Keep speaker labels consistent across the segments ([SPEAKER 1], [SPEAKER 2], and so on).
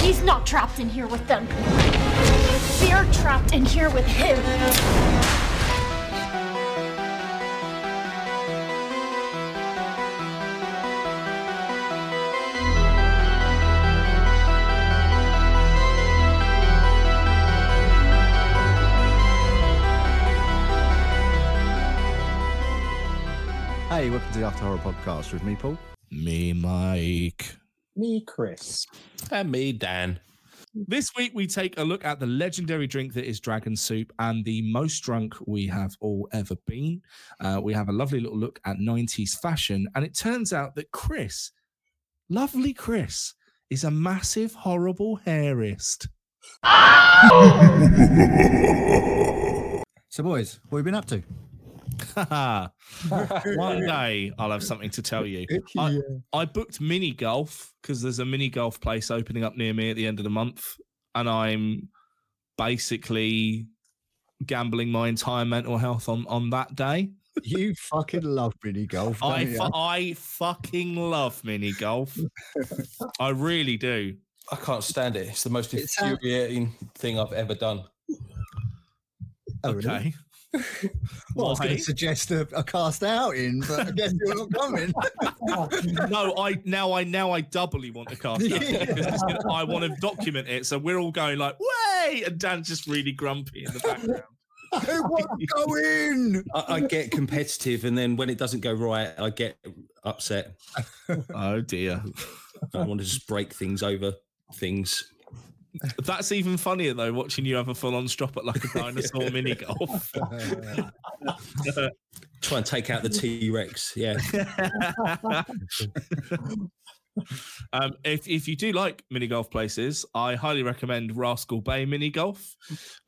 [SPEAKER 1] He's not trapped in here with them. They're trapped in here with him.
[SPEAKER 2] Hey, welcome to the After Horror Podcast with me, Paul.
[SPEAKER 3] Me, Mike.
[SPEAKER 4] Me, Chris.
[SPEAKER 3] And me, Dan. This week, we take a look at the legendary drink that is dragon soup and the most drunk we have all ever been. Uh, we have a lovely little look at 90s fashion. And it turns out that Chris, lovely Chris, is a massive, horrible hairist.
[SPEAKER 2] So, boys, what have you been up to?
[SPEAKER 3] One day I'll have something to tell you. I, I booked mini golf because there's a mini golf place opening up near me at the end of the month, and I'm basically gambling my entire mental health on on that day.
[SPEAKER 2] You fucking love mini golf.
[SPEAKER 3] I
[SPEAKER 2] don't you?
[SPEAKER 3] fu- I fucking love mini golf. I really do.
[SPEAKER 5] I can't stand it. It's the most
[SPEAKER 4] It sounds-
[SPEAKER 5] infuriating thing I've ever done.
[SPEAKER 2] Oh, really?
[SPEAKER 3] Okay.
[SPEAKER 2] Well, I was going
[SPEAKER 3] Why?
[SPEAKER 2] to suggest a, a cast out in, but I guess you're not coming.
[SPEAKER 3] no, I now I now I doubly want the cast out because it's gonna- I want to document it. So we're all going like, way, and Dan's just really grumpy in the background.
[SPEAKER 2] Who wants going?
[SPEAKER 5] I, I get competitive, and then when it doesn't go right, I get upset.
[SPEAKER 3] Oh dear,
[SPEAKER 5] I want to just break things over things.
[SPEAKER 3] that's even funnier though. Watching you have a full on strop at like a dinosaur mini golf.
[SPEAKER 2] Uh,
[SPEAKER 5] Try and take out the T Rex. Yeah.
[SPEAKER 3] um, if if you do like mini golf places, I highly recommend Rascal Bay Mini Golf,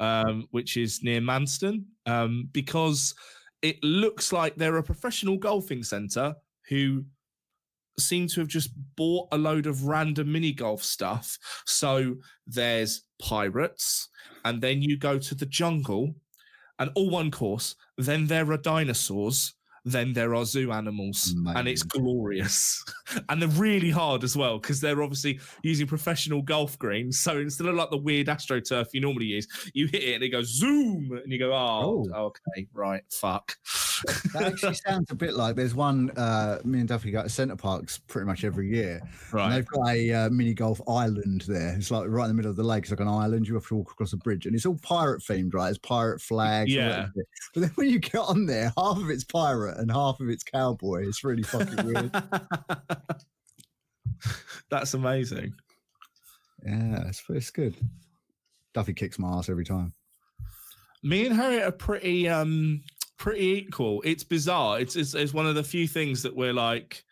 [SPEAKER 3] um, which is near Manston, um, because it looks like they're a professional golfing centre who seem to have just bought a load of random mini golf stuff. So there's pirates, and then you go to the jungle, and all one course. Then there are dinosaurs. Then there are zoo animals, and it's
[SPEAKER 2] Amazing.
[SPEAKER 3] glorious. and they're really hard as well because they're obviously using professional golf greens. So instead of like the weird astroturf you normally use, you hit it and it goes zoom, and you go, oh,
[SPEAKER 2] Oh.
[SPEAKER 3] okay, right, fuck.
[SPEAKER 2] That actually sounds a bit like there's one uh, me and Duffy go to Centre Parks pretty much every year. And
[SPEAKER 3] right.
[SPEAKER 2] they've got a uh, mini golf island there. It's like right in the middle of the lake. It's like an island. You have to walk across a bridge, and it's all pirate themed, right? It's pirate flags. all that
[SPEAKER 3] Yeah.
[SPEAKER 2] shit. But then when you get on there, half of it's pirate and half of it's cowboy. It's really fucking weird.
[SPEAKER 3] That's amazing.
[SPEAKER 2] yeah, it's, it's good. Duffy kicks my ass every time.
[SPEAKER 3] Me and Harriet are pretty um pretty equal. It's bizarre. It's it's, it's one of the few things that we're like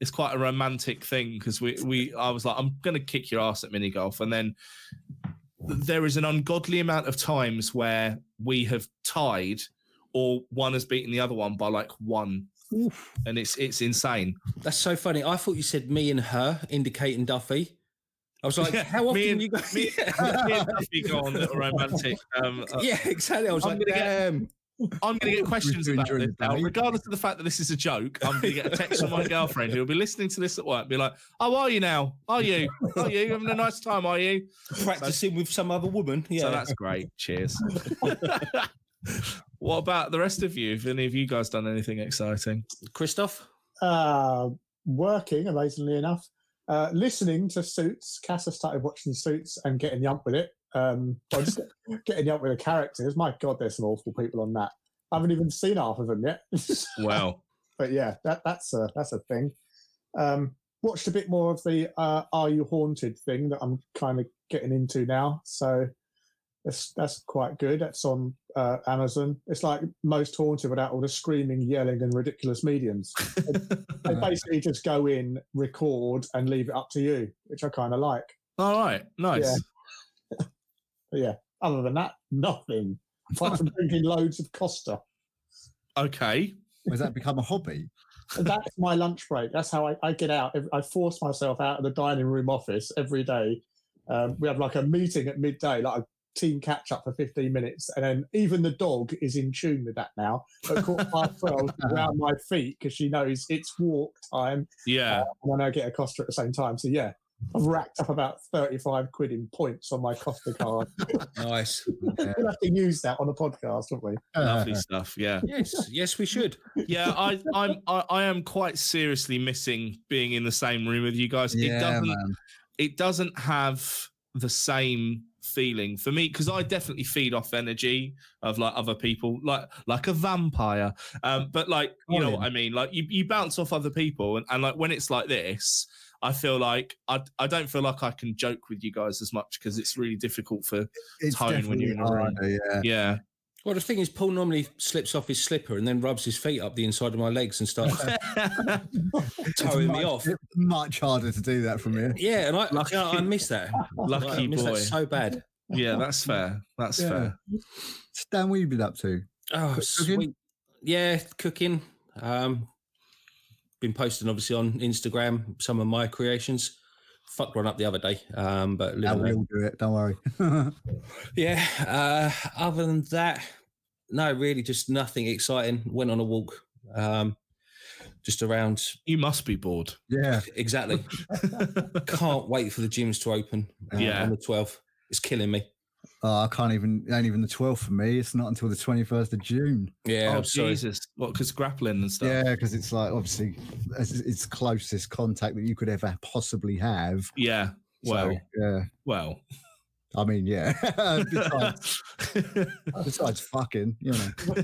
[SPEAKER 3] it's quite a romantic thing because we we I was like I'm going to kick your ass at mini golf and then there is an ungodly amount of times where we have tied or one has beaten the other one by like one. And it's it's insane.
[SPEAKER 5] That's so funny. I thought you said me and her, indicating Duffy. I was like,
[SPEAKER 3] Yeah,
[SPEAKER 5] how often
[SPEAKER 3] me and-
[SPEAKER 5] you go?
[SPEAKER 3] me-
[SPEAKER 5] yeah.
[SPEAKER 3] Me and Duffy go on little romantic um,
[SPEAKER 5] Yeah, exactly. I was
[SPEAKER 3] I'm
[SPEAKER 5] like,
[SPEAKER 3] gonna get-
[SPEAKER 5] damn.
[SPEAKER 3] I'm going to get questions
[SPEAKER 2] During-
[SPEAKER 3] about
[SPEAKER 2] during
[SPEAKER 3] this
[SPEAKER 2] the
[SPEAKER 3] now,
[SPEAKER 2] day.
[SPEAKER 3] regardless of the fact that this is a joke. I'm going to get a text from my girlfriend who'll be listening to this at work, be like, "How are you now? Are you? Are you having a nice time? Are you?"
[SPEAKER 5] practicing with some other woman. Yeah.
[SPEAKER 3] So that's great. Cheers. what about the rest of you? Have any of you guys done anything exciting?
[SPEAKER 5] Christoph?
[SPEAKER 4] Uh, working, amazingly enough. Uh, listening to Suits. Cass has started watching Suits and getting the up with it. Um, well, just getting the up with the characters. My God, there's some awful people on that. I haven't even seen half of them yet.
[SPEAKER 3] Well,
[SPEAKER 4] but yeah, that, that's a that's a thing. Um, watched a bit more of the uh, "Are You Haunted" thing that I'm kind of getting into now, so that's that's quite good. That's on uh, Amazon. It's like most haunted without all the screaming, yelling, and ridiculous mediums. they basically just go in, record, and leave it up to you, which I kind of like.
[SPEAKER 3] all right, nice.
[SPEAKER 4] Yeah. Other than that, nothing. Apart from drinking loads of Costa.
[SPEAKER 3] Okay.
[SPEAKER 2] Has that become a hobby?
[SPEAKER 4] that's my lunch break. That's how I, I get out. Ev- I force myself out of the dining room office every day. Um, we have like a meeting at midday, like a team catch up for 15 minutes. And then even the dog is in tune with that now. At quarter past 12, she's around my feet because she knows it's walk time.
[SPEAKER 3] Yeah.
[SPEAKER 4] And then I get a Costa at the same time. So yeah, I've racked up about 35 quid in points on my Costa card.
[SPEAKER 5] Nice.
[SPEAKER 4] we'll have to use that on a podcast, won't we?
[SPEAKER 2] Uh,
[SPEAKER 3] Lovely stuff. Yeah.
[SPEAKER 5] Yes, yes, we should.
[SPEAKER 3] Yeah. I, I'm, I, I am quite seriously missing being in the same room with you guys.
[SPEAKER 2] yeah,
[SPEAKER 3] it doesn't,
[SPEAKER 2] man.
[SPEAKER 3] it doesn't have the same feeling for me because I definitely feed off energy of like other people, like like a vampire. Um, but like you know what I mean, like you, you bounce off other people, and, and like when it's like this, I feel like I I don't feel like I can joke with you guys as much because it's really difficult for
[SPEAKER 2] It's
[SPEAKER 3] tone when you're in a
[SPEAKER 2] definitely
[SPEAKER 3] room.
[SPEAKER 2] harder, Yeah.
[SPEAKER 3] yeah.
[SPEAKER 5] Well, the thing is, Paul normally slips off his slipper and then rubs his feet up the inside of my legs and starts
[SPEAKER 2] It's
[SPEAKER 5] towing
[SPEAKER 2] much,
[SPEAKER 5] me off.
[SPEAKER 2] much harder to do that from here.
[SPEAKER 5] Yeah, and I,
[SPEAKER 3] Lucky-
[SPEAKER 5] I I miss that. Like, I
[SPEAKER 3] Lucky
[SPEAKER 5] miss
[SPEAKER 3] boy.
[SPEAKER 5] that so bad.
[SPEAKER 3] yeah, that's fair. That's
[SPEAKER 2] Yeah.
[SPEAKER 3] fair.
[SPEAKER 2] Stan, what you been up to?
[SPEAKER 5] Oh,
[SPEAKER 2] Cook- cooking?
[SPEAKER 5] sweet. Yeah, cooking. Um, been posting obviously on Instagram some of my creations. Fucked one up the other day, um, but
[SPEAKER 2] I
[SPEAKER 5] living
[SPEAKER 2] will do it. Don't worry.
[SPEAKER 5] Yeah. Uh, other than that, no, really, just nothing exciting. Went on a walk, um, just around.
[SPEAKER 3] You must be bored.
[SPEAKER 2] yeah.
[SPEAKER 5] Exactly. Can't wait for the gyms to open. uh,
[SPEAKER 3] Yeah.
[SPEAKER 5] On the 12th, it's killing me.
[SPEAKER 2] Oh, I can't even. Ain't even the twelfth for me. It's not until the twenty first of June.
[SPEAKER 5] Yeah.
[SPEAKER 3] oh
[SPEAKER 5] I'm sorry.
[SPEAKER 3] Jesus! What? Because grappling and stuff.
[SPEAKER 2] Yeah, because it's like obviously it's, it's closest contact that you could ever possibly have.
[SPEAKER 3] Yeah.
[SPEAKER 2] So,
[SPEAKER 3] Well.
[SPEAKER 2] yeah.
[SPEAKER 3] Well.
[SPEAKER 2] I mean, yeah. besides, besides fucking, you know.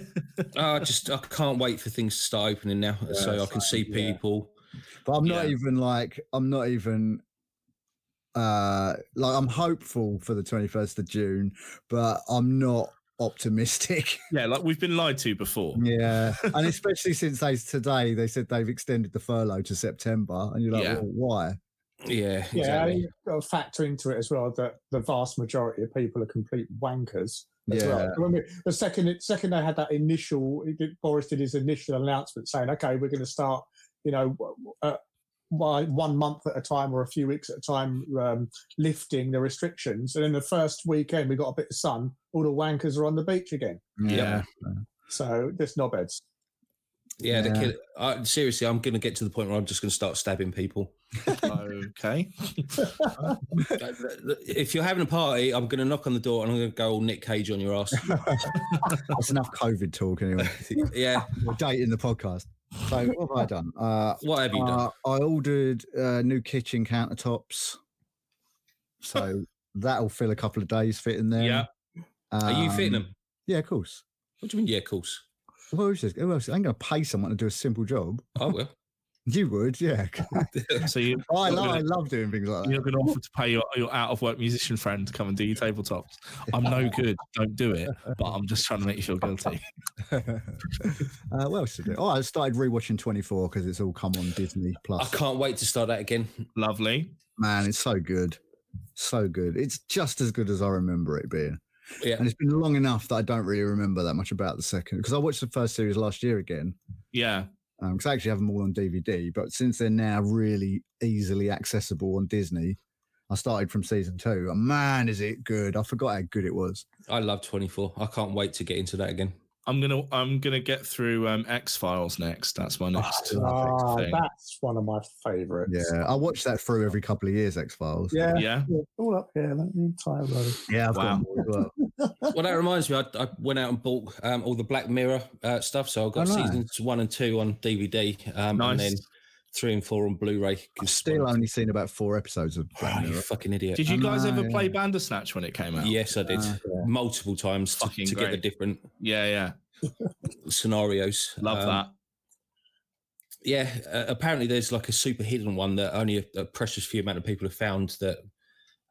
[SPEAKER 5] I just I can't wait for things to start opening now, so I
[SPEAKER 2] it's
[SPEAKER 5] can see
[SPEAKER 2] yeah.
[SPEAKER 5] people.
[SPEAKER 2] But I'm not
[SPEAKER 3] Yeah.
[SPEAKER 2] even like I'm not even uh like I'm hopeful for the 21st of June, but I'm not optimistic.
[SPEAKER 3] yeah, like we've been lied to before.
[SPEAKER 2] yeah. and especially since they today they said they've extended the furlough to September and you're like,
[SPEAKER 3] Yeah.
[SPEAKER 2] well, why?
[SPEAKER 5] Yeah.
[SPEAKER 4] Yeah,
[SPEAKER 5] exactly.
[SPEAKER 4] you've got to factor into it as well that the vast majority of people are complete wankers. As
[SPEAKER 2] Yeah.
[SPEAKER 4] well. When we- the second the second they had that initial Boris did his initial announcement saying, "Okay, we're going to start, you know, w- w- uh, by one month at a time or a few weeks at a time, um, lifting the restrictions." And in the first weekend, we got a bit of sun. All the wankers are on the beach again.
[SPEAKER 3] Yeah.
[SPEAKER 4] So just knobheads.
[SPEAKER 5] Yeah.
[SPEAKER 2] Yeah.
[SPEAKER 5] The kill- I, seriously, I'm going to get to the point where I'm just going to start stabbing people.
[SPEAKER 3] okay.
[SPEAKER 5] if you're having a party, I'm going to knock on the door and I'm going to go all Nick Cage on your ass.
[SPEAKER 2] That's enough COVID talk anyway.
[SPEAKER 5] yeah.
[SPEAKER 2] We're dating the podcast. So what have I done? Uh
[SPEAKER 5] What have you done?
[SPEAKER 2] Uh, I ordered uh, new kitchen countertops, so that'll fill a couple of days fitting there.
[SPEAKER 3] Yeah.
[SPEAKER 5] Are you fitting
[SPEAKER 2] Um,
[SPEAKER 5] them?
[SPEAKER 2] Yeah, of course.
[SPEAKER 5] What do you mean? Yeah, of course.
[SPEAKER 2] Who else? is- Who else? I'm going to pay someone to do a simple job.
[SPEAKER 5] I will.
[SPEAKER 2] You would, yeah.
[SPEAKER 3] So you,
[SPEAKER 2] I,
[SPEAKER 3] You're
[SPEAKER 2] love, I
[SPEAKER 3] gonna-
[SPEAKER 2] love doing things like that.
[SPEAKER 3] you're going to offer to pay your, your out of work musician friend to come and do your tabletops. I'm no good. Don't do it. But I'm just trying to make you feel guilty.
[SPEAKER 2] uh, what else to do? Oh, I started rewatching 24 because it's all come on Disney
[SPEAKER 5] I
[SPEAKER 2] Plus.
[SPEAKER 5] can't wait to start that again.
[SPEAKER 3] Lovely.
[SPEAKER 2] Man, it's so good, so good. It's just as good as I remember it being.
[SPEAKER 5] Yeah.
[SPEAKER 2] And it's been long enough that I don't really remember that much about the second because I watched the first series last year again.
[SPEAKER 3] Yeah.
[SPEAKER 2] because I actually have them all on DVD. But since they're now really easily accessible on Disney, I started from season two. And man, is it good! I forgot how good it was.
[SPEAKER 5] I love 24. I can't wait to get into that again.
[SPEAKER 3] I'm gonna I'm gonna get through um, X Files next. That's my next.
[SPEAKER 2] Oh,
[SPEAKER 4] Ah,
[SPEAKER 3] thing.
[SPEAKER 4] that's one of my favourites.
[SPEAKER 2] Yeah, I watch that through every couple of years. X Files.
[SPEAKER 4] Yeah.
[SPEAKER 3] yeah.
[SPEAKER 4] yeah, all up here, that entire row.
[SPEAKER 2] yeah, I've got
[SPEAKER 3] Wow.
[SPEAKER 2] them all as well.
[SPEAKER 5] Well, that reminds me, I, I went out and bought um, all the Black Mirror uh, stuff. So I've got
[SPEAKER 2] Oh, nice.
[SPEAKER 5] seasons one and two on DVD um,
[SPEAKER 3] Nice.
[SPEAKER 5] and then three and four on Blu ray.
[SPEAKER 2] I've still only seen about four episodes of Black
[SPEAKER 5] Oh, you
[SPEAKER 2] Mirror.
[SPEAKER 5] fucking idiot.
[SPEAKER 3] Did you
[SPEAKER 2] I
[SPEAKER 3] guys
[SPEAKER 2] know,
[SPEAKER 3] ever
[SPEAKER 2] yeah.
[SPEAKER 3] play Bandersnatch when it came out?
[SPEAKER 5] Yes, I did.
[SPEAKER 2] Uh,
[SPEAKER 5] Multiple times to,
[SPEAKER 3] Fucking
[SPEAKER 5] to get the
[SPEAKER 3] great.
[SPEAKER 5] different
[SPEAKER 3] Yeah. Yeah.
[SPEAKER 5] scenarios.
[SPEAKER 3] Love
[SPEAKER 5] Um,
[SPEAKER 3] that.
[SPEAKER 5] yeah uh, apparently there's like a super hidden one that only a, a precious few amount of people have found that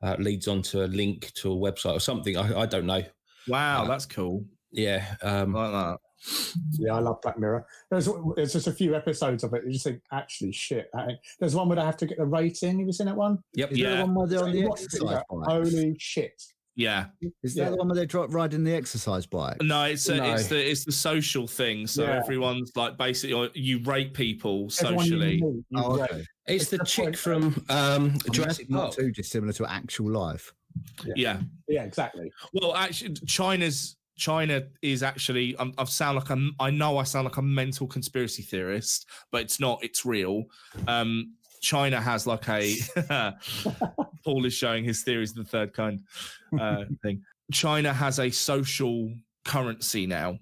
[SPEAKER 5] uh, leads onto a link to a website or something i, I don't know
[SPEAKER 3] Wow,
[SPEAKER 5] uh,
[SPEAKER 3] that's cool.
[SPEAKER 5] yeah
[SPEAKER 3] I
[SPEAKER 5] um,
[SPEAKER 3] like that.
[SPEAKER 4] Yeah, I love Black Mirror. There's there's just a few episodes of it. You just think, actually, shit. that ain't-" There's one where they have to get the rating. Have you seen that one?
[SPEAKER 5] yep
[SPEAKER 2] Is that
[SPEAKER 3] Yeah.
[SPEAKER 2] the one where they're on the
[SPEAKER 4] What-
[SPEAKER 2] exercise bike?
[SPEAKER 4] Holy shit!
[SPEAKER 3] Yeah.
[SPEAKER 2] Is that
[SPEAKER 4] yeah.
[SPEAKER 2] the one where they drop riding the exercise bike?
[SPEAKER 3] No, it's a,
[SPEAKER 5] No.
[SPEAKER 3] it's the it's the social thing. So
[SPEAKER 4] Yeah.
[SPEAKER 3] everyone's like basically or you rate people
[SPEAKER 4] Everyone you
[SPEAKER 3] socially.
[SPEAKER 4] meet, you
[SPEAKER 2] Oh,
[SPEAKER 4] rate.
[SPEAKER 2] okay.
[SPEAKER 5] it's
[SPEAKER 4] It's
[SPEAKER 5] the
[SPEAKER 4] the
[SPEAKER 5] chick
[SPEAKER 4] point-
[SPEAKER 5] from um,
[SPEAKER 2] I mean, that's
[SPEAKER 5] jurassic
[SPEAKER 2] not
[SPEAKER 5] park
[SPEAKER 2] too dissimilar to actual life.
[SPEAKER 3] yeah.
[SPEAKER 4] Yeah, exactly.
[SPEAKER 3] Well, actually, China's China is actually. I'm, I sound like I'm. I know I sound like a mental conspiracy theorist, but it's not. It's real. Um, China has like a Paul is showing his theories of the third kind uh, thing. China has a social currency now.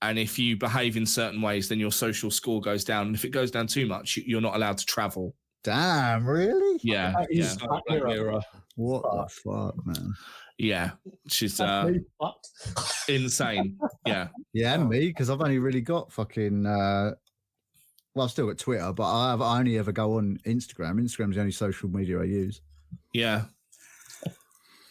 [SPEAKER 3] And if you behave in certain ways, then your social score goes down. And if it goes down too much, you- you're not allowed to travel.
[SPEAKER 2] Damn, really?
[SPEAKER 3] Yeah.
[SPEAKER 4] That
[SPEAKER 3] Yeah.
[SPEAKER 4] is Black Mirror.
[SPEAKER 2] What the fuck, man?
[SPEAKER 3] Yeah. Which is
[SPEAKER 4] That's
[SPEAKER 3] uh,
[SPEAKER 4] me fucked.
[SPEAKER 3] insane. Yeah.
[SPEAKER 2] Yeah,
[SPEAKER 3] Oh.
[SPEAKER 2] and me, because I've only really got fucking. Uh, well, I've still got Twitter, but I, have, I only ever go on Instagram. Instagram's the only social media I use.
[SPEAKER 3] Yeah.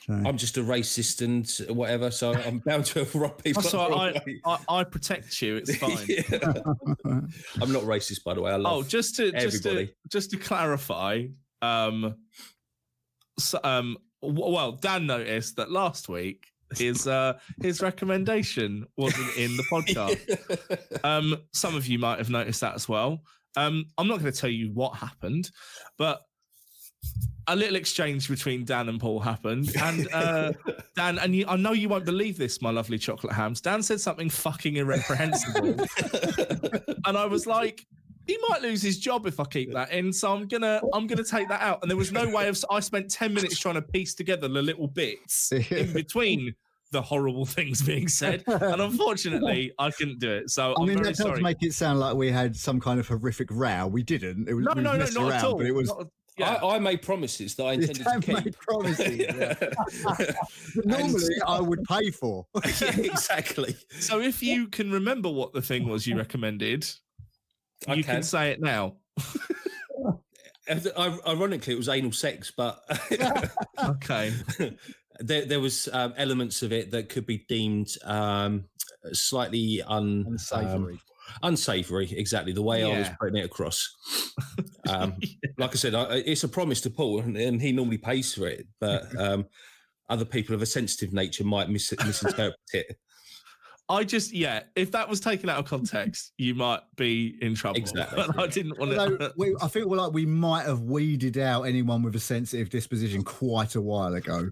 [SPEAKER 2] So,
[SPEAKER 5] I'm just a racist and whatever, so I'm bound to have
[SPEAKER 2] Oh,
[SPEAKER 5] robbed people.
[SPEAKER 3] Also,
[SPEAKER 5] up the wrong
[SPEAKER 3] I,
[SPEAKER 5] way.
[SPEAKER 3] I, I protect you. It's fine.
[SPEAKER 5] Yeah. I'm not racist, by the way. I
[SPEAKER 3] Oh,
[SPEAKER 5] love.
[SPEAKER 3] just to just to,
[SPEAKER 5] everybody.
[SPEAKER 3] just to clarify, um, so, um, w- well, Dan noticed that last week his uh his recommendation wasn't in the podcast.
[SPEAKER 2] Oh,
[SPEAKER 3] Um, some of you might have noticed that as well. Um, I'm not going to tell you what happened, but a little exchange between Dan and Paul happened, and uh, Dan and you, I know you won't believe this, my lovely chocolate hams. Dan said something fucking irreprehensible, and I was like. He might lose his job if I keep that in, so I'm gonna I'm gonna take that out. And there was no way of. I spent ten minutes trying to piece together the little bits in between the horrible things being said, and unfortunately, I couldn't do it. So I
[SPEAKER 2] I
[SPEAKER 3] am
[SPEAKER 2] mean,
[SPEAKER 3] very
[SPEAKER 2] that does
[SPEAKER 3] sorry.
[SPEAKER 2] make it sound like we had some kind of horrific row. We didn't. It was
[SPEAKER 3] no,
[SPEAKER 2] we
[SPEAKER 3] no, no,
[SPEAKER 2] messed
[SPEAKER 3] not at
[SPEAKER 2] around,
[SPEAKER 3] all.
[SPEAKER 2] But it was.
[SPEAKER 3] Not- yeah.
[SPEAKER 5] I, I made promises that I
[SPEAKER 2] You
[SPEAKER 5] intended to
[SPEAKER 2] don't
[SPEAKER 5] keep.
[SPEAKER 2] make promises. yeah. But
[SPEAKER 5] And-
[SPEAKER 2] Normally, I would pay for.
[SPEAKER 5] yeah, exactly.
[SPEAKER 3] so if you can remember what the thing was you recommended,
[SPEAKER 5] I
[SPEAKER 3] you
[SPEAKER 5] can.
[SPEAKER 3] can say it now.
[SPEAKER 5] I- Ironically, it was anal sex, but
[SPEAKER 2] Ah.
[SPEAKER 3] Okay.
[SPEAKER 5] there, there was um, elements of it that could be deemed um, slightly un,
[SPEAKER 2] Unsavoury.
[SPEAKER 5] um, unsavory, exactly the way I was
[SPEAKER 3] Yeah.
[SPEAKER 5] putting it across. Um, Like I said, I, I- it's a promise to Paul, and, and he normally pays for it, but um, other people of a sensitive nature might mis- misinterpret it.
[SPEAKER 3] I just yeah, if that was taken out of context, you might be in trouble.
[SPEAKER 5] Exactly.
[SPEAKER 3] But I didn't want
[SPEAKER 2] Although
[SPEAKER 3] to.
[SPEAKER 2] we, I feel like we might have weeded out anyone with a sensitive disposition quite a while ago.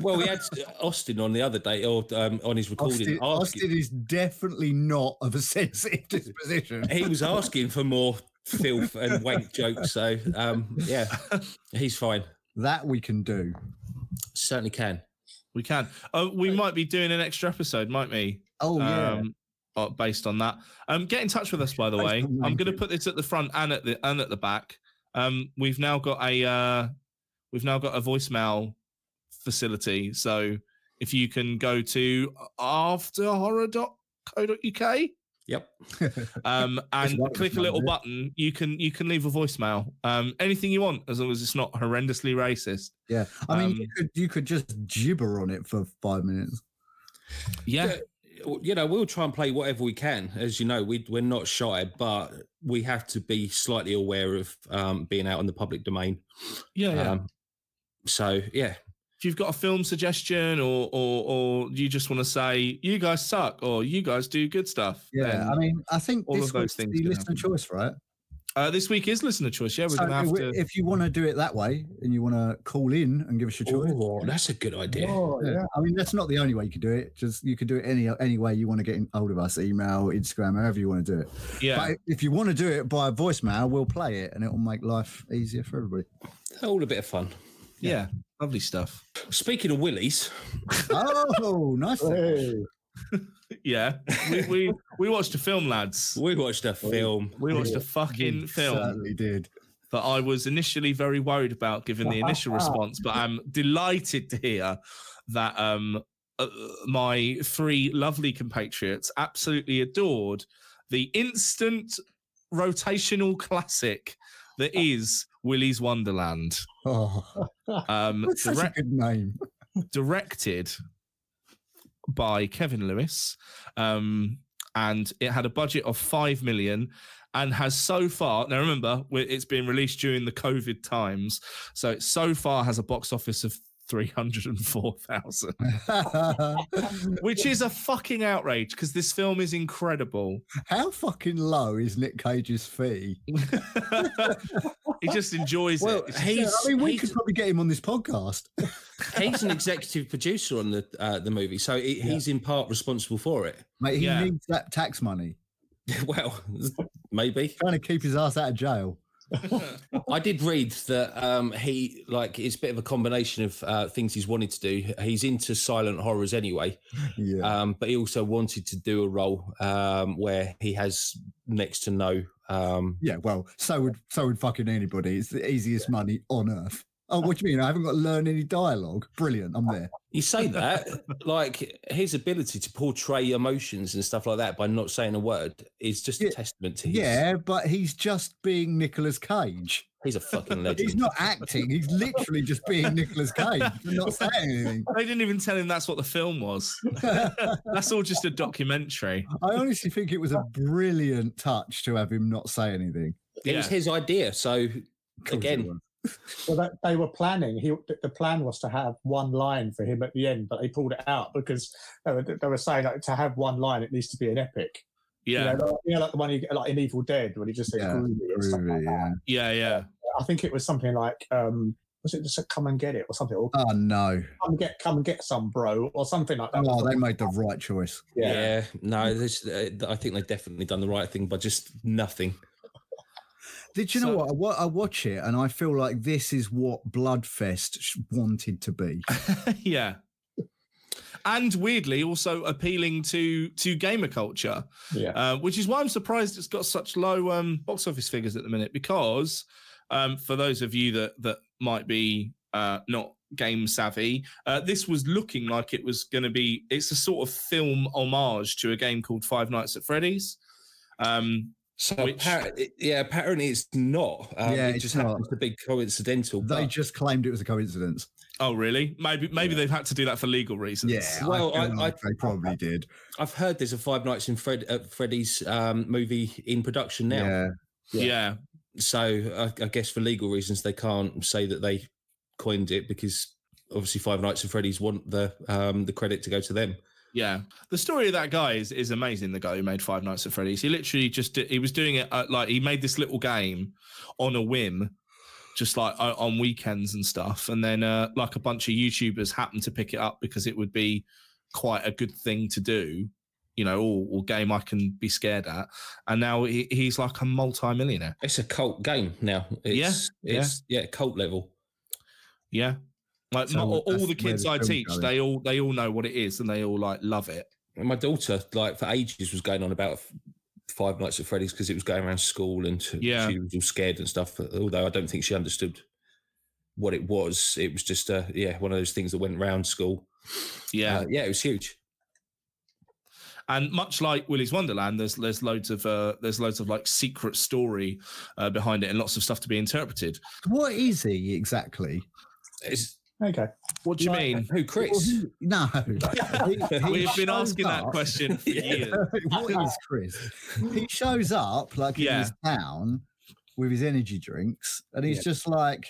[SPEAKER 5] Well, we had uh, Austin on the other day, or um, on his recording.
[SPEAKER 2] Austin,
[SPEAKER 5] asking-
[SPEAKER 2] Austin is definitely not of a sensitive disposition.
[SPEAKER 5] he was asking for more filth and wank jokes. So um, yeah, he's fine.
[SPEAKER 2] That we can do.
[SPEAKER 5] Certainly can.
[SPEAKER 3] We can. Uh, we might be doing an extra episode, might we?
[SPEAKER 2] Oh yeah,
[SPEAKER 3] um, uh, based on that. Um, get in touch with us, by the
[SPEAKER 2] Based
[SPEAKER 3] way.
[SPEAKER 2] on
[SPEAKER 3] I'm going to
[SPEAKER 2] ranking.
[SPEAKER 3] put this at the front and at the and at the back. Um, we've now got a uh, we've now got a voicemail facility. So if you can go to afterhorror.co.uk
[SPEAKER 5] Yep.
[SPEAKER 3] um, and
[SPEAKER 2] that
[SPEAKER 3] click a
[SPEAKER 2] voicemail,
[SPEAKER 3] little
[SPEAKER 2] yeah.
[SPEAKER 3] button, you can you can leave a voicemail. Um, anything you want, as long as it's not horrendously racist.
[SPEAKER 2] yeah. I mean, you,
[SPEAKER 3] um,
[SPEAKER 2] could, you could just gibber on it for five minutes.
[SPEAKER 3] Yeah,
[SPEAKER 5] You know, we'll try and play whatever we can. As you know, we, we're not shy, but we have to be slightly aware of um, being out in the public domain.
[SPEAKER 3] yeah, Oh, yeah.
[SPEAKER 5] Um, so, yeah,
[SPEAKER 3] if you've got a film suggestion or or or you just want to say you guys suck or you guys do good stuff
[SPEAKER 2] Yeah,
[SPEAKER 3] then,
[SPEAKER 2] I mean, I think
[SPEAKER 3] all
[SPEAKER 2] this
[SPEAKER 3] of those
[SPEAKER 2] was
[SPEAKER 3] things
[SPEAKER 2] the
[SPEAKER 3] can
[SPEAKER 2] listener
[SPEAKER 3] happen.
[SPEAKER 2] choice, right?
[SPEAKER 3] uh, this week is listener choice yeah we're
[SPEAKER 2] So
[SPEAKER 3] gonna have
[SPEAKER 2] if-
[SPEAKER 3] to
[SPEAKER 2] If you want to do it that way and you want to call in and give us your choice,
[SPEAKER 5] oh, that's a good idea.
[SPEAKER 4] Oh,
[SPEAKER 2] Yeah.
[SPEAKER 4] yeah.
[SPEAKER 2] I mean, that's not the only way you can do it. Just you can do it any any way you want to get in hold of us, email, Instagram, however you want to do it.
[SPEAKER 3] yeah
[SPEAKER 2] But if you want to do it by voicemail, we'll play it and it will make life easier for everybody.
[SPEAKER 5] All a bit of fun.
[SPEAKER 3] yeah. lovely stuff
[SPEAKER 5] Speaking of willies,
[SPEAKER 2] oh, nice. one.
[SPEAKER 4] Hey.
[SPEAKER 3] yeah we we, we watched a film lads
[SPEAKER 5] we watched a film.
[SPEAKER 3] we watched a
[SPEAKER 2] You
[SPEAKER 3] fucking
[SPEAKER 2] uh,
[SPEAKER 3] film
[SPEAKER 2] Certainly did.
[SPEAKER 3] that I was initially very worried about given the initial response, but I'm delighted to hear that um, uh, my three lovely compatriots absolutely adored the instant rotational classic that is Willy's Wonderland.
[SPEAKER 2] Oh,
[SPEAKER 3] Um,
[SPEAKER 2] that's such a
[SPEAKER 3] direct-
[SPEAKER 2] good name.
[SPEAKER 3] directed by Kevin Lewis, um, and it had a budget of five million, and has so far. Now remember, we- it's been released during the COVID times, so it so far has a box office of three hundred and four thousand, which is a fucking outrage because this film is incredible.
[SPEAKER 2] How fucking low is Nick Cage's fee?
[SPEAKER 3] he just enjoys
[SPEAKER 5] Well,
[SPEAKER 3] it.
[SPEAKER 2] Yeah,
[SPEAKER 5] he's,
[SPEAKER 2] I mean, we
[SPEAKER 5] he's,
[SPEAKER 2] could probably get him on this podcast.
[SPEAKER 5] he's an executive producer on the uh, the movie, so he, he's in part responsible for it.
[SPEAKER 2] Mate, he
[SPEAKER 3] Yeah.
[SPEAKER 2] needs that tax money.
[SPEAKER 5] well, maybe.
[SPEAKER 2] Trying to keep his ass out of jail.
[SPEAKER 5] I did read that um, he like it's a bit of a combination of uh, things he's wanted to do. He's into silent horrors anyway,
[SPEAKER 2] Yeah.
[SPEAKER 3] Uh,
[SPEAKER 5] um, but he also wanted to do a role um, where he has next to no. Um,
[SPEAKER 2] yeah. Well, so would so would fucking anybody. It's the easiest money on earth. Oh, what do you mean? I haven't got to learn any dialogue. Brilliant.
[SPEAKER 3] Uh,
[SPEAKER 2] I'm there.
[SPEAKER 5] you say that like his ability to portray emotions and stuff like that by not saying a word is just
[SPEAKER 2] Yeah.
[SPEAKER 5] a testament to his.
[SPEAKER 2] Yeah, but he's just being Nicolas Cage.
[SPEAKER 5] he's a fucking
[SPEAKER 2] He's
[SPEAKER 5] legend.
[SPEAKER 2] not acting. He's literally just being Nicolas Cage. and not saying anything.
[SPEAKER 3] They didn't even tell him that's what the film was. that's all just a documentary.
[SPEAKER 2] I honestly think it was a brilliant touch to have him not say anything.
[SPEAKER 5] It was
[SPEAKER 3] Yeah.
[SPEAKER 5] his idea, so
[SPEAKER 2] Of course it
[SPEAKER 5] Again.
[SPEAKER 2] was.
[SPEAKER 4] Well, that, they were planning. He, th- the plan was to have one line for him at the end, but they pulled it out because they were, they were saying like, to have one line, it needs to be an epic.
[SPEAKER 3] Yeah,
[SPEAKER 4] You know, like, you know, like the one you get like in Evil Dead when he just says
[SPEAKER 2] Yeah,
[SPEAKER 4] groovy and stuff like
[SPEAKER 2] Groovy,
[SPEAKER 4] that.
[SPEAKER 2] yeah.
[SPEAKER 3] yeah, yeah.
[SPEAKER 4] I think it was something like, um, was it just a come and get it or something, or
[SPEAKER 2] Oh no!
[SPEAKER 4] come and get, come and get some, bro, or something like that.
[SPEAKER 2] Oh, they made the right choice.
[SPEAKER 5] yeah, no, this, uh, I think they've definitely done the right thing by just nothing.
[SPEAKER 2] Did you know
[SPEAKER 3] So-
[SPEAKER 2] what? I, wa- I watch it and I feel like this is what Bloodfest sh- wanted to be.
[SPEAKER 3] yeah. And weirdly, also appealing to to gamer culture,
[SPEAKER 4] yeah.
[SPEAKER 3] uh, which is why I'm surprised it's got such low um, box office figures at the minute. Because um, for those of you that that might be uh, not game savvy, uh, this was looking like it was going to be. It's a sort of film homage to a game called Five Nights at Freddy's. Um,
[SPEAKER 5] So
[SPEAKER 3] Which-
[SPEAKER 5] appar- it- yeah, apparently it's not. Um,
[SPEAKER 2] Yeah,
[SPEAKER 5] it
[SPEAKER 2] it's
[SPEAKER 5] just
[SPEAKER 2] not.
[SPEAKER 5] happens to be coincidental.
[SPEAKER 2] They
[SPEAKER 5] but-
[SPEAKER 2] just claimed it was a coincidence.
[SPEAKER 3] oh, really? Maybe maybe they've had to do that for legal reasons.
[SPEAKER 2] Yeah, I
[SPEAKER 5] Well,
[SPEAKER 2] feel
[SPEAKER 5] I- I-
[SPEAKER 2] like they probably did.
[SPEAKER 5] I've heard there's a Five Nights in Fred at Freddy's um, movie in production now.
[SPEAKER 2] Yeah,
[SPEAKER 3] yeah.
[SPEAKER 4] Yeah.
[SPEAKER 5] So I, I guess for legal reasons they can't say that they coined it because obviously Five Nights at Freddy's want the um, the credit to go to them.
[SPEAKER 3] Yeah, the story of that guy is, is amazing. The guy who made Five Nights at Freddy's, he literally just did, he was doing it at, like he made this little game on a whim, just like o- on weekends and stuff. And then uh, like a bunch of YouTubers happened to pick it up because it would be quite a good thing to do, you know, or, or game I can be scared at. And now he, he's like a multi-millionaire.
[SPEAKER 5] It's a cult game now. It's,
[SPEAKER 3] yeah.
[SPEAKER 5] it's yeah, cult level.
[SPEAKER 3] Yeah, like
[SPEAKER 2] So
[SPEAKER 3] mo- all
[SPEAKER 2] that's
[SPEAKER 3] the
[SPEAKER 2] where
[SPEAKER 3] kids
[SPEAKER 2] the
[SPEAKER 3] I
[SPEAKER 2] film's
[SPEAKER 3] teach,
[SPEAKER 2] going.
[SPEAKER 3] they all they all know what it is and they all like love it.
[SPEAKER 5] And my daughter, like for ages, was going on about F- Five Nights at Freddy's because it was going around school and t-
[SPEAKER 3] Yeah.
[SPEAKER 5] she was all scared and stuff. Although I don't think she understood what it was. It was just uh, yeah, one of those things that went round school.
[SPEAKER 3] Yeah.
[SPEAKER 5] Uh, yeah, it was huge.
[SPEAKER 3] and much like Willy's Wonderland, there's there's loads of uh, there's loads of like secret story uh, behind it and lots of stuff to be interpreted.
[SPEAKER 2] what is he exactly?
[SPEAKER 5] It's,
[SPEAKER 4] Okay.
[SPEAKER 3] What do you
[SPEAKER 2] Like-
[SPEAKER 3] mean?
[SPEAKER 5] who, Chris?
[SPEAKER 2] No, He- he
[SPEAKER 3] We've been
[SPEAKER 2] shows
[SPEAKER 3] asking that
[SPEAKER 2] up-
[SPEAKER 3] question for
[SPEAKER 5] Yeah.
[SPEAKER 3] years.
[SPEAKER 2] what is Chris? He shows up like in
[SPEAKER 3] Yeah.
[SPEAKER 2] his town with his energy drinks, and he's
[SPEAKER 5] Yeah.
[SPEAKER 2] just like,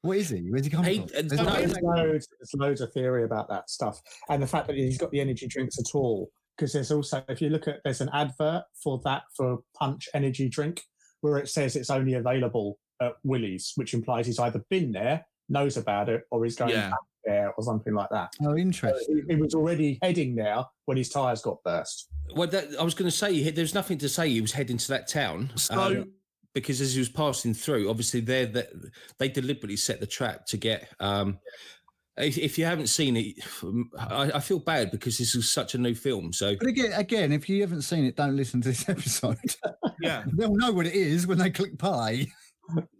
[SPEAKER 2] "What is he? Where's he come
[SPEAKER 5] He-
[SPEAKER 2] from?"
[SPEAKER 5] uh,
[SPEAKER 2] There's
[SPEAKER 5] no,
[SPEAKER 2] no-
[SPEAKER 4] There's loads, there's loads of theory about that stuff, and the fact that he's got the energy drinks at all. Because there's also, if you look at, there's an advert for that for Punch Energy Drink, where it says it's only available at Willie's, which implies he's either been there, knows about it, or he's going
[SPEAKER 3] Yeah.
[SPEAKER 4] back there, or something like that.
[SPEAKER 2] oh,
[SPEAKER 4] So
[SPEAKER 2] interesting.
[SPEAKER 4] he, he was already heading there when his tires got burst.
[SPEAKER 5] Well, that, I was going to say there's nothing to say. He was heading to that town.
[SPEAKER 3] So
[SPEAKER 5] um, because as he was passing through, obviously they they, they deliberately set the trap to get. Um, if, if you haven't seen it, I, I feel bad because this is such a new film. So
[SPEAKER 2] But again, again, if you haven't seen it, don't listen to this episode.
[SPEAKER 3] yeah,
[SPEAKER 2] They'll know what it is when they click play.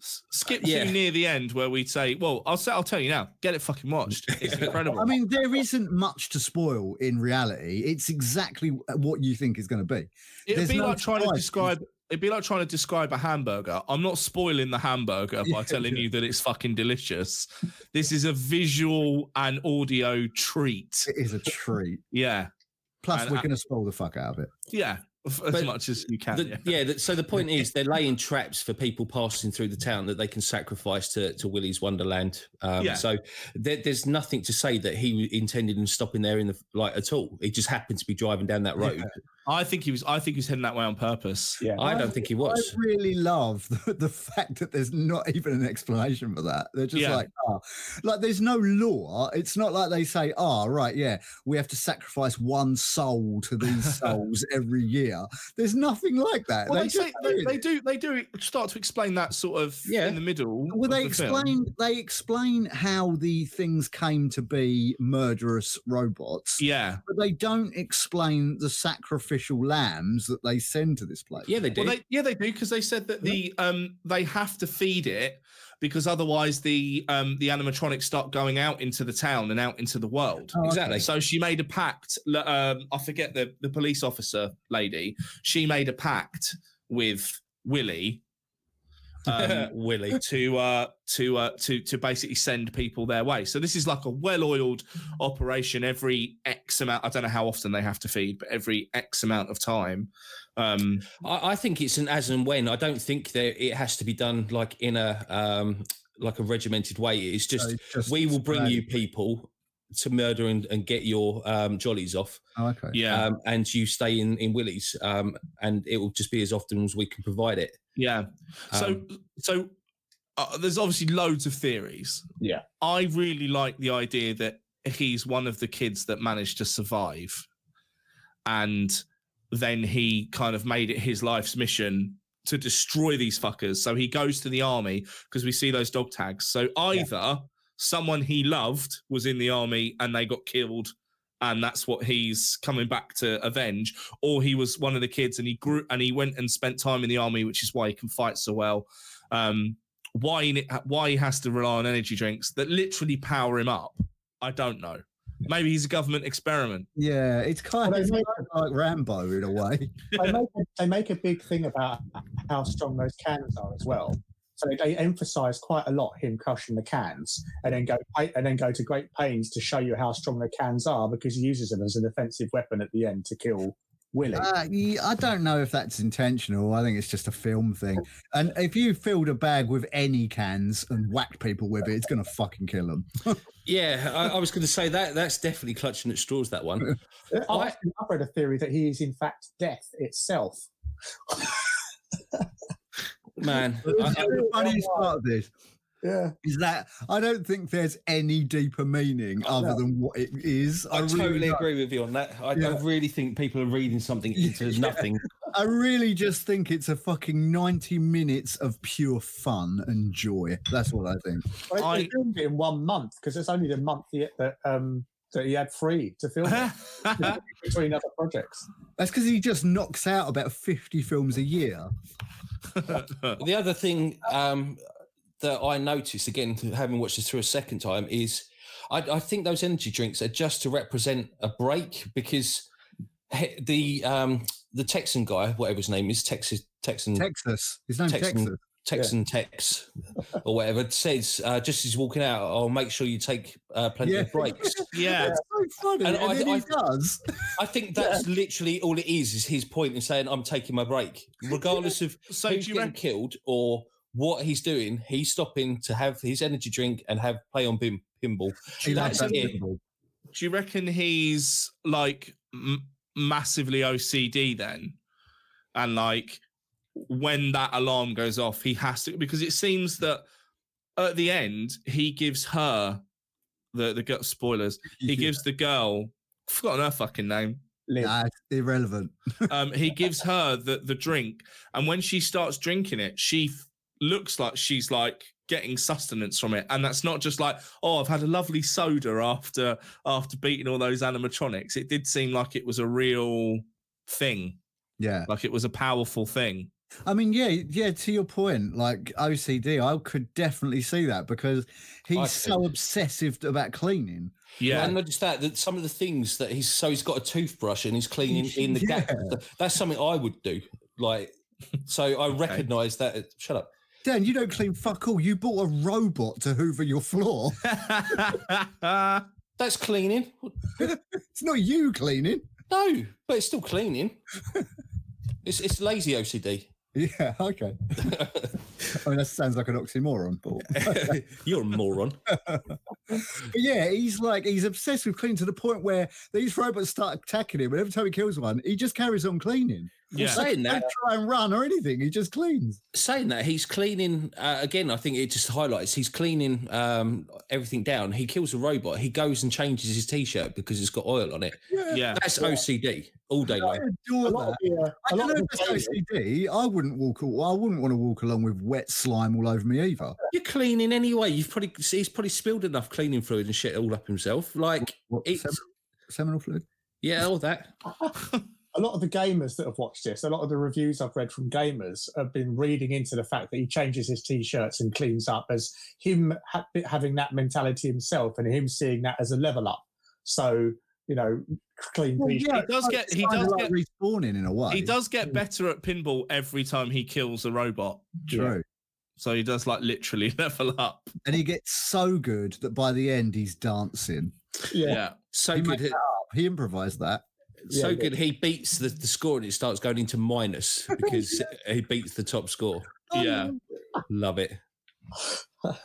[SPEAKER 3] S- skip
[SPEAKER 5] Yeah.
[SPEAKER 3] to near the end where we say, "Well, I'll say, I'll tell you now. Get it fucking watched. It's
[SPEAKER 5] Yeah.
[SPEAKER 3] incredible."
[SPEAKER 2] I mean, there isn't much to spoil in reality. It's exactly what you think it's going to be.
[SPEAKER 3] it'd
[SPEAKER 2] there's
[SPEAKER 3] be
[SPEAKER 2] no
[SPEAKER 3] like trying to
[SPEAKER 2] surprise.
[SPEAKER 3] describe. It'd be like trying to describe a hamburger. I'm not spoiling the hamburger by
[SPEAKER 2] Yeah,
[SPEAKER 3] telling
[SPEAKER 2] yeah.
[SPEAKER 3] you that it's fucking delicious. This is a visual and audio treat.
[SPEAKER 2] It is a treat.
[SPEAKER 3] Yeah.
[SPEAKER 2] Plus,
[SPEAKER 3] And
[SPEAKER 2] we're
[SPEAKER 3] I-
[SPEAKER 2] going to spoil the fuck out of it.
[SPEAKER 3] Yeah. As
[SPEAKER 5] But
[SPEAKER 3] much as you can.
[SPEAKER 5] the-
[SPEAKER 3] yeah.
[SPEAKER 5] yeah. that so the point is they're laying traps for people passing through the town that they can sacrifice to to Willy's Wonderland. Um,
[SPEAKER 3] Yeah.
[SPEAKER 5] So there, there's nothing to say that he intended on stopping there in the like at all. He just happened to be driving down that road.
[SPEAKER 3] I think he was. I think he was heading that way on purpose.
[SPEAKER 4] Yeah.
[SPEAKER 5] I don't think he was.
[SPEAKER 2] I really love the, the fact that there's not even an explanation for that. They're just
[SPEAKER 3] Yeah.
[SPEAKER 2] like, oh. like there's no law. It's not like they say, oh, right, yeah, we have to sacrifice one soul to these souls every year. There's nothing like that.
[SPEAKER 3] Well, they,
[SPEAKER 2] just
[SPEAKER 3] say, they,
[SPEAKER 2] do
[SPEAKER 3] they
[SPEAKER 2] it.
[SPEAKER 3] do. They do start to explain that sort of
[SPEAKER 5] Yeah.
[SPEAKER 3] in the middle.
[SPEAKER 2] Well,
[SPEAKER 3] of
[SPEAKER 2] they
[SPEAKER 3] the film.
[SPEAKER 2] explain they explain how the things came to be murderous robots,
[SPEAKER 3] Yeah.
[SPEAKER 2] but they don't explain the sacrificial lambs that they send to this place.
[SPEAKER 5] Yeah, they did.
[SPEAKER 3] Well, they, yeah, they do because they said that the um they have to feed it because otherwise the um the animatronics start going out into the town and out into the world.
[SPEAKER 2] Oh, okay.
[SPEAKER 5] exactly.
[SPEAKER 3] So she made a pact. l- Um, I forget the the police officer lady. She made a pact with Willie um,
[SPEAKER 5] Willie.
[SPEAKER 3] to uh to uh to to basically send people their way. So this is like a well-oiled operation every X amount I don't know how often they have to feed, but every X amount of time. Um
[SPEAKER 5] I, I think it's an as and when. I don't think that it has to be done like in a um like a regimented way. It's
[SPEAKER 2] So
[SPEAKER 5] just
[SPEAKER 2] it's just
[SPEAKER 5] we will bring
[SPEAKER 2] sporadic.
[SPEAKER 5] you people to murder and, and get your um jollies off.
[SPEAKER 2] Oh, okay.
[SPEAKER 3] yeah.
[SPEAKER 5] Um and you stay in, in Willie's. Um and it will just be as often as we can provide it.
[SPEAKER 3] Yeah. So,
[SPEAKER 5] Um,
[SPEAKER 3] so uh, there's obviously loads of theories.
[SPEAKER 4] Yeah.
[SPEAKER 3] I really like the idea that he's one of the kids that managed to survive, and then he kind of made it his life's mission to destroy these fuckers. So he goes to the army because we see those dog tags. So either someone he loved was in the army and they got killed. And that's what he's coming back to avenge, or he was one of the kids and he grew and he went and spent time in the army, which is why he can fight so well um, why he, ne- why he has to rely on energy drinks that literally power him up. I don't know. Maybe he's a government experiment.
[SPEAKER 2] Yeah, it's kind
[SPEAKER 4] Well,
[SPEAKER 2] of
[SPEAKER 4] they make-
[SPEAKER 2] like Rambo in a way.
[SPEAKER 4] they, make a, they make a big thing about how strong those cans are as well. So they emphasise quite a lot him crushing the cans, and then go and then go to great pains to show you how strong the cans are because he uses them as an offensive weapon at the end to kill Willie.
[SPEAKER 2] Uh, yeah, I don't know if that's intentional. I think it's just a film thing. And if you filled a bag with any cans and whacked people with it, it's going to fucking kill them.
[SPEAKER 5] yeah, I, I was gonna say that that's definitely clutching at straws, that one.
[SPEAKER 4] I, I've read a theory that he is in fact death itself.
[SPEAKER 5] Man. I- I-
[SPEAKER 2] the funniest part of this
[SPEAKER 4] Yeah,
[SPEAKER 2] is that I don't think there's any deeper meaning other than what it is.
[SPEAKER 5] I,
[SPEAKER 2] really
[SPEAKER 5] totally
[SPEAKER 2] don't.
[SPEAKER 5] agree with you on that. I,
[SPEAKER 2] Yeah.
[SPEAKER 5] I really think people are reading something into nothing.
[SPEAKER 2] I really just think it's a fucking 90 minutes of pure fun and joy. That's what I think.
[SPEAKER 4] well, they- they
[SPEAKER 3] I-
[SPEAKER 4] filmed it in one month because it's only the month he, that um, that he had free to film it between other projects.
[SPEAKER 2] That's because he just knocks out about 50 films a year.
[SPEAKER 5] The other thing um, that I noticed, again, having watched this through a second time, is I, I think those energy drinks are just to represent a break because he- the um, the Texan guy, whatever his name is, Texas Texan
[SPEAKER 2] Texas. His name's
[SPEAKER 5] Texan.
[SPEAKER 2] Texas.
[SPEAKER 5] Texan Tex or whatever, says uh, just as he's walking out, I'll make sure you take uh, plenty
[SPEAKER 2] Yeah.
[SPEAKER 5] of breaks.
[SPEAKER 3] yeah.
[SPEAKER 2] That's so funny.
[SPEAKER 5] And
[SPEAKER 2] And,
[SPEAKER 5] I-
[SPEAKER 2] then
[SPEAKER 5] I-
[SPEAKER 2] he does.
[SPEAKER 5] I think that's literally all it is. Is his point in saying I'm taking my break, regardless of
[SPEAKER 3] So
[SPEAKER 5] who's
[SPEAKER 3] do you
[SPEAKER 5] getting
[SPEAKER 3] reckon?
[SPEAKER 5] killed or what he's doing, he's stopping to have his energy drink and have play on pin, pinball.
[SPEAKER 2] He loves
[SPEAKER 5] That's
[SPEAKER 2] that
[SPEAKER 5] it.
[SPEAKER 2] pinball.
[SPEAKER 3] Do you reckon he's like m- massively OCD then, and like when that alarm goes off, he has to because it seems that at the end he gives her the the gut spoilers. He gives the girl. I've forgotten her fucking name.
[SPEAKER 4] Live.
[SPEAKER 2] Nah, it's irrelevant.
[SPEAKER 3] um, he gives her the, the drink, and when she starts drinking it, she f- looks like she's like getting sustenance from it, and that's not just like oh, I've had a lovely soda after after beating all those animatronics. It did seem like it was a real thing,
[SPEAKER 2] Yeah.
[SPEAKER 3] like it was a powerful thing.
[SPEAKER 2] I mean, yeah, yeah, to your point, like OCD, I could definitely see that because
[SPEAKER 5] could.
[SPEAKER 2] he's so obsessive about cleaning.
[SPEAKER 5] And
[SPEAKER 3] Yeah,
[SPEAKER 5] not just that, that some of the things that he's so he's got a toothbrush and he's cleaning in the gap. That's something I would do. Like, so I recognise that. uh, Shut up.
[SPEAKER 2] Dan, you don't clean fuck all. You bought a robot to hoover your floor.
[SPEAKER 5] That's cleaning.
[SPEAKER 2] It's not you cleaning.
[SPEAKER 5] No, but it's still cleaning. It's it's lazy OCD.
[SPEAKER 2] Yeah, okay. I mean, that sounds like an oxymoron, but
[SPEAKER 5] You're a moron.
[SPEAKER 2] But yeah, he's like he's obsessed with cleaning to the point where these robots start attacking him, and every time he kills one, he just carries on cleaning.
[SPEAKER 3] Yeah.
[SPEAKER 5] Well, saying
[SPEAKER 2] They
[SPEAKER 5] that,
[SPEAKER 2] don't try and run or anything. He just cleans.
[SPEAKER 5] saying that, he's cleaning uh, again. I think it just highlights he's cleaning um, everything down. He kills a robot. He goes and changes his t-shirt because it's got oil on it.
[SPEAKER 3] yeah.
[SPEAKER 5] That's OCD all day
[SPEAKER 2] I
[SPEAKER 5] long.
[SPEAKER 2] adore
[SPEAKER 4] A lot
[SPEAKER 2] that.
[SPEAKER 4] of the, uh,
[SPEAKER 2] I
[SPEAKER 4] a
[SPEAKER 2] don't
[SPEAKER 4] lot
[SPEAKER 2] know
[SPEAKER 4] of
[SPEAKER 2] if
[SPEAKER 4] the
[SPEAKER 2] that's OCD.
[SPEAKER 4] failure-
[SPEAKER 2] I wouldn't walk. al- I wouldn't want to walk along with wet slime all over me either.
[SPEAKER 5] You're cleaning anyway. You've probably see, he's probably spilled enough cleaning fluid and shit all up himself. Like
[SPEAKER 2] What,
[SPEAKER 5] it's
[SPEAKER 2] sem- seminal fluid?
[SPEAKER 5] yeah, all that.
[SPEAKER 4] a lot of the gamers that have watched this, a lot of the reviews I've read from gamers have been reading into the fact that he changes his t-shirts and cleans up as him ha- having that mentality himself and him seeing that as a level up. So you know, clean
[SPEAKER 2] Well,
[SPEAKER 4] t-shirt.
[SPEAKER 2] yeah,
[SPEAKER 3] He does get- he
[SPEAKER 2] kinda
[SPEAKER 3] does
[SPEAKER 2] like
[SPEAKER 3] get-
[SPEAKER 2] respawning in a way.
[SPEAKER 3] He does get better at pinball every time he kills a robot.
[SPEAKER 2] True.
[SPEAKER 3] So he does like literally level up.
[SPEAKER 2] And he gets so good that by the end he's dancing.
[SPEAKER 4] Yeah.
[SPEAKER 3] Yeah.
[SPEAKER 5] So
[SPEAKER 2] He
[SPEAKER 5] good, he-
[SPEAKER 2] He improvised that.
[SPEAKER 5] so
[SPEAKER 4] Yeah,
[SPEAKER 5] good. He beats the, the score and it starts going into minus because he beats the top score.
[SPEAKER 3] Yeah.
[SPEAKER 5] Love it.
[SPEAKER 3] It's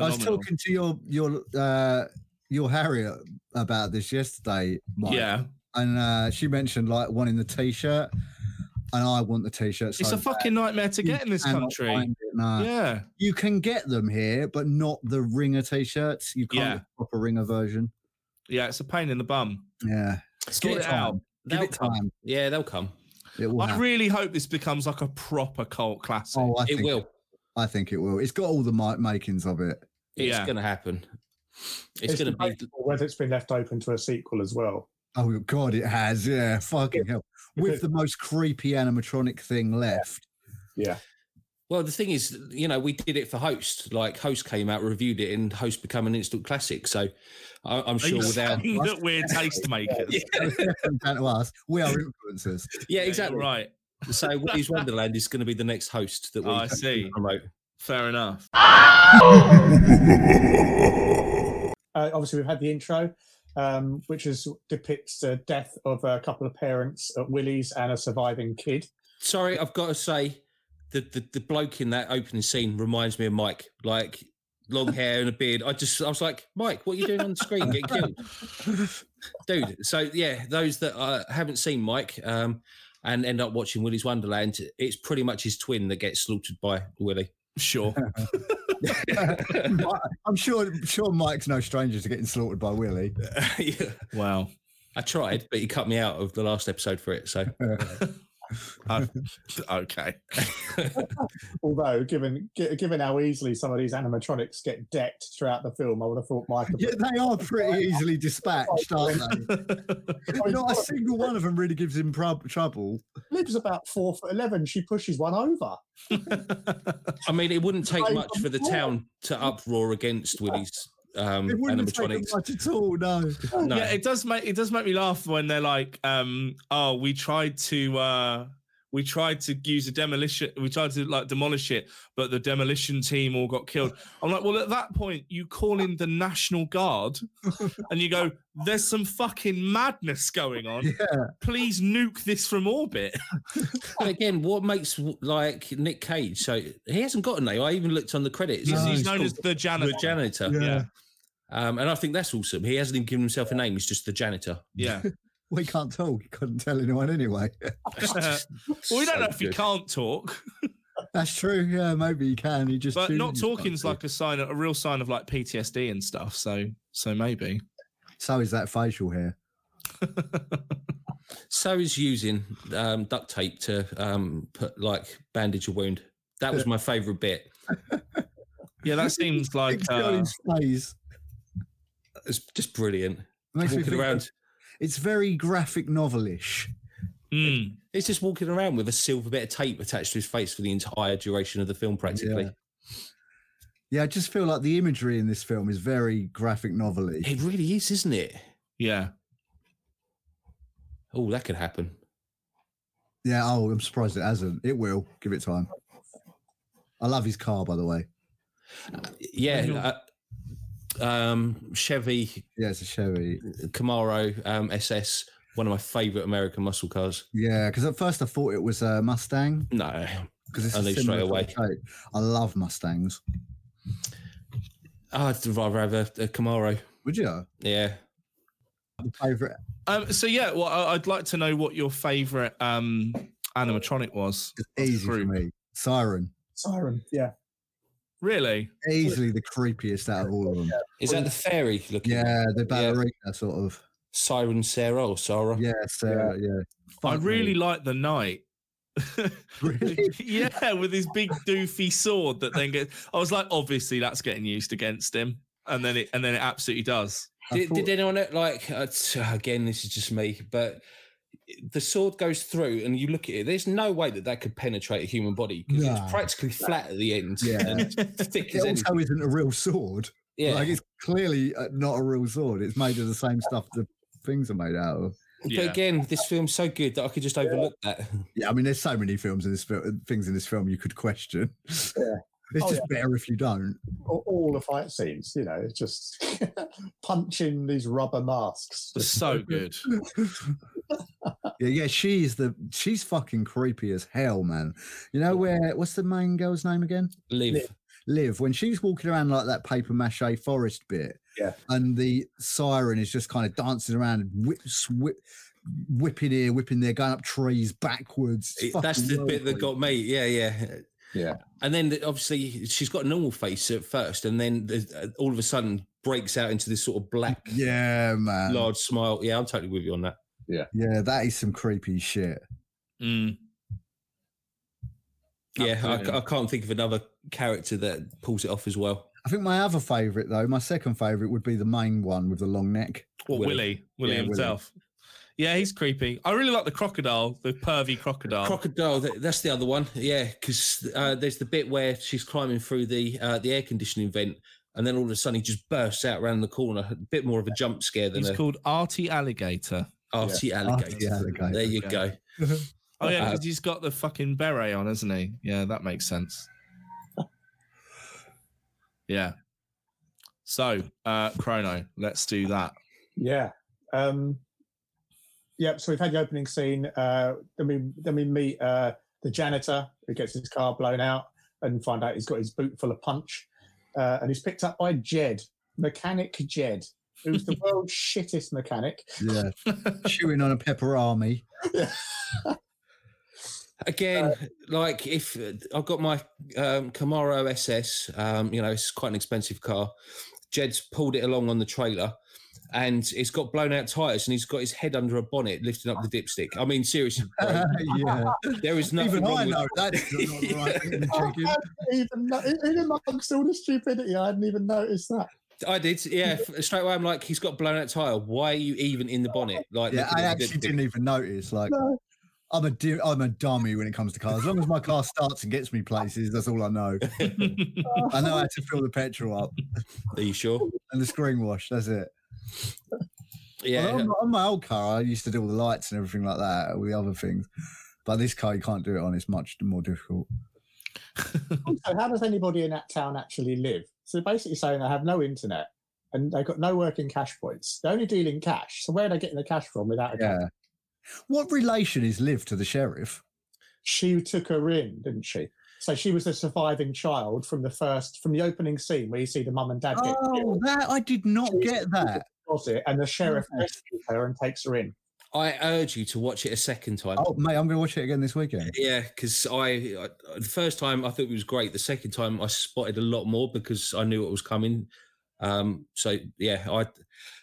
[SPEAKER 2] I was
[SPEAKER 3] phenomenal.
[SPEAKER 2] talking to your your uh your Harriet about this yesterday, Mike.
[SPEAKER 3] Yeah.
[SPEAKER 2] And uh she mentioned like wanting the t shirt. And I want the t shirt.
[SPEAKER 3] It's a fucking nightmare to get in this country.
[SPEAKER 2] No.
[SPEAKER 3] Yeah.
[SPEAKER 2] You can get them here, but not the ringer t shirts. You can't
[SPEAKER 3] Yeah.
[SPEAKER 2] get the proper ringer version.
[SPEAKER 3] Yeah. It's a pain in the bum.
[SPEAKER 2] Yeah.
[SPEAKER 3] Sort
[SPEAKER 2] Give
[SPEAKER 3] it
[SPEAKER 2] time.
[SPEAKER 3] out.
[SPEAKER 2] Give
[SPEAKER 5] They'll
[SPEAKER 2] it time.
[SPEAKER 5] Yeah, they'll come.
[SPEAKER 2] It will.
[SPEAKER 3] I
[SPEAKER 2] happen.
[SPEAKER 3] really hope this becomes like a proper cult classic.
[SPEAKER 2] oh, I
[SPEAKER 5] it
[SPEAKER 2] think,
[SPEAKER 5] will.
[SPEAKER 2] I think it will. It's got all the mi- makings of it.
[SPEAKER 5] It's
[SPEAKER 3] Yeah.
[SPEAKER 5] going to happen. It's,
[SPEAKER 4] It's
[SPEAKER 5] going to be.
[SPEAKER 4] debatable whether it's been left open to a sequel as well.
[SPEAKER 2] Oh God, it has. Yeah, fucking hell. With the most creepy animatronic thing left.
[SPEAKER 5] Well, the thing is, you know, we did it for Host. Like Host came out, reviewed it, and Host become an instant classic. So I, I'm
[SPEAKER 3] Are
[SPEAKER 5] sure
[SPEAKER 3] you
[SPEAKER 5] without.
[SPEAKER 3] saying that we're taste makers?
[SPEAKER 5] Yeah,
[SPEAKER 2] Down to us, we are influencers.
[SPEAKER 5] yeah,
[SPEAKER 3] you're
[SPEAKER 5] exactly.
[SPEAKER 3] Right.
[SPEAKER 5] So Willy's Wonderland is going to be the next host that we
[SPEAKER 3] Oh, I see.
[SPEAKER 5] promote.
[SPEAKER 3] Fair enough.
[SPEAKER 4] Uh, obviously, we've had the intro, um, which is depicts the death of a couple of parents at Willie's and a surviving kid.
[SPEAKER 5] Sorry, I've got to say, the, the the bloke in that opening scene reminds me of Mike. Like long hair and a beard. I just I was like, Mike, what are you doing on the screen? Get killed, dude. So yeah, those that uh, haven't seen Mike um, and end up watching Willy's Wonderland, it's pretty much his twin that gets slaughtered by Willy.
[SPEAKER 3] Sure.
[SPEAKER 2] I'm sure, sure Mike's no stranger to getting slaughtered by Willie.
[SPEAKER 5] yeah.
[SPEAKER 3] Wow.
[SPEAKER 5] I tried, but he cut me out of the last episode for it. So
[SPEAKER 3] I- okay.
[SPEAKER 4] Although, given gi- given how easily some of these animatronics get decked throughout the film, I would have thought Mike.
[SPEAKER 2] Yeah, they are pretty easily dispatched, aren't they? Not a single one of them really gives him prob- trouble.
[SPEAKER 4] Lib's about four foot eleven. She pushes one over.
[SPEAKER 5] I mean, it wouldn't take
[SPEAKER 4] Like,
[SPEAKER 5] much for the
[SPEAKER 4] yeah.
[SPEAKER 5] town to uproar against Willy's um,
[SPEAKER 2] It wouldn't have taken
[SPEAKER 5] animatronics.
[SPEAKER 2] much at all. No,
[SPEAKER 5] No.
[SPEAKER 3] Yeah, it does make it does make me laugh when they're like, um, "Oh, we tried to uh, we tried to use a demolition, we tried to like demolish it, but the demolition team all got killed." I'm like, "Well, at that point, you call in the national guard, and you go, there's some fucking madness going on. Please nuke this from orbit.'
[SPEAKER 5] But again, what makes like Nick Cage? So he hasn't got a name. I even looked on the credits.
[SPEAKER 3] He's,
[SPEAKER 2] No,
[SPEAKER 3] he's
[SPEAKER 2] it's
[SPEAKER 3] known
[SPEAKER 2] cool.
[SPEAKER 3] as the janitor.
[SPEAKER 5] the janitor.
[SPEAKER 3] Yeah. yeah,
[SPEAKER 5] Um, and I think that's awesome. He hasn't even given himself a name. He's just the janitor.
[SPEAKER 2] we can't tell. You couldn't tell anyone anyway.
[SPEAKER 3] well, we don't
[SPEAKER 5] So
[SPEAKER 3] know if he
[SPEAKER 5] good.
[SPEAKER 3] can't talk,
[SPEAKER 2] That's true. Yeah, maybe you can. You just
[SPEAKER 3] but
[SPEAKER 2] tuned
[SPEAKER 3] not
[SPEAKER 2] in, you
[SPEAKER 3] talking's
[SPEAKER 2] can't
[SPEAKER 3] like a sign, of, a real sign of like PTSD and stuff. So, so maybe."
[SPEAKER 2] see. So is that facial hair?
[SPEAKER 5] So he's using um, duct tape to um, put like bandage a wound. That was my favorite bit.
[SPEAKER 3] Yeah, that seems like
[SPEAKER 2] It's got
[SPEAKER 3] uh,
[SPEAKER 2] his face.
[SPEAKER 5] It's just brilliant.
[SPEAKER 2] Makes me
[SPEAKER 5] Walking
[SPEAKER 2] think
[SPEAKER 5] around.
[SPEAKER 2] It's very graphic novelish.
[SPEAKER 3] mm,
[SPEAKER 5] He's just walking around with a silver bit of tape attached to his face for the entire duration of the film, practically.
[SPEAKER 2] Yeah, I just feel like the imagery in this film is very graphic novely.
[SPEAKER 5] It really is, isn't it?
[SPEAKER 3] yeah.
[SPEAKER 5] Oh, that could happen.
[SPEAKER 2] Yeah. Oh, I'm surprised it hasn't. It will. Give it time. I love his car, by the way.
[SPEAKER 5] Yeah. Uh, um, Chevy
[SPEAKER 2] Yeah, it's a Chevy.
[SPEAKER 5] Camaro um, SS, one of my favorite American muscle cars.
[SPEAKER 2] Yeah, because at first I thought it was a Mustang.
[SPEAKER 5] No,
[SPEAKER 2] because it's
[SPEAKER 5] I
[SPEAKER 2] a
[SPEAKER 5] leave
[SPEAKER 2] similar
[SPEAKER 5] straight away.
[SPEAKER 2] sort of shape. I love Mustangs.
[SPEAKER 5] I'd rather have a, a Camaro.
[SPEAKER 2] Would you?
[SPEAKER 5] Yeah.
[SPEAKER 2] Favorite
[SPEAKER 3] Um, so yeah, well, I- I'd like to know what your favourite um, animatronic was.
[SPEAKER 2] easy for
[SPEAKER 3] group.
[SPEAKER 2] me. Siren.
[SPEAKER 4] Siren, yeah.
[SPEAKER 3] Really?
[SPEAKER 2] Easily the creepiest out of all of them.
[SPEAKER 5] Is that the fairy looking?
[SPEAKER 2] Yeah, the ballerina sort of.
[SPEAKER 5] Siren Sarah or Sarah?
[SPEAKER 2] Yeah, Sarah, yeah.
[SPEAKER 3] I
[SPEAKER 2] Fuck me.
[SPEAKER 3] really like the knight.
[SPEAKER 2] Really?
[SPEAKER 3] yeah, with his big doofy sword that then gets. I was like, obviously that's getting used against him, and then it and then it absolutely does.
[SPEAKER 2] I
[SPEAKER 5] Did,
[SPEAKER 2] thought-
[SPEAKER 5] did anyone e- like uh, t- again? This is just me, but the sword goes through, and you look at it. There's no way that that could penetrate a human body because
[SPEAKER 2] No.
[SPEAKER 5] it's practically flat at the end
[SPEAKER 2] Yeah.
[SPEAKER 5] and
[SPEAKER 2] it
[SPEAKER 5] thick as
[SPEAKER 2] also
[SPEAKER 5] anything.
[SPEAKER 2] isn't a real sword.
[SPEAKER 5] Yeah,
[SPEAKER 2] Like it's clearly uh, not a real sword. It's made of the same stuff the things are made out of.
[SPEAKER 5] but
[SPEAKER 3] Yeah.
[SPEAKER 5] again, this film's so good that I could just overlook that.
[SPEAKER 2] Yeah, I mean, there's so many films in this film, things in this film you could question. It's
[SPEAKER 4] Oh,
[SPEAKER 2] just better if you don't.
[SPEAKER 4] All, all the fight scenes, you know, it's just punching these rubber masks.
[SPEAKER 3] It's so good.
[SPEAKER 2] Yeah, yeah, she's the she's fucking creepy as hell, man. You know where what's the main girl's name again?
[SPEAKER 5] Live.
[SPEAKER 2] Liv. When she's walking around like that paper mache forest bit,
[SPEAKER 4] Yeah.
[SPEAKER 2] and the siren is just kind of dancing around, and whips, whip, whipping here, whipping there, going up trees backwards. It's
[SPEAKER 5] It- that's
[SPEAKER 2] fucking
[SPEAKER 5] the bit that
[SPEAKER 2] lovely.
[SPEAKER 5] got me. Yeah, yeah,
[SPEAKER 4] Yeah.
[SPEAKER 5] And then the- obviously she's got a normal face at first, and then there's- uh, all of a sudden breaks out into this sort of black,
[SPEAKER 2] Yeah, man.
[SPEAKER 5] large smile. Yeah, I'm totally with you on that.
[SPEAKER 2] Yeah, that is some creepy shit.
[SPEAKER 3] Mm.
[SPEAKER 5] Yeah, I,
[SPEAKER 3] Absolutely.
[SPEAKER 5] ca- I can't think of another character that pulls it off as well.
[SPEAKER 2] I think my other favorite, though, my second favorite would be the main one with the long neck.
[SPEAKER 3] What
[SPEAKER 5] Willy.
[SPEAKER 3] Willie? Willie,
[SPEAKER 2] Yeah, Willy.
[SPEAKER 3] himself. Yeah, he's creepy. I really like the crocodile, the pervy crocodile.
[SPEAKER 5] Crocodile, that, that's the other one. Yeah, because uh, there's the bit where she's climbing through the uh, the air conditioning vent, and then all of a sudden he just bursts out around the corner. A bit more of a jump scare than
[SPEAKER 3] he's
[SPEAKER 5] a
[SPEAKER 3] called Artie Alligator.
[SPEAKER 5] arty alligator.
[SPEAKER 2] Arty alligator,
[SPEAKER 5] There you
[SPEAKER 3] yeah.
[SPEAKER 5] go.
[SPEAKER 3] Oh yeah,
[SPEAKER 5] Uh,
[SPEAKER 3] because he's got the fucking beret on, hasn't he? Yeah, that makes sense. yeah. So, uh Chrono, let's do that.
[SPEAKER 4] Yeah. Um, yep. So we've had the opening scene. Uh, then we then we meet uh, the janitor who gets his car blown out and find out he's got his boot full of punch, uh, and he's picked up by Jed, mechanic Jed, who's the world's shittest mechanic.
[SPEAKER 2] Yeah, chewing on a pepper army.
[SPEAKER 5] Again,
[SPEAKER 2] Uh,
[SPEAKER 5] like if uh, I've got my um, Camaro SS, um, you know, it's quite an expensive car. Jed's pulled it along on the trailer and it's got blown out tyres and he's got his head under a bonnet lifting up the dipstick. I mean, seriously, bro,
[SPEAKER 2] yeah,
[SPEAKER 5] there is nothing
[SPEAKER 2] even
[SPEAKER 5] wrong
[SPEAKER 2] I
[SPEAKER 5] with Oh,
[SPEAKER 2] know that's not the right thing to
[SPEAKER 4] I
[SPEAKER 2] check in.
[SPEAKER 4] hadn't even no- in amongst all the stupidity, I hadn't even noticed that.
[SPEAKER 5] I did, yeah. f- Straight away, I'm like, he's got blown out tire. Why are you even in the bonnet? Like,
[SPEAKER 2] Yeah,
[SPEAKER 5] looking
[SPEAKER 2] I
[SPEAKER 5] at the-
[SPEAKER 2] actually didn't even notice. Like,
[SPEAKER 4] No.
[SPEAKER 2] I'm a di- I'm a dummy when it comes to cars. As long as my car starts and gets me places, that's all I know. I know I had to fill the petrol up
[SPEAKER 5] Are you sure?
[SPEAKER 2] and the screen wash. That's it.
[SPEAKER 5] Yeah,
[SPEAKER 2] Although On, my- on my old car, I used to do all the lights and everything like that, all the other things. But this car, you can't do it on. It's much more difficult.
[SPEAKER 4] So how does anybody in that town actually live? So they're basically saying they have no internet and they've got no working cash points. They only deal in cash. So where are they getting the cash from without a
[SPEAKER 2] Yeah. What relation is Liv to the sheriff?
[SPEAKER 4] she took her in, didn't she? So she was the surviving child from the first, from the opening scene where you see the mum and dad get
[SPEAKER 2] Oh,
[SPEAKER 4] killed,
[SPEAKER 2] that I did not
[SPEAKER 4] She's-
[SPEAKER 2] get that.
[SPEAKER 4] was it? And the sheriff
[SPEAKER 2] Oh, Yes.
[SPEAKER 4] rescues her and takes her in.
[SPEAKER 5] I urge you to watch it a second time.
[SPEAKER 2] Oh, mate, I'm going to watch it again this weekend.
[SPEAKER 5] Yeah, because I, I the first time I thought it was great. The second time I spotted a lot more because I knew it was coming. Um, so yeah, I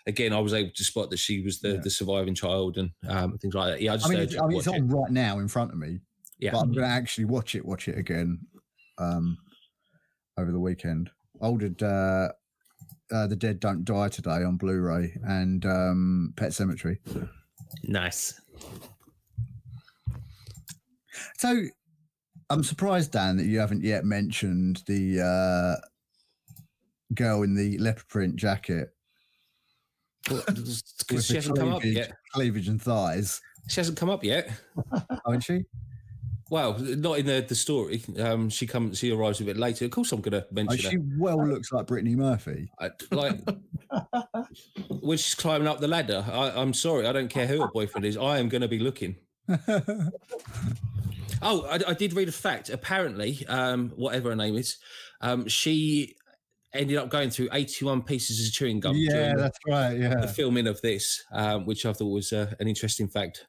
[SPEAKER 5] again I was able to spot that she was the,
[SPEAKER 2] Yeah.
[SPEAKER 5] the surviving child and um, things like that. Yeah, I
[SPEAKER 2] I
[SPEAKER 5] just
[SPEAKER 2] mean, it's,
[SPEAKER 5] urge you
[SPEAKER 2] I
[SPEAKER 5] to
[SPEAKER 2] mean,
[SPEAKER 5] watch
[SPEAKER 2] it's
[SPEAKER 5] it.
[SPEAKER 2] on right now in front of me.
[SPEAKER 5] Yeah.
[SPEAKER 2] But I'm going to actually watch it, watch it again um, over the weekend. I ordered uh, uh, The Dead Don't Die today on Blu ray and um, Pet Cemetery.
[SPEAKER 5] Nice.
[SPEAKER 2] So I'm surprised, Dan, that you haven't yet mentioned the uh, girl in the leopard print jacket,
[SPEAKER 5] Because
[SPEAKER 2] With
[SPEAKER 5] she
[SPEAKER 2] the
[SPEAKER 5] hasn't come up
[SPEAKER 2] cleavage.
[SPEAKER 5] yet.
[SPEAKER 2] cleavage and thighs,
[SPEAKER 5] She hasn't come up yet.
[SPEAKER 2] haven't she?
[SPEAKER 5] Well, not in the, the story. Um, she comes. She arrives a bit later. Of course, I'm going to
[SPEAKER 2] Oh,
[SPEAKER 5] mention her.
[SPEAKER 2] she well looks like Brittany Murphy.
[SPEAKER 5] I, like when she's climbing up the ladder. I, I'm sorry, I don't care who her boyfriend is. I am going to be looking. Oh, I, I did read a fact. Apparently, um, whatever her name is, um, she ended up going through 81 pieces of chewing gum.
[SPEAKER 2] yeah,
[SPEAKER 5] during the-
[SPEAKER 2] that's right.
[SPEAKER 5] the
[SPEAKER 2] Yeah,
[SPEAKER 5] filming of this, um, which I thought was uh, an interesting fact.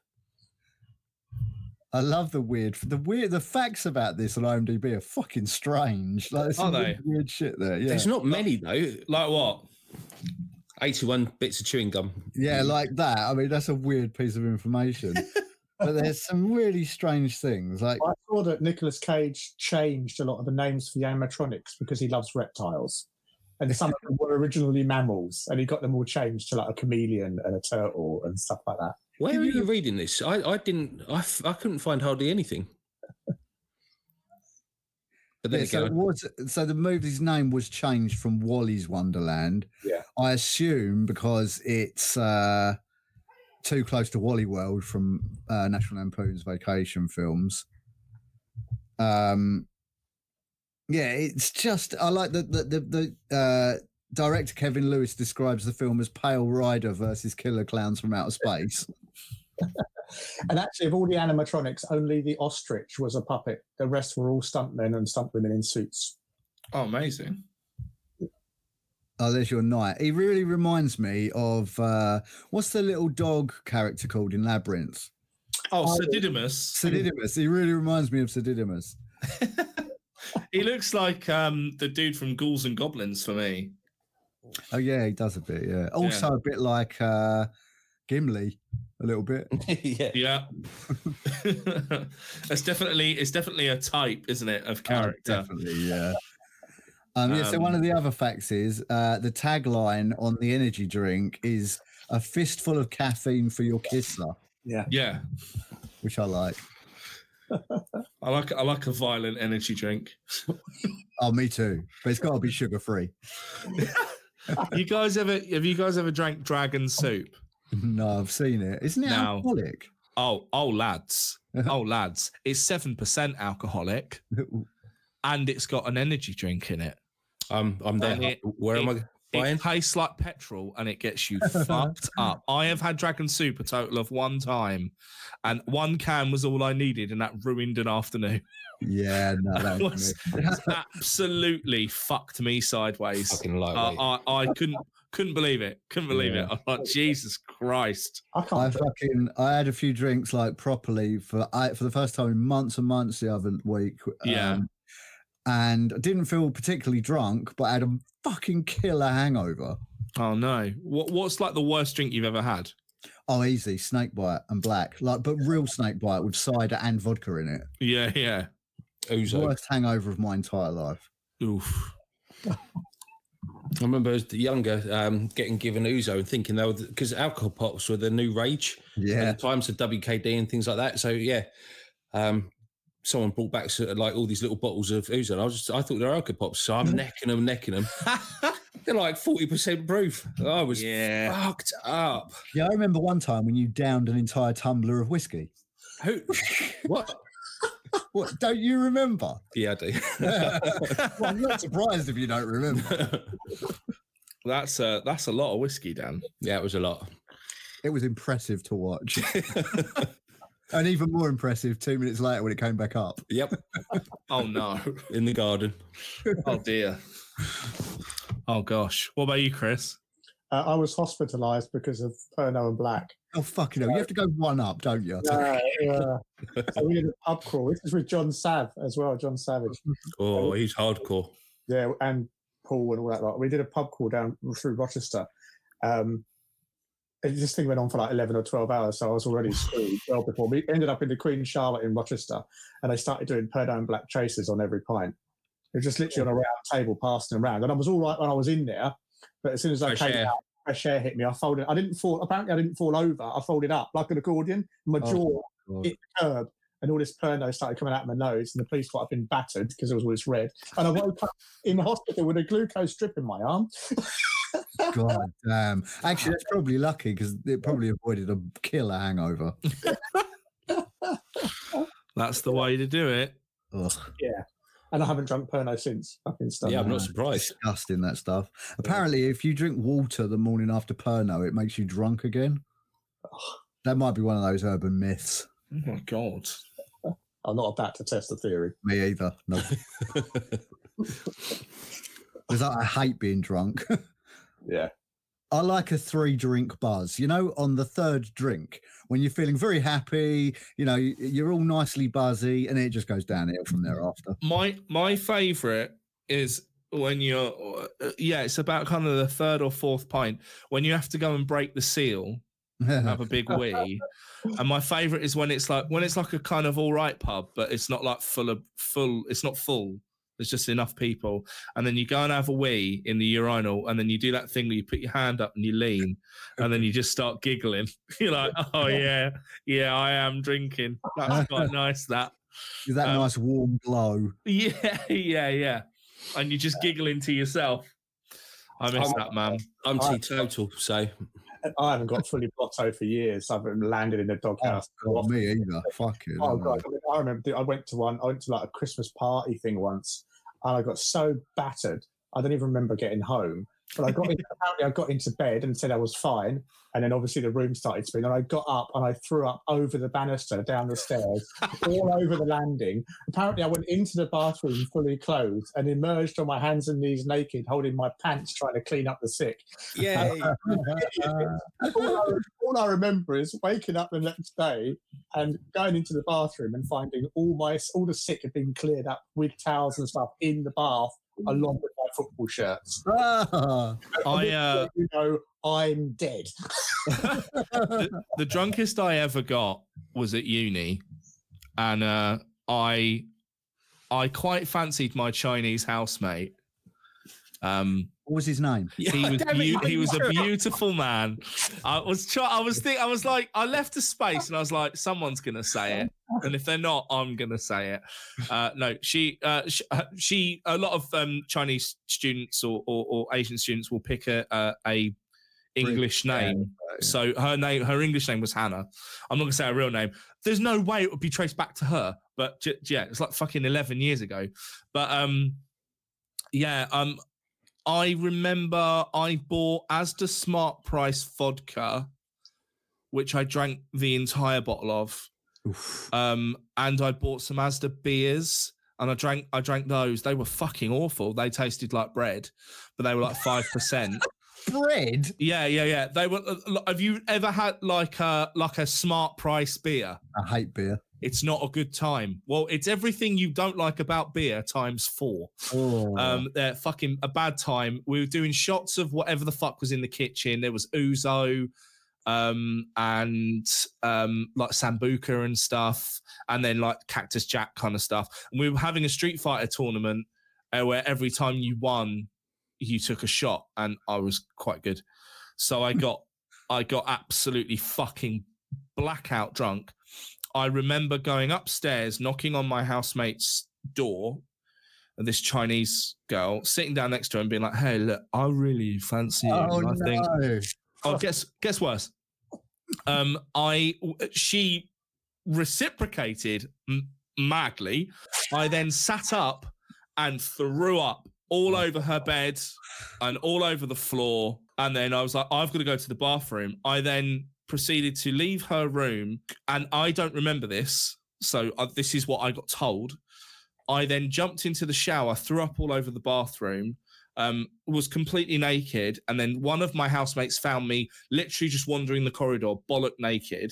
[SPEAKER 2] I love the weird, the weird, the facts about this on IMDb are fucking strange. Like, there's
[SPEAKER 3] Are
[SPEAKER 2] some
[SPEAKER 3] they?
[SPEAKER 2] weird, weird shit there. Yeah,
[SPEAKER 5] There's not many though.
[SPEAKER 3] Like what?
[SPEAKER 5] 81 bits of chewing gum.
[SPEAKER 2] yeah, like that. I mean, that's a weird piece of information. but there's some really strange things. Like,
[SPEAKER 4] I saw that Nicolas Cage changed a lot of the names for the animatronics because he loves reptiles. And some of them were originally mammals, and he got them all changed to like a chameleon and a turtle and stuff like that.
[SPEAKER 5] Where
[SPEAKER 2] Can
[SPEAKER 5] are
[SPEAKER 2] you-
[SPEAKER 5] you reading this? I, I didn't. I, f- I couldn't find hardly anything. But then
[SPEAKER 2] yeah, so,
[SPEAKER 5] again,
[SPEAKER 2] it was, so the movie's name was changed from Wally's Wonderland.
[SPEAKER 4] Yeah.
[SPEAKER 2] I assume because it's uh, too close to Wally World from uh, National Lampoon's Vacation films. Um, yeah, it's just I like that the the, the uh, director Kevin Lewis describes the film as Pale Rider versus Killer Clowns from Outer Space.
[SPEAKER 4] And actually, of all the animatronics, only the ostrich was a puppet. The rest were all stuntmen and stuntwomen in suits.
[SPEAKER 3] Oh, amazing.
[SPEAKER 2] Oh, there's your knight. He really reminds me of uh, what's the little dog character called in Labyrinth?
[SPEAKER 3] Oh,
[SPEAKER 4] Oh.
[SPEAKER 3] Sir Didymus.
[SPEAKER 2] Sedidimus. He really reminds me of Sedidimus.
[SPEAKER 3] He looks like um, the dude from Ghouls and Goblins for me.
[SPEAKER 2] Oh yeah, he does a bit. Yeah. Also a bit like uh, Gimli, a little bit. Um,
[SPEAKER 5] yeah.
[SPEAKER 3] Yeah, that's definitely it's definitely a type, isn't it, of
[SPEAKER 2] Oh,
[SPEAKER 3] character?
[SPEAKER 2] definitely. Yeah. Um, yeah. so one of the other facts is uh, the tagline on the energy drink is a fistful of caffeine for your kisser,
[SPEAKER 3] yeah,
[SPEAKER 2] which I like.
[SPEAKER 3] I like I like a violent energy drink.
[SPEAKER 2] Oh, me too. But it's got to be sugar free.
[SPEAKER 3] you guys ever have you guys ever drank dragon soup?
[SPEAKER 2] no, I've seen it. Isn't it
[SPEAKER 3] No.
[SPEAKER 2] alcoholic?
[SPEAKER 3] Oh, oh lads. Oh lads. It's seven percent alcoholic and it's got an energy drink in it.
[SPEAKER 5] I'm. I'm there.
[SPEAKER 3] It-
[SPEAKER 5] Where am I buying?
[SPEAKER 3] It tastes like petrol and it gets you fucked up. I have had dragon soup a total of one time and one can was all I needed and that ruined an afternoon.
[SPEAKER 2] yeah, no, that was
[SPEAKER 3] was, was absolutely fucked me sideways.
[SPEAKER 5] Fucking lightweight.
[SPEAKER 3] I, I, I couldn't couldn't believe it. Couldn't believe
[SPEAKER 2] Yeah.
[SPEAKER 3] it. I'm like, Jesus Christ.
[SPEAKER 4] I
[SPEAKER 2] I
[SPEAKER 4] can't.
[SPEAKER 2] fucking I had a few drinks like properly for I for the first time in months and months the other week.
[SPEAKER 3] Yeah.
[SPEAKER 2] um, and I didn't feel particularly drunk, but I had a fucking killer hangover.
[SPEAKER 3] Oh no. What what's like the worst drink you've ever had?
[SPEAKER 2] Oh, easy snake bite and black, like but real snake bite with cider and vodka in it.
[SPEAKER 3] Yeah, yeah.
[SPEAKER 5] Ouzo.
[SPEAKER 2] Worst hangover of my entire life.
[SPEAKER 3] Oof.
[SPEAKER 5] I remember as the younger um, getting given Uzo and thinking they were because alcohol pops were the new rage
[SPEAKER 2] Yeah,
[SPEAKER 5] at the times of WKD and things like that. So yeah, um, someone brought back sort of like all these little bottles of Uzo. And I was just I thought they were alcohol pops, so I'm necking them, necking them. They're like forty percent proof. I was
[SPEAKER 3] yeah.
[SPEAKER 5] fucked up.
[SPEAKER 2] yeah. I remember one time when you downed an entire tumbler of whiskey.
[SPEAKER 5] Who? what?
[SPEAKER 2] What don't you remember?
[SPEAKER 5] Yeah, I do.
[SPEAKER 2] well, I'm not surprised if you don't remember.
[SPEAKER 3] That's a that's a lot of whiskey, Dan.
[SPEAKER 5] yeah, it was a lot.
[SPEAKER 2] It was impressive to watch. And even more impressive, two minutes later when it came back up.
[SPEAKER 5] yep,
[SPEAKER 3] Oh no.
[SPEAKER 5] in the garden.
[SPEAKER 3] oh dear. Oh gosh. What about you, Chris?
[SPEAKER 4] Uh, I was hospitalised because of Perno and Black.
[SPEAKER 2] Oh fucking hell! You have to go one up, don't you?
[SPEAKER 4] Yeah, yeah. so we did a pub crawl. This is with John Sav as well, John Savage.
[SPEAKER 5] Oh, he's hardcore.
[SPEAKER 4] Yeah, and Paul and all that lot. We did a pub crawl down through Rochester. Um, and this thing went on for like 11 or 12 hours, so I was already screwed well before. We ended up in the Queen Charlotte in Rochester, and they started doing Perdone and Black Chasers on every pint. It was just literally on a round table passing around. And I was all right when I was in there, but as soon as I
[SPEAKER 5] Fresh
[SPEAKER 4] came
[SPEAKER 5] air.
[SPEAKER 4] out, fresh air hit me. I folded. I didn't fall. Apparently, I didn't fall over. I folded up like an accordion. My
[SPEAKER 2] Oh.
[SPEAKER 4] jaw
[SPEAKER 2] God.
[SPEAKER 4] it- curb and all this perno started coming out of my nose and the police thought I'd been battered because it was all this red. And I woke up in the hospital with a glucose drip in my arm.
[SPEAKER 2] God damn! Actually, that's probably lucky because it probably avoided a killer hangover.
[SPEAKER 3] That's the way to do it.
[SPEAKER 2] Ugh,
[SPEAKER 4] And I haven't drunk perno since. Fucking stuff.
[SPEAKER 5] Yeah, I'm
[SPEAKER 2] know.
[SPEAKER 5] not surprised.
[SPEAKER 2] disgusting that stuff. Apparently, if you drink water the morning after Perno, it makes you drunk again. That might be one of those urban myths.
[SPEAKER 3] Oh my god.
[SPEAKER 4] I'm not about to test the theory.
[SPEAKER 2] Me either. No. Because I I hate being drunk.
[SPEAKER 4] Yeah.
[SPEAKER 2] I like a three drink buzz. You know, on the third drink, when you're feeling very happy, you know, you- you're all nicely buzzy, and it just goes downhill from thereafter.
[SPEAKER 3] my my favorite is when you're uh, yeah it's about kind of the third or fourth pint when you have to go and break the seal and have a big wee and my favorite is when it's like when it's like a kind of all right pub but it's not like full of full it's not full there's just enough people and then you go and have a wee in the urinal and then you do that thing where you put your hand up and you lean and then you just start giggling you're like oh yeah yeah i am drinking that's quite nice that
[SPEAKER 2] Is that
[SPEAKER 3] Um,
[SPEAKER 2] nice warm glow?
[SPEAKER 3] yeah, yeah, yeah. And you're just giggling to yourself. I miss
[SPEAKER 5] I'm-
[SPEAKER 3] that man.
[SPEAKER 5] I'm
[SPEAKER 4] I-
[SPEAKER 5] teetotal, so
[SPEAKER 4] And I haven't got fully blotto for years. I've been landed in a doghouse.
[SPEAKER 2] Oh, God, me either. Fucking.
[SPEAKER 4] Oh god! I, mean, I remember. dude, I went to one. I went to like a Christmas party thing once, and I got so battered. I don't even remember getting home. But I got in, apparently I got into bed and said I was fine, and then obviously the room started spinning. And I got up and I threw up over the banister, down the stairs, all over the landing. Apparently I went into the bathroom fully clothed and emerged on my hands and knees naked, holding my pants, trying to clean up the sick.
[SPEAKER 6] Yay.
[SPEAKER 4] all, I, all I remember is waking up the next day and going into the bathroom and finding all my all the sick had been cleared up with towels and stuff in the bath along with my football shirts.
[SPEAKER 2] Ah,
[SPEAKER 3] I uh,
[SPEAKER 4] you know, I'm dead.
[SPEAKER 3] the drunkest I ever got was at uni, and uh, I I quite fancied my Chinese housemate. Um,
[SPEAKER 2] what was his name?
[SPEAKER 3] he was
[SPEAKER 2] damn it,
[SPEAKER 3] beau-
[SPEAKER 2] you
[SPEAKER 3] he was a
[SPEAKER 2] didn't show up.
[SPEAKER 3] beautiful man. I was try- I was think I was like I left a space and I was like someone's gonna say it, and if they're not, I'm gonna say it. Uh, no, she uh, she, uh, she a lot of um, Chinese students or, or or Asian students will pick a a, a English
[SPEAKER 2] yeah,
[SPEAKER 3] name.
[SPEAKER 2] yeah.
[SPEAKER 3] So her name, her English name was Hannah. I'm not gonna say her real name. There's no way it would be traced back to her. But j- yeah, it's like fucking 11 years ago. But um, yeah, um, I remember I bought Asda Smart Price vodka, which I drank the entire bottle of.
[SPEAKER 2] Oof.
[SPEAKER 3] Um, and I bought some Asda beers, and I drank I drank those. They were fucking awful. They tasted like bread, but they were like five percent.
[SPEAKER 2] Bread.
[SPEAKER 3] Yeah, yeah, yeah. They were. uh, l- Have you ever had like a like a Smart Price beer?
[SPEAKER 2] I hate beer.
[SPEAKER 3] It's not a good time. Well, it's everything you don't like about beer times four.
[SPEAKER 2] Oh.
[SPEAKER 3] Um, they're fucking a bad time. We were doing shots of whatever the fuck was in the kitchen. There was ouzo, um, and um, like sambuca and stuff, and then like cactus jack kind of stuff. And we were having a street fighter tournament uh, where every time you won, you took a shot, and I was quite good. So I got, I got absolutely fucking blackout drunk. I remember going upstairs, knocking on my housemate's door and this Chinese girl sitting down next to her and being like, "Hey, look, I really fancy you."
[SPEAKER 2] oh
[SPEAKER 3] and I
[SPEAKER 2] no.
[SPEAKER 3] think, oh, guess guess worse. Um, I w- she reciprocated m- madly. I then sat up and threw up all over her bed and all over the floor. And then I was like, I've got to go to the bathroom. I then proceeded to leave her room, and I don't remember this. So uh, this is what I got told. I then jumped into the shower, threw up all over the bathroom, um, was completely naked, and then one of my housemates found me literally just wandering the corridor, bollock naked.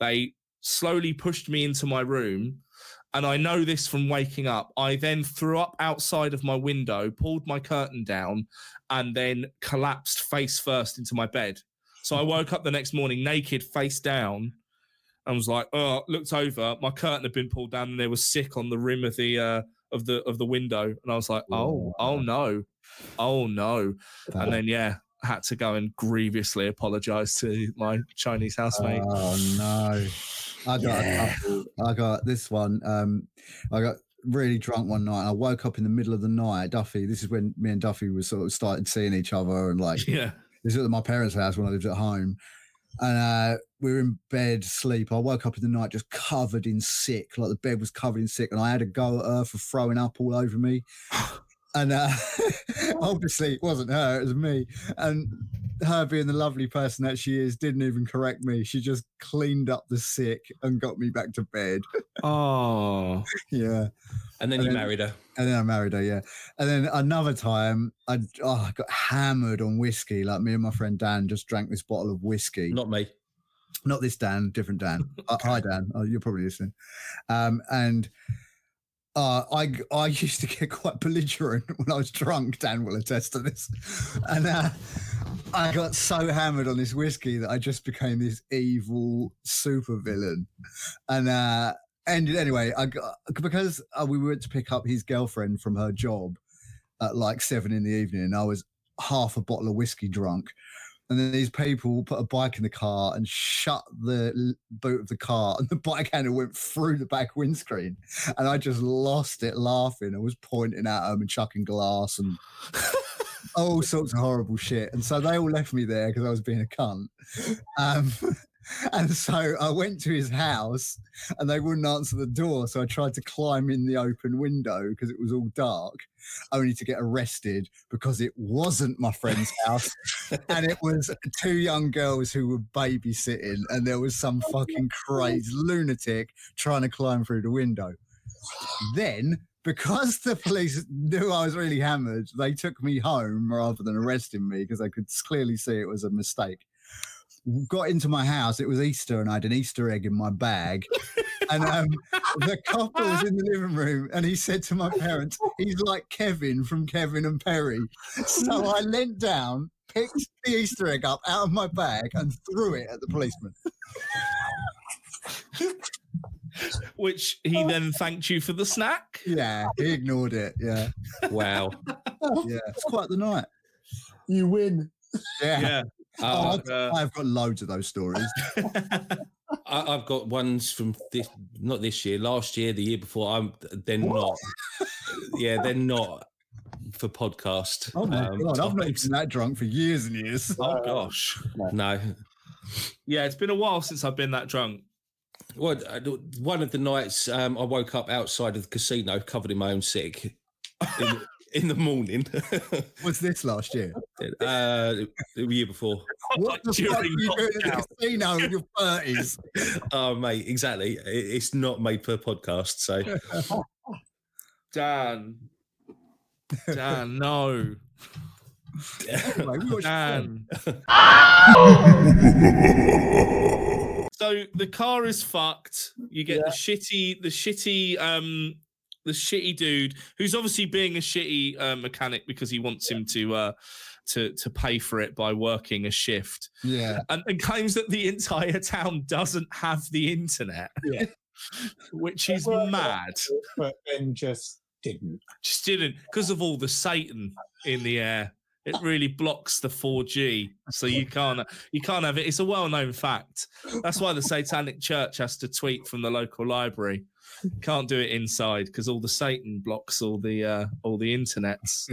[SPEAKER 3] They slowly pushed me into my room, and I know this from waking up. I then threw up outside of my window, pulled my curtain down, and then collapsed face first into my bed. So I woke up the next morning naked, face down, and was like, "Oh!" Looked over, my curtain had been pulled down, and there was sick on the rim of the uh, of the of the window, and I was like, "Oh, oh no, oh no!" And then yeah, had to go and grievously apologize to my Chinese housemate.
[SPEAKER 2] Oh no! I got, a couple. I got this one. Um, I got really drunk one night. And I woke up in the middle of the night. Duffy, this is when me and Duffy were sort of started seeing each other, and like
[SPEAKER 3] yeah,
[SPEAKER 2] this was at my parents' house when I lived at home. And uh, we were in bed, sleep. I woke up in the night just covered in sick, like the bed was covered in sick, and I had a go at her for throwing up all over me. And uh, obviously, it wasn't her, it was me. And her being the lovely person that she is didn't even correct me. She just cleaned up the sick and got me back to bed.
[SPEAKER 3] Oh,
[SPEAKER 2] Yeah.
[SPEAKER 5] And then
[SPEAKER 2] And
[SPEAKER 5] you
[SPEAKER 2] then-
[SPEAKER 5] married her.
[SPEAKER 2] And then I married her, yeah. And then another time, I, oh, I got hammered on whiskey. Like me and my friend Dan just drank this bottle of whiskey.
[SPEAKER 5] Not me.
[SPEAKER 2] not this Dan, different Dan. Uh, Hi Dan, oh, you're probably listening. Um, and uh, I g- I used to get quite belligerent when I was drunk. Dan will attest to this. And uh, I got so hammered on this whiskey that I just became this evil supervillain. And uh, and anyway, I got, because uh, we went to pick up his girlfriend from her job at like seven in the evening, and I was half a bottle of whiskey drunk. And then these people put a bike in the car and shut the l- boot of the car, and the bike handle went through the back windscreen. And I just lost it laughing. I was pointing at them and chucking glass and all sorts of horrible shit. And so they all left me there because I was being a cunt. Um, and so I went to his house and they wouldn't answer the door. So I tried to climb in the open window because it was all dark, only to get arrested because it wasn't my friend's house and it was two young girls who were babysitting, and there was some fucking crazed lunatic trying to climb through the window. Then, because the police knew I was really hammered, they took me home rather than arresting me because they could clearly see it was a mistake. Got into my house, it was Easter, and I had an Easter egg in my bag. And um, the cop was in the living room, and he said to my parents, He's like Kevin from Kevin and Perry. So I leant down, picked the Easter egg up out of my bag, and threw it at the policeman.
[SPEAKER 3] which he
[SPEAKER 2] Oh.
[SPEAKER 3] then thanked you for the snack.
[SPEAKER 2] Yeah, he ignored it. Yeah,
[SPEAKER 5] Wow.
[SPEAKER 2] yeah, it's quite the night.
[SPEAKER 4] You win.
[SPEAKER 2] Yeah,
[SPEAKER 3] Yeah.
[SPEAKER 5] Uh,
[SPEAKER 2] Oh, I've got loads of those stories.
[SPEAKER 5] I, I've got ones from this, not this year, last year, the year before. I'm they're not. yeah, they're not for podcast.
[SPEAKER 2] Oh my
[SPEAKER 5] um,
[SPEAKER 2] god, I've not
[SPEAKER 5] topics.
[SPEAKER 2] been that drunk for years and years.
[SPEAKER 3] oh gosh.
[SPEAKER 5] No.
[SPEAKER 3] Yeah, it's been a while since I've been that drunk.
[SPEAKER 5] Well, I do- one of the nights um, I woke up outside of the casino covered in my own sick in, the- in the morning.
[SPEAKER 2] Was this last year?
[SPEAKER 5] uh, the year before.
[SPEAKER 2] What the fuck are
[SPEAKER 3] During
[SPEAKER 2] you doing at
[SPEAKER 3] lockdown.
[SPEAKER 2] the casino in your thirties?
[SPEAKER 5] Oh, mate, exactly. It- It's not made per podcast. So,
[SPEAKER 3] Dan. Dan, no.
[SPEAKER 2] Anyway, we watched the
[SPEAKER 3] Dan. Um, so the car is fucked. You get the shitty, the shitty, um, the shitty dude who's obviously being a shitty uh, mechanic because he wants him to, uh, to to pay for it by working a shift
[SPEAKER 2] film. yeah,
[SPEAKER 3] and, and claims that the entire town doesn't have the internet.
[SPEAKER 4] Yeah.
[SPEAKER 3] Which is
[SPEAKER 4] Well, yeah.
[SPEAKER 3] mad.
[SPEAKER 4] But then just didn't.
[SPEAKER 3] Just didn't because of all the Satan in the air. It really blocks the 4G, so you can't you can't have it. It's a well-known fact. That's why the Satanic Church has to tweet from the local library. Can't do it inside because all the Satan blocks all the uh, all the internets.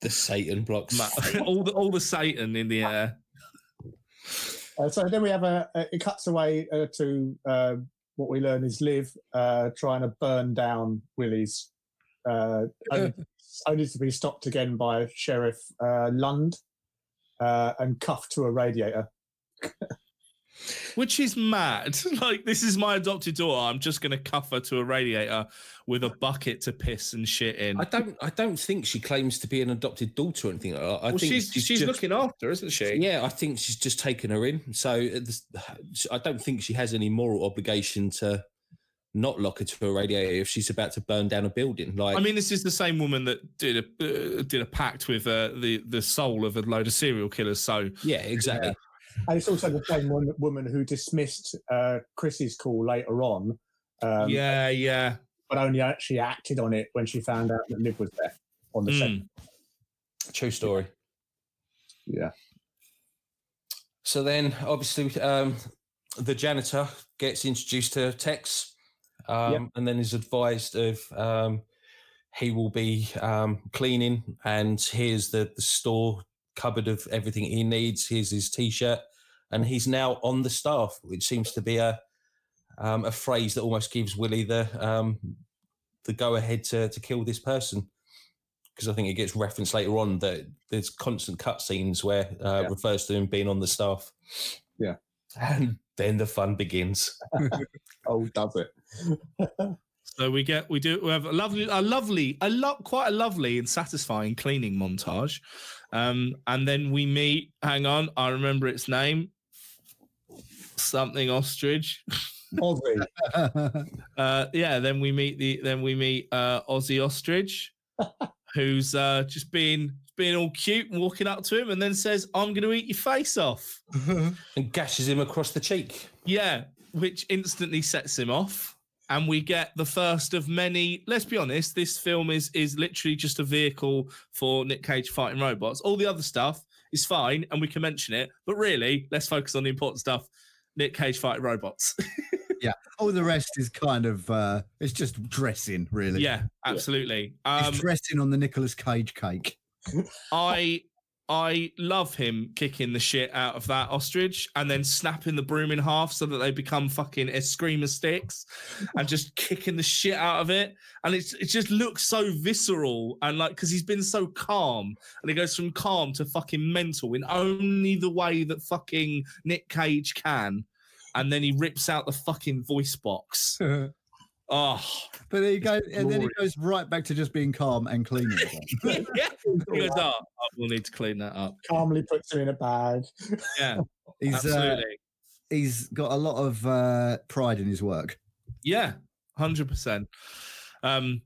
[SPEAKER 5] the Satan blocks.
[SPEAKER 3] Ma- all the all the Satan in the air.
[SPEAKER 4] Uh, so then we have a, a it cuts away uh, to uh, what we learn is Liv uh, trying to burn down Willie's, uh, only, only to be stopped again by Sheriff uh, Lund uh, and cuffed to a radiator.
[SPEAKER 3] which is mad. Like, this is my adopted daughter. I'm just going to cuff her to a radiator with a bucket to piss and shit in.
[SPEAKER 5] I don't. I don't think she claims to be an adopted daughter or anything like that. I
[SPEAKER 3] well,
[SPEAKER 5] think
[SPEAKER 3] she's she's,
[SPEAKER 5] just-
[SPEAKER 3] looking after, isn't she?
[SPEAKER 5] Yeah, I think she's just taken her in. So at this- I don't think she has any moral obligation to not lock her to a radiator if she's about to burn down a building. Like,
[SPEAKER 3] I mean, this is the same woman that did a uh, did a pact with uh, the the soul of a load of serial killers. So
[SPEAKER 5] yeah, exactly.
[SPEAKER 4] And it's also the same one, woman who dismissed uh, Chris's call later on, um,
[SPEAKER 3] yeah, yeah.
[SPEAKER 4] but only actually acted on it when she found out that Liv was there on the
[SPEAKER 3] Mm.
[SPEAKER 4] set.
[SPEAKER 5] True story.
[SPEAKER 4] Yeah.
[SPEAKER 5] So then, obviously, um, the janitor gets introduced to Tex, um, and then is advised of um, he will be um, cleaning, and here's the, the store cupboard of everything he needs. Here's his t-shirt, and he's now on the staff, which seems to be a um, a phrase that almost gives Willie the um, the go ahead to to kill this person because I think it gets referenced later on that there's constant cutscenes where uh,
[SPEAKER 4] Yeah.
[SPEAKER 5] refers to him being on the staff.
[SPEAKER 4] Yeah.
[SPEAKER 5] and then the fun begins.
[SPEAKER 4] Oh, does it?
[SPEAKER 3] So we get we do we have a lovely a lovely a lot quite a lovely and satisfying cleaning montage, um, and then we meet. Hang on, I remember its name. Something ostrich.
[SPEAKER 4] Ozzy.
[SPEAKER 3] Uh, yeah. Then we meet the then we meet uh, Aussie ostrich, who's uh, just being being all cute and walking up to him, and then says, "I'm going to eat your face off."
[SPEAKER 5] and gashes him across the cheek.
[SPEAKER 3] Yeah, which instantly sets him off. And we get the first of many. Let's be honest, this film is is literally just a vehicle for Nick Cage fighting robots. All the other stuff is fine, and we can mention it. But really, let's focus on the important stuff: Nick Cage fighting robots.
[SPEAKER 2] All the rest is kind of uh it's just dressing, really.
[SPEAKER 3] yeah, absolutely. Um,
[SPEAKER 2] It's dressing on the Nicolas Cage cake.
[SPEAKER 3] I I love him kicking the shit out of that ostrich and then snapping the broom in half so that they become fucking a screamer sticks and just kicking the shit out of it. And it's it just looks so visceral and like because he's been so calm and it goes from calm to fucking mental in only the way that fucking Nick Cage can. And then he rips out the fucking voice box.
[SPEAKER 2] but
[SPEAKER 3] Oh,
[SPEAKER 2] there you go.
[SPEAKER 3] It's
[SPEAKER 2] And then he
[SPEAKER 3] glorious.
[SPEAKER 2] goes right back to just being calm and cleaning.
[SPEAKER 3] yeah. He goes, oh, we'll need to clean that up.
[SPEAKER 4] Calmly puts him in a bag.
[SPEAKER 3] Yeah,
[SPEAKER 2] He's uh,
[SPEAKER 3] absolutely.
[SPEAKER 2] he's got a lot of uh pride in his work.
[SPEAKER 3] Yeah, hundred percent. Um,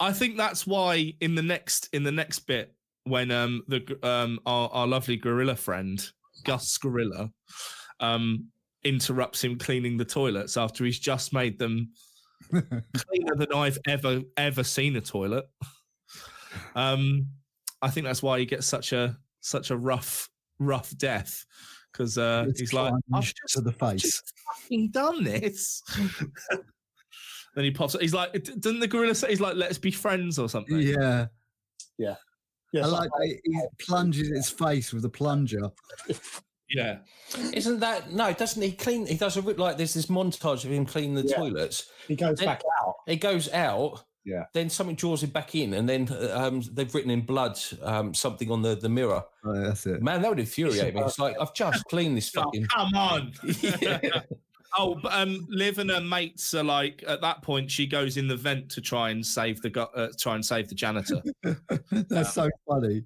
[SPEAKER 3] I think that's why in the next in the next bit when um the gr- um our, our lovely gorilla friend Gus Gorilla um interrupts him cleaning the toilets after he's just made them cleaner than I've ever ever seen a toilet. Um, I think that's why he gets such a such a rough rough death because uh,
[SPEAKER 2] It's
[SPEAKER 3] he's like I've
[SPEAKER 2] plunged
[SPEAKER 3] just
[SPEAKER 2] to the face.
[SPEAKER 3] just fucking done this. then he pops. He's like, d- doesn't the gorilla say he's like, let's be friends or something?
[SPEAKER 2] Yeah.
[SPEAKER 4] Yes,
[SPEAKER 2] I like that he he plunges its face with a plunger.
[SPEAKER 3] yeah.
[SPEAKER 5] Isn't that no? Doesn't he clean? He does a rip like there's this montage of him cleaning the
[SPEAKER 4] Yeah.
[SPEAKER 5] toilets.
[SPEAKER 4] he goes back out.
[SPEAKER 5] It goes out.
[SPEAKER 4] Yeah.
[SPEAKER 5] Then something draws him back in, and then uh, um, they've written in blood um, something on the, the mirror.
[SPEAKER 2] Oh, that's it.
[SPEAKER 5] Man, that would infuriate me. It's like I've just cleaned this
[SPEAKER 3] Oh,
[SPEAKER 5] fucking.
[SPEAKER 3] come on.
[SPEAKER 5] Yeah.
[SPEAKER 3] oh, but um, Liv and her mates are like at that point. She goes in the vent to try and save the gu- uh, try and save the janitor.
[SPEAKER 2] That's so funny.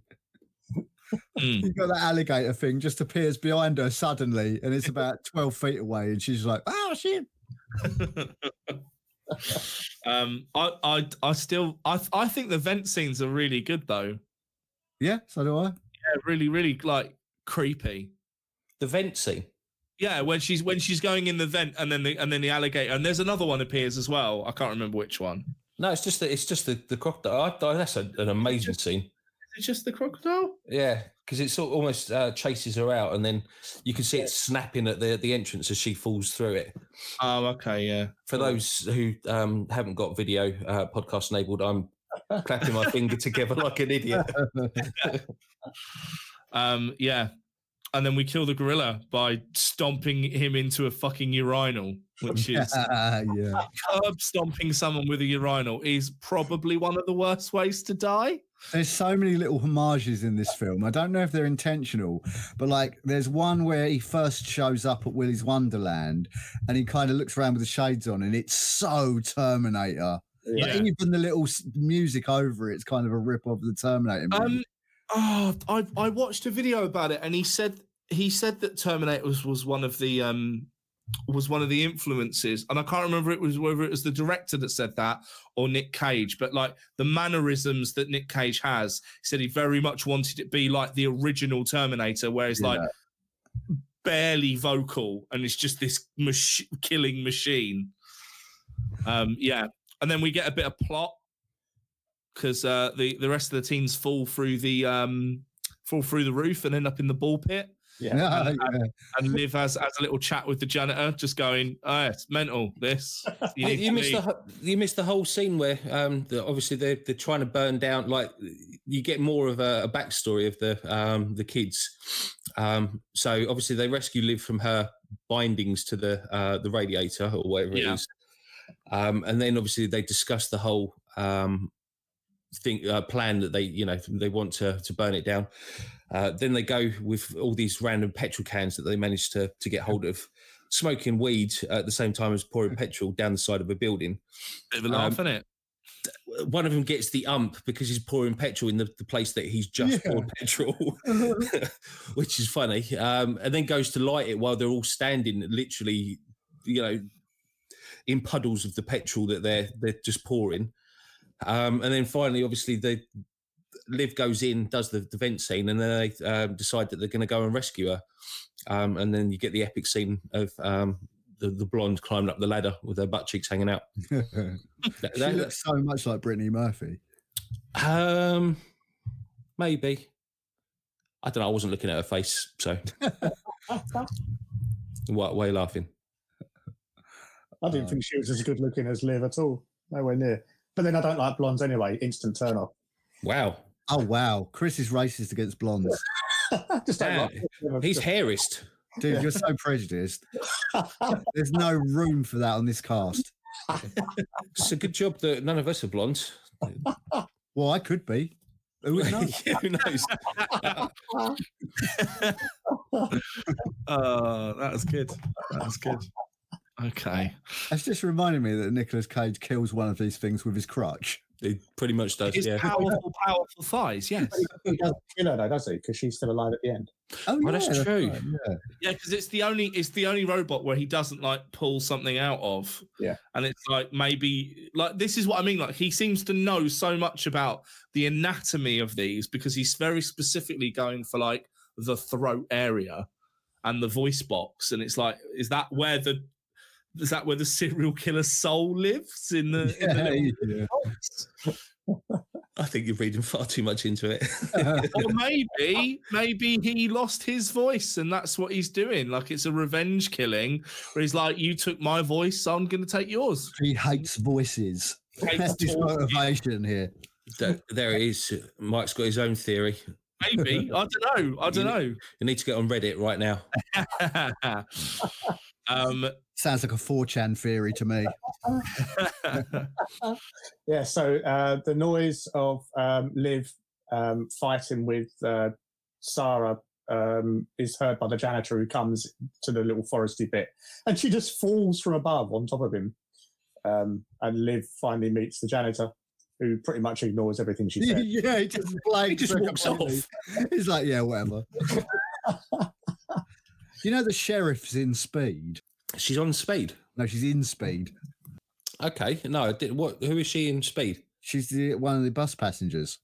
[SPEAKER 3] Mm.
[SPEAKER 2] You got that alligator thing just appears behind her suddenly, and it's about twelve feet away, and she's like, "Oh shit!"
[SPEAKER 3] um, I, I, I still, I, I think the vent scenes are really good though.
[SPEAKER 2] Yeah, so do I.
[SPEAKER 3] Yeah, really, really like creepy.
[SPEAKER 5] the vent scene.
[SPEAKER 3] Yeah, when she's when she's going in the vent, and then the and then the alligator, and there's another one appears as well. I can't remember which one.
[SPEAKER 5] No, it's just that it's just the the crocodile. I, I, that's a, an amazing scene.
[SPEAKER 3] Is it just the crocodile?
[SPEAKER 5] Yeah, because it sort of almost uh, chases her out, and then you can see it snapping at the the entrance as she falls through it.
[SPEAKER 3] Oh, okay, yeah.
[SPEAKER 5] For those who um, haven't got video uh, podcast enabled, I'm clapping my finger together like an idiot.
[SPEAKER 3] Um, yeah. And then we kill the gorilla by stomping him into a fucking urinal, which is
[SPEAKER 2] yeah,
[SPEAKER 3] curb stomping someone with a urinal is probably one of the worst ways to die.
[SPEAKER 2] there's so many little homages in this film. I don't know if they're intentional, but like, there's one where he first shows up at Willy's Wonderland, and he kind of looks around with the shades on, and it's so Terminator.
[SPEAKER 4] Yeah.
[SPEAKER 2] Like, even the little s- music over it's kind of a rip off of the Terminator.
[SPEAKER 3] Um,
[SPEAKER 2] music.
[SPEAKER 3] oh, I I watched a video about it, and he said he said that Terminator was, was one of the um was one of the influences, and I can't remember it was whether it was the director that said that or Nick Cage, but like the mannerisms that Nick Cage has, he said he very much wanted it be like the original Terminator, where it's like barely vocal and it's just this mach- killing machine. Um, yeah, and then we get a bit of plot because uh, the the rest of the teams fall through the um, fall through the roof and end up in the ball pit.
[SPEAKER 2] yeah, yeah.
[SPEAKER 3] And Liv has has a little chat with the janitor, just going, "Oh, it's mental. This you,
[SPEAKER 5] You,
[SPEAKER 3] need
[SPEAKER 5] you
[SPEAKER 3] to
[SPEAKER 5] missed the
[SPEAKER 3] leave."
[SPEAKER 5] ho- you missed the whole scene where um, the, obviously they're they're trying to burn down. Like you get more of a, a backstory of the um, the kids. Um, so obviously they rescue Liv from her bindings to the uh, the radiator or whatever
[SPEAKER 3] Yeah.
[SPEAKER 5] it is. Um, and then obviously they discuss the whole um, thing uh, plan that they you know they want to to burn it down. Uh, then they go with all these random petrol cans that they manage to to get hold of, smoking weed at the same time as pouring petrol down the side of a building.
[SPEAKER 3] Bit of a laugh, innit?
[SPEAKER 5] One of them gets the ump because he's pouring petrol in the, the place that he's just
[SPEAKER 4] Yeah.
[SPEAKER 5] poured petrol, which is funny. Um, and then goes to light it while they're all standing, literally, you know, in puddles of the petrol that they're they're just pouring. Um, and then finally, obviously, the Liv goes in, does the, the vent scene, and then they um, decide that they're going to go and rescue her. Um, and then you get the epic scene of um, the, the blonde climbing up the ladder with her butt cheeks hanging out. That-
[SPEAKER 2] she
[SPEAKER 5] that-
[SPEAKER 2] looks so much like Brittany Murphy.
[SPEAKER 5] um, maybe. I don't know. I wasn't looking at her face, so why, why are you laughing?
[SPEAKER 4] I didn't
[SPEAKER 2] Uh,
[SPEAKER 4] think she was as good looking as Liv at all. Nowhere near. But then I don't like blondes anyway. Instant turn off.
[SPEAKER 5] Wow,
[SPEAKER 2] Oh wow, Chris is racist against blondes,
[SPEAKER 4] Just don't
[SPEAKER 5] Damn.
[SPEAKER 4] like Liv.
[SPEAKER 5] he's
[SPEAKER 4] Just-
[SPEAKER 5] hairist.
[SPEAKER 2] dude. You're so prejudiced. There's no room for that on this cast.
[SPEAKER 5] It's a good job that none of us are blonde.
[SPEAKER 2] Well, I could be. Who would know?
[SPEAKER 5] Who knows?
[SPEAKER 3] Oh, that was good. That was good. Okay.
[SPEAKER 2] That's just reminding me that Nicolas Cage kills one of these things with his crutch.
[SPEAKER 5] It pretty much does.
[SPEAKER 3] His
[SPEAKER 5] yeah.
[SPEAKER 3] powerful, powerful thighs. Yes.
[SPEAKER 4] he doesn't kill her though, does he? Because she's still alive at the end.
[SPEAKER 2] Oh,
[SPEAKER 5] Oh, that's true.
[SPEAKER 2] right, yeah.
[SPEAKER 3] Yeah, because it's the only it's the only robot where he doesn't like pull something out of.
[SPEAKER 4] Yeah.
[SPEAKER 3] and it's like maybe like this is what I mean. Like he seems to know so much about the anatomy of these because he's very specifically going for like the throat area and the voice box, and it's like is that where the is that where the serial killer soul lives in the, in the
[SPEAKER 2] Yeah,
[SPEAKER 3] little
[SPEAKER 2] yeah.
[SPEAKER 3] box?
[SPEAKER 5] I think you're reading far too much into it.
[SPEAKER 3] or maybe maybe he lost his voice and that's what he's doing like it's a revenge killing where he's like you took my voice so i'm gonna take yours
[SPEAKER 2] He hates voices.
[SPEAKER 3] Hates
[SPEAKER 2] That's his
[SPEAKER 3] talking.
[SPEAKER 2] motivation here.
[SPEAKER 5] Th- there it is. Mike's got his own theory.
[SPEAKER 3] maybe i don't know i don't
[SPEAKER 5] You need to get on Reddit right now.
[SPEAKER 3] know um
[SPEAKER 2] Sounds like a 4chan theory to me.
[SPEAKER 4] Yeah. So uh, the noise of um, Liv um, fighting with uh, Sarah um, is heard by the janitor who comes to the little foresty bit, and she just falls from above on top of him. Um, and Liv finally meets the janitor, who pretty much ignores everything she said.
[SPEAKER 2] yeah, he just blames
[SPEAKER 5] He just
[SPEAKER 2] her
[SPEAKER 5] walks off.
[SPEAKER 2] completely. He's like, yeah, whatever. you know, the sheriff's in speed.
[SPEAKER 5] She's on speed.
[SPEAKER 2] No, she's in speed.
[SPEAKER 5] Okay. No, I did, what? Who is she in speed?
[SPEAKER 2] She's the, one of the bus passengers.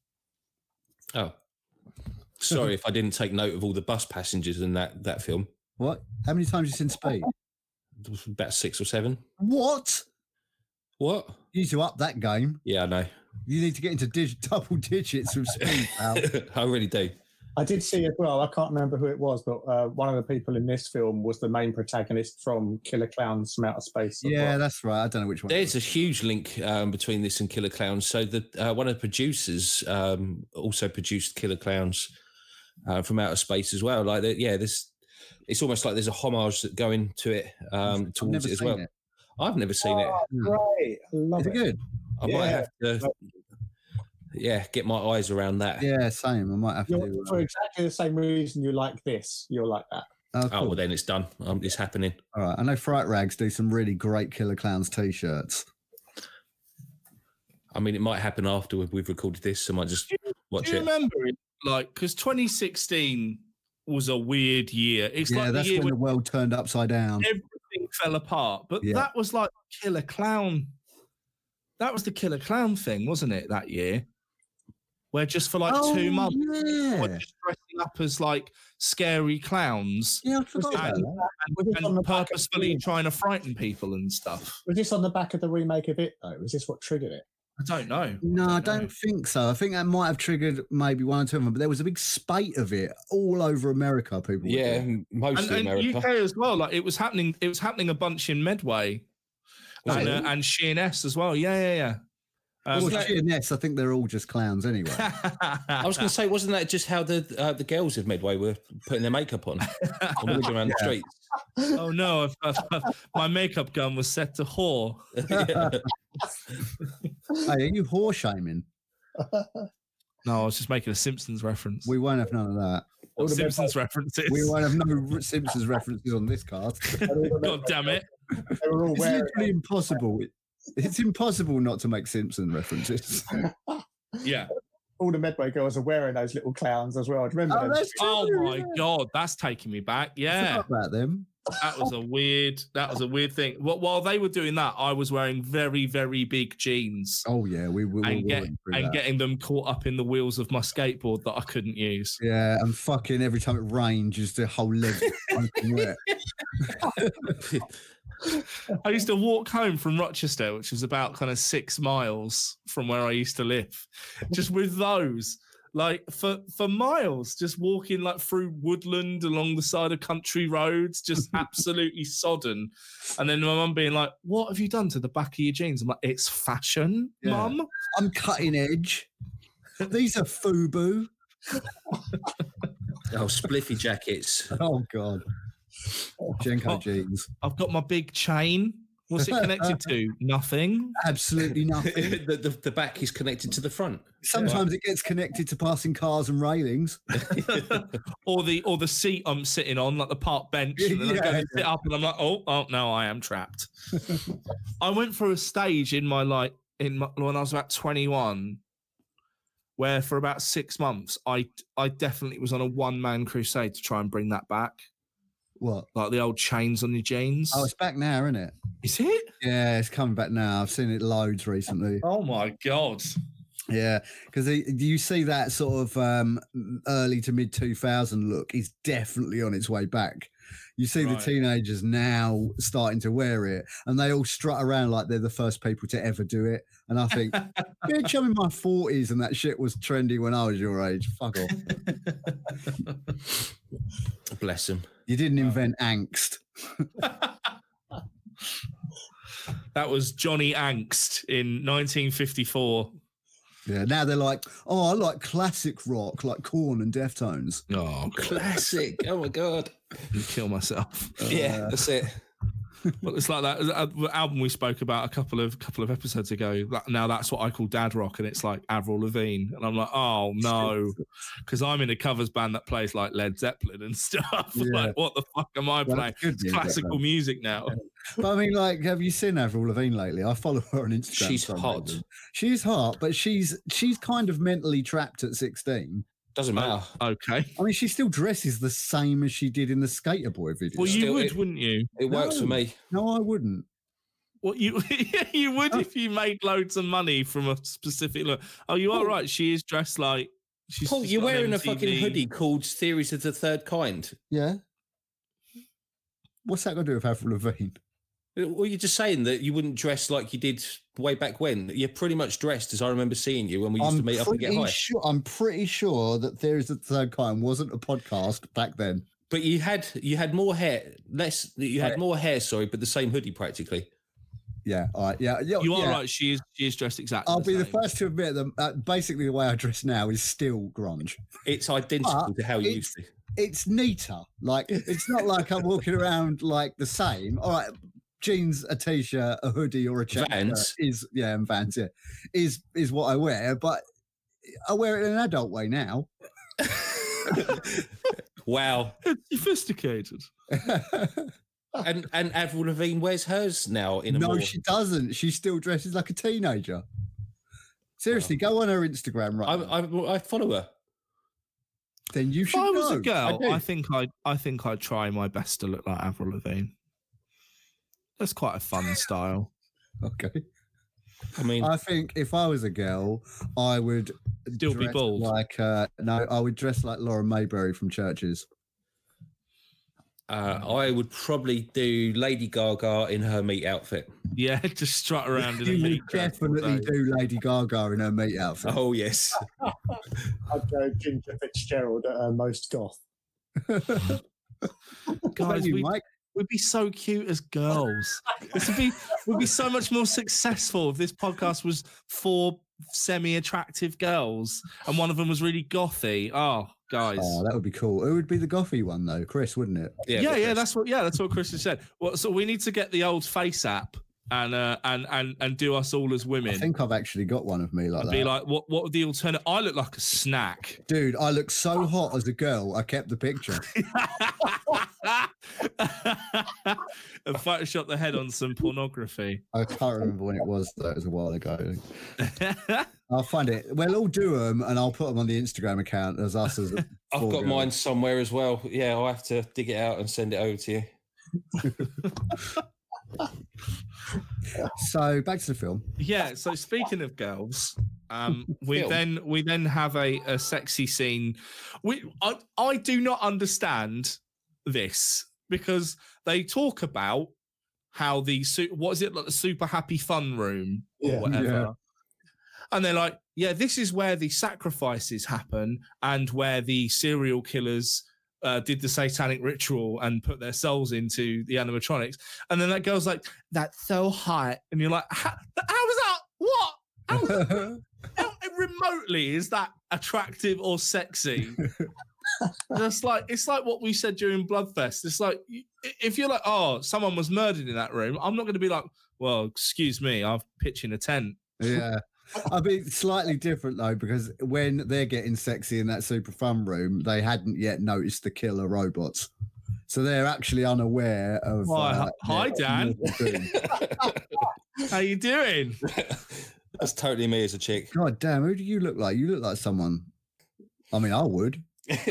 [SPEAKER 5] Oh, sorry if I didn't take note of all the bus passengers in that that film.
[SPEAKER 2] What? How many times you seen speed?
[SPEAKER 5] There was About six or seven.
[SPEAKER 2] What?
[SPEAKER 5] What?
[SPEAKER 2] You need to up that game.
[SPEAKER 5] Yeah, I know.
[SPEAKER 2] You need to get into dig- double digits with speed, pal.
[SPEAKER 5] I really do.
[SPEAKER 4] I did see as well. I can't remember who it was, but uh, one of the people in this film was the main protagonist from Killer Clowns from Outer Space. as
[SPEAKER 2] yeah,
[SPEAKER 4] well.
[SPEAKER 2] that's right. I don't know which one. it
[SPEAKER 5] There's a huge link um, between this and Killer Clowns. So the uh, one of the producers um, also produced Killer Clowns uh, from Outer Space as well. Like, yeah, this it's almost like there's a homage that going to it
[SPEAKER 2] was.
[SPEAKER 5] um,
[SPEAKER 2] I've
[SPEAKER 5] towards
[SPEAKER 2] never
[SPEAKER 5] it as
[SPEAKER 2] seen
[SPEAKER 5] well.
[SPEAKER 2] it.
[SPEAKER 5] I've never seen it.
[SPEAKER 4] Oh,
[SPEAKER 3] Hmm.
[SPEAKER 4] Great, I love
[SPEAKER 2] Is it
[SPEAKER 4] it.
[SPEAKER 2] good?
[SPEAKER 5] I might
[SPEAKER 4] Yeah.
[SPEAKER 5] have to, yeah, get my eyes around that.
[SPEAKER 2] Yeah, same. I might have
[SPEAKER 4] You're-
[SPEAKER 2] to.
[SPEAKER 4] for exactly the same reason you like this, you're like that.
[SPEAKER 2] Uh, oh,
[SPEAKER 5] Oh
[SPEAKER 2] cool.
[SPEAKER 5] well, then it's done. Um, it's happening.
[SPEAKER 2] All right. I know Fright Rags do some really great Killer Clowns t-shirts.
[SPEAKER 5] I mean, it might happen after we- we've recorded this. I might just watch
[SPEAKER 3] do you
[SPEAKER 5] it.
[SPEAKER 3] remember it? like because 2016 was a weird year it's
[SPEAKER 2] yeah,
[SPEAKER 3] like the
[SPEAKER 2] that's
[SPEAKER 3] year
[SPEAKER 2] when
[SPEAKER 3] when
[SPEAKER 2] the world turned upside down.
[SPEAKER 3] everything fell apart but
[SPEAKER 2] Yeah.
[SPEAKER 3] that was like killer clown that was the killer clown thing wasn't it that year where just for like
[SPEAKER 2] Oh,
[SPEAKER 3] two months
[SPEAKER 2] Yeah,
[SPEAKER 3] were just dressing up as like scary clowns
[SPEAKER 2] yeah I forgot
[SPEAKER 3] that-
[SPEAKER 2] about that.
[SPEAKER 3] and,
[SPEAKER 4] Was this on the
[SPEAKER 3] and
[SPEAKER 4] back of
[SPEAKER 3] purposefully
[SPEAKER 4] the-
[SPEAKER 3] trying to frighten people and stuff.
[SPEAKER 4] Was this on the back of the remake of it though? Was this what triggered it?
[SPEAKER 3] I don't know.
[SPEAKER 2] No, I
[SPEAKER 3] know.
[SPEAKER 2] don't think so. I think that might have triggered maybe one or two of them, but there was a big spate of it all over America. People, were
[SPEAKER 5] Yeah,
[SPEAKER 2] doing.
[SPEAKER 5] mostly
[SPEAKER 3] And, and
[SPEAKER 5] America.
[SPEAKER 3] UK as well. Like it was happening. It was happening a bunch in Medway
[SPEAKER 5] Was
[SPEAKER 3] and,
[SPEAKER 5] it?
[SPEAKER 3] uh, and Sheerness as well. Yeah, yeah, yeah. Um,
[SPEAKER 2] well, yes, I think they're all just clowns anyway.
[SPEAKER 5] I was going to say, wasn't that just how the uh, the girls of Medway were putting their makeup on and walking around the streets?
[SPEAKER 3] oh no, I've, I've, I've- my makeup gun was set to whore.
[SPEAKER 2] Hey, are you whore shaming?
[SPEAKER 3] No, I was just making a Simpsons reference.
[SPEAKER 2] We won't have none of that.
[SPEAKER 3] Or
[SPEAKER 4] would have been
[SPEAKER 3] Simpsons references.
[SPEAKER 2] We won't have no Simpsons references on this card.
[SPEAKER 3] God damn it.
[SPEAKER 4] They were all
[SPEAKER 2] It's
[SPEAKER 4] wearing.
[SPEAKER 2] literally impossible. It- It's impossible not to make Simpson references.
[SPEAKER 3] Yeah.
[SPEAKER 4] All the Medway girls are wearing those little clowns as well. Do you remember
[SPEAKER 2] Oh,
[SPEAKER 4] those?
[SPEAKER 2] that's true,
[SPEAKER 3] Oh my
[SPEAKER 2] yeah.
[SPEAKER 3] god, that's taking me back.
[SPEAKER 2] I
[SPEAKER 3] Yeah.
[SPEAKER 2] forgot about them.
[SPEAKER 3] That
[SPEAKER 2] Oh.
[SPEAKER 3] was a weird that was a weird thing. Wh- While they were doing that, I was wearing very, very big jeans
[SPEAKER 2] Oh yeah, we will.
[SPEAKER 3] And get- and
[SPEAKER 2] that.
[SPEAKER 3] getting them caught up in the wheels of my skateboard that I couldn't use.
[SPEAKER 2] yeah, and fucking every time it rains, just the whole leg. fucking wet.
[SPEAKER 3] I used to walk home from Rochester, which was about kind of six miles from where I used to live, just with those, like for for miles, just walking like through woodland along the side of country roads, just absolutely sodden. And then my mum being like, "What have you done to the back of your jeans?" I'm like, "It's fashion,
[SPEAKER 2] Yeah.
[SPEAKER 3] mum."
[SPEAKER 2] I'm cutting edge. These are FUBU.
[SPEAKER 5] Oh, spliffy jackets.
[SPEAKER 2] Oh god, Jenko jeans.
[SPEAKER 3] I've got my big chain. What's it connected to? Nothing.
[SPEAKER 2] Absolutely nothing.
[SPEAKER 5] the, the, the back is connected to the front.
[SPEAKER 2] Sometimes it gets connected to passing cars and railings.
[SPEAKER 3] or the or the seat I'm sitting on, like the park bench, and then I go
[SPEAKER 2] Yeah,
[SPEAKER 3] to sit up, and I'm like, oh, oh no, I am trapped. I went through a stage in my like in my, when I was about 21, where for about six months, I I definitely was on a one man crusade to try and bring that back,
[SPEAKER 2] What?
[SPEAKER 3] like the old chains on your jeans.
[SPEAKER 2] Oh, it's back now, isn't it?
[SPEAKER 3] Is it?
[SPEAKER 2] Yeah, it's coming back now. I've seen it loads recently.
[SPEAKER 3] Oh my god!
[SPEAKER 2] Yeah, because you see that sort of um, early to mid 2000 look is definitely on its way back. You see
[SPEAKER 3] Right.
[SPEAKER 2] the teenagers now starting to wear it, and they all strut around like they're the first people to ever do it. And I think, bitch, I'm in my 40s, and that shit was trendy when I was your age. Fuck off.
[SPEAKER 5] Bless him.
[SPEAKER 2] You didn't invent angst.
[SPEAKER 3] That was Johnny Angst in 1954.
[SPEAKER 2] Yeah, now they're like, oh, I like classic rock, like Corn and Deftones.
[SPEAKER 3] Oh,
[SPEAKER 5] Classic. oh my god.
[SPEAKER 3] kill myself.
[SPEAKER 5] yeah, that's it.
[SPEAKER 3] Well, it's like that uh, the album we spoke about a couple of couple of episodes ago. That, now that's what I call dad rock, and it's like Avril Lavigne, and I'm like, oh no, because I'm in a covers band that plays like Led Zeppelin and stuff.
[SPEAKER 2] Yeah.
[SPEAKER 3] like, what the fuck am I
[SPEAKER 2] Well,
[SPEAKER 3] playing?
[SPEAKER 2] that's good
[SPEAKER 3] It's
[SPEAKER 2] music,
[SPEAKER 3] classical
[SPEAKER 2] though.
[SPEAKER 3] music now.
[SPEAKER 2] But I mean, like, have you seen Avril Lavigne lately? I follow her on Instagram.
[SPEAKER 5] She's
[SPEAKER 2] for some
[SPEAKER 5] hot.
[SPEAKER 2] reason. She's hot, but she's she's kind of mentally trapped at sixteen.
[SPEAKER 5] Doesn't matter.
[SPEAKER 3] Okay,
[SPEAKER 2] I mean, she still dresses the same as she did in the Skater Boy video.
[SPEAKER 3] well you
[SPEAKER 5] Still
[SPEAKER 3] would,
[SPEAKER 5] it-
[SPEAKER 3] wouldn't you?
[SPEAKER 5] It works for
[SPEAKER 2] No.
[SPEAKER 5] me.
[SPEAKER 2] no, I wouldn't.
[SPEAKER 3] What you you would if you made loads of money from a specific look. Oh, you are
[SPEAKER 5] Paul-
[SPEAKER 3] right. She is dressed like she's.
[SPEAKER 5] Paul,
[SPEAKER 3] she's
[SPEAKER 5] you're
[SPEAKER 3] got an
[SPEAKER 5] wearing a
[SPEAKER 3] MTV.
[SPEAKER 5] fucking hoodie called Theories of the Third Kind.
[SPEAKER 2] Yeah. What's that got to do with Avril Lavigne?
[SPEAKER 5] Well, you're just saying that you wouldn't dress like you did way back when. You're pretty much dressed as I remember seeing you when we used to
[SPEAKER 2] I'm
[SPEAKER 5] meet up and get
[SPEAKER 2] pretty
[SPEAKER 5] high.
[SPEAKER 2] sure. I'm pretty sure that Theories of the Third Kind wasn't a podcast back then.
[SPEAKER 5] But you had you had more hair, less. You had more hair, sorry, but the same hoodie practically.
[SPEAKER 2] Yeah. All right. Yeah. yeah
[SPEAKER 3] You are
[SPEAKER 2] yeah.
[SPEAKER 3] right. She is. She is dressed exactly.
[SPEAKER 2] I'll be the
[SPEAKER 3] same.
[SPEAKER 2] first to admit that uh, basically the way I dress now is still grunge.
[SPEAKER 5] It's identical to how you
[SPEAKER 2] it's-
[SPEAKER 5] used to.
[SPEAKER 2] it's neater. Like it's not like I'm walking around like the same. All right, jeans, a t-shirt, a hoodie, or a check shirt
[SPEAKER 5] Vans.
[SPEAKER 2] is yeah, and Vans yeah, is is what I wear. But I wear it in an adult way now.
[SPEAKER 5] Wow.
[SPEAKER 3] It's sophisticated.
[SPEAKER 5] And and Avril Lavigne wears hers now in a
[SPEAKER 2] no,
[SPEAKER 5] more.
[SPEAKER 2] she doesn't. She still dresses like a teenager. Seriously, go on her Instagram right.
[SPEAKER 5] I,
[SPEAKER 2] now.
[SPEAKER 5] I I follow her.
[SPEAKER 2] then you
[SPEAKER 3] If
[SPEAKER 2] should.
[SPEAKER 3] I was a
[SPEAKER 2] know.
[SPEAKER 3] girl,
[SPEAKER 5] do.
[SPEAKER 3] I, think I'd I think I'd try my best to look like Avril Lavigne. That's quite a fun style.
[SPEAKER 2] Okay.
[SPEAKER 5] I mean,
[SPEAKER 3] Uh,
[SPEAKER 2] I think if I was a girl, I would
[SPEAKER 3] Still be
[SPEAKER 2] dress
[SPEAKER 3] bald.
[SPEAKER 2] Like uh, no, I would dress like Laura Mayberry from Churches.
[SPEAKER 5] uh, I would probably do Lady Gaga in her meat outfit.
[SPEAKER 3] Yeah, just strut around in a
[SPEAKER 2] You
[SPEAKER 3] meat
[SPEAKER 2] would
[SPEAKER 3] dress all
[SPEAKER 2] definitely
[SPEAKER 3] day.
[SPEAKER 2] do Lady Gaga in her meat outfit.
[SPEAKER 5] Oh yes.
[SPEAKER 3] Uh,
[SPEAKER 4] I'd go uh, Ginger Fitzgerald at her most goth.
[SPEAKER 2] What about
[SPEAKER 3] Oh. Guys,
[SPEAKER 2] you,
[SPEAKER 3] we,
[SPEAKER 2] Mike?
[SPEAKER 3] we'd be so cute as girls. this would be would be so much more successful if this podcast was for semi-attractive girls and one of them was really gothy. Oh, guys.
[SPEAKER 2] Oh, that would be cool. It would be the gothy one though, Chris, wouldn't it?
[SPEAKER 3] yeah, yeah, that's what yeah, that's what Christian said. Well, so we need to get the old face app and uh, and and and do us all as women.
[SPEAKER 2] I think I've actually got one of me like
[SPEAKER 3] and
[SPEAKER 2] that.
[SPEAKER 3] be like, what what would the alternative? I look like a snack.
[SPEAKER 2] Dude, I looked so hot as a girl. I kept the picture.
[SPEAKER 3] and Photoshop the head on some pornography.
[SPEAKER 2] I can't remember when it was. Though. It was a while ago. I think. I'll find it. We'll all do them, and I'll put them on the Instagram account as us. As
[SPEAKER 5] I've
[SPEAKER 2] four
[SPEAKER 5] got
[SPEAKER 2] girls.
[SPEAKER 5] mine somewhere as well. Yeah, I'll have to dig it out and send it over to you.
[SPEAKER 2] So back to the film.
[SPEAKER 3] yeah so speaking of girls um we
[SPEAKER 5] Phil.
[SPEAKER 3] then we then have a, a sexy scene we I, I do not understand this because they talk about how the su- what is it like the super happy fun room
[SPEAKER 5] Oh,
[SPEAKER 3] or
[SPEAKER 4] Yeah.
[SPEAKER 3] whatever
[SPEAKER 2] Yeah.
[SPEAKER 3] and they're like yeah this is where the sacrifices happen and where the serial killers uh, did the satanic ritual and put their souls into the animatronics and then that girl's like that's so hot and you're like how, how was that what how, how remotely is that attractive or sexy just like it's like what we said during bloodfest it's like y- if you're like oh someone was murdered in that room i'm not going to be like well excuse me i've pitched in a tent
[SPEAKER 2] yeah. I mean, slightly different though, because when they're getting sexy in that super fun room, they hadn't yet noticed the killer robots. So they're actually unaware of. uh,
[SPEAKER 3] Why, hi, Dan.
[SPEAKER 2] Dan.
[SPEAKER 3] how you doing
[SPEAKER 5] that's totally me as a chick.
[SPEAKER 2] God damn, who do you look like? You look like someone. I mean, I would.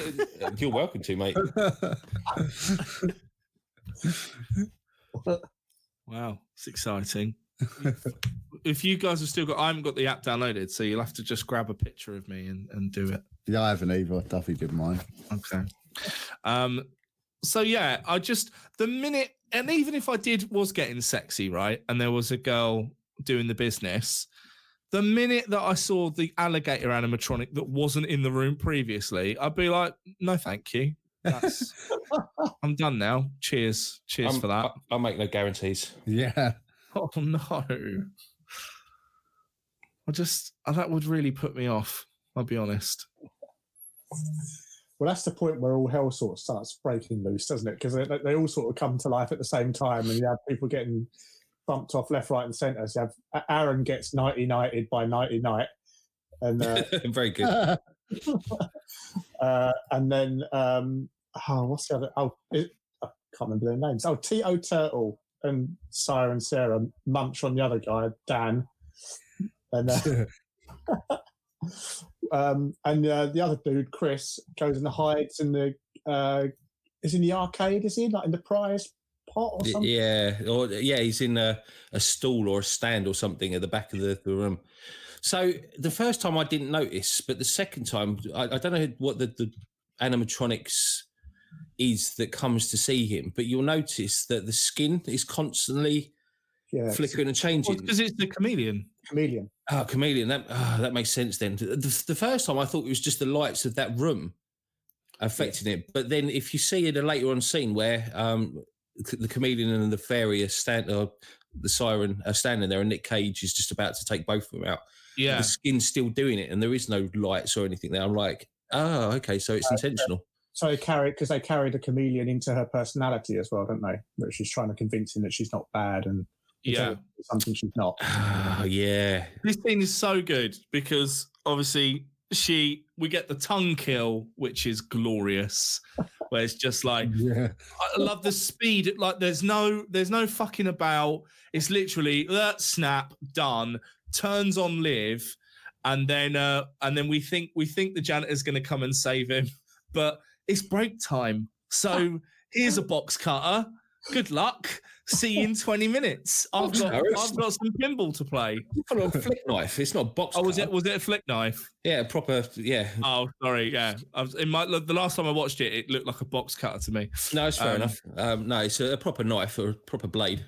[SPEAKER 5] You're welcome to, mate.
[SPEAKER 3] wow it's exciting if you guys have still got i haven't got the app downloaded so you'll have to just grab a picture of me and, and do it
[SPEAKER 2] yeah, I haven't either. Duffy did mine.
[SPEAKER 3] Okay. Um. So yeah, I just the minute, and even if I did was getting sexy, right, and there was a girl doing the business, the minute that I saw the alligator animatronic that wasn't in the room previously, I'd be like, no, thank you. That's, I'm done now. Cheers, cheers
[SPEAKER 5] I'm-
[SPEAKER 3] for that.
[SPEAKER 5] I, I make no guarantees.
[SPEAKER 2] Yeah.
[SPEAKER 3] Oh no. I just uh, that would really put me off. I'll be honest.
[SPEAKER 4] Well, that's the point where all hell sort of starts breaking loose, doesn't it? Because they, they all sort of come to life at the same time, and you have people getting bumped off left, right, and centre. So you have Aaron gets nighty nighted by nighty night, and uh,
[SPEAKER 5] Very good.
[SPEAKER 2] That's
[SPEAKER 4] uh, and then um, oh, what's the other? Oh, it, I can't remember their names. Oh, T O Turtle and Sarah and Sarah munch on the other guy, Dan, and uh, um, and uh, the other dude, Chris, goes and hides in the uh, is in the arcade. Is he like in the prize pot or something?
[SPEAKER 5] Yeah, or yeah, he's in a, a stool or a stand or something at the back of the, the room. So the first time I didn't notice, but the second time I, I don't know what the, the animatronics is that comes to see him, but you'll notice that the skin is constantly
[SPEAKER 4] Yeah,
[SPEAKER 5] flickering and changing.
[SPEAKER 3] Because it's the chameleon.
[SPEAKER 4] chameleon.
[SPEAKER 5] Oh, chameleon. That ah, that makes sense then. The, the first time I thought it was just the lights of that room affecting it, but then if you see it a later on scene where um c- the chameleon and the fairy are stand or the siren are standing there, and Nick Cage is just about to take both of them out.
[SPEAKER 3] Yeah.
[SPEAKER 5] The skin's still doing it, and there is no lights or anything there. I'm like, oh, okay, so it's intentional.
[SPEAKER 4] So they carry because they carry the chameleon into her personality as well, don't they? That she's trying to convince him that she's not bad and
[SPEAKER 3] Yeah.
[SPEAKER 4] something she's not.
[SPEAKER 5] Ah, yeah.
[SPEAKER 3] this scene is so good because obviously she we get the tongue kill which is glorious where it's just like
[SPEAKER 2] yeah.
[SPEAKER 3] i love the speed like there's no there's no fucking about it's literally that snap done turns on live and then uh and then we think we think the janitor's gonna come and save him but it's break time so here's a box cutter good luck see you in 20 minutes i've got i've got some pinball to play
[SPEAKER 5] Hold on, flick knife. It's not a box.
[SPEAKER 3] Oh, was it
[SPEAKER 5] cutter.
[SPEAKER 3] was it a flick knife?
[SPEAKER 5] Yeah, proper. Yeah.
[SPEAKER 3] Oh, sorry, yeah. I was, in my the last time I watched it, it looked like a box cutter to me.
[SPEAKER 5] No, it's fair
[SPEAKER 3] Um,
[SPEAKER 5] enough. Um, no, it's a, a proper knife or a proper blade.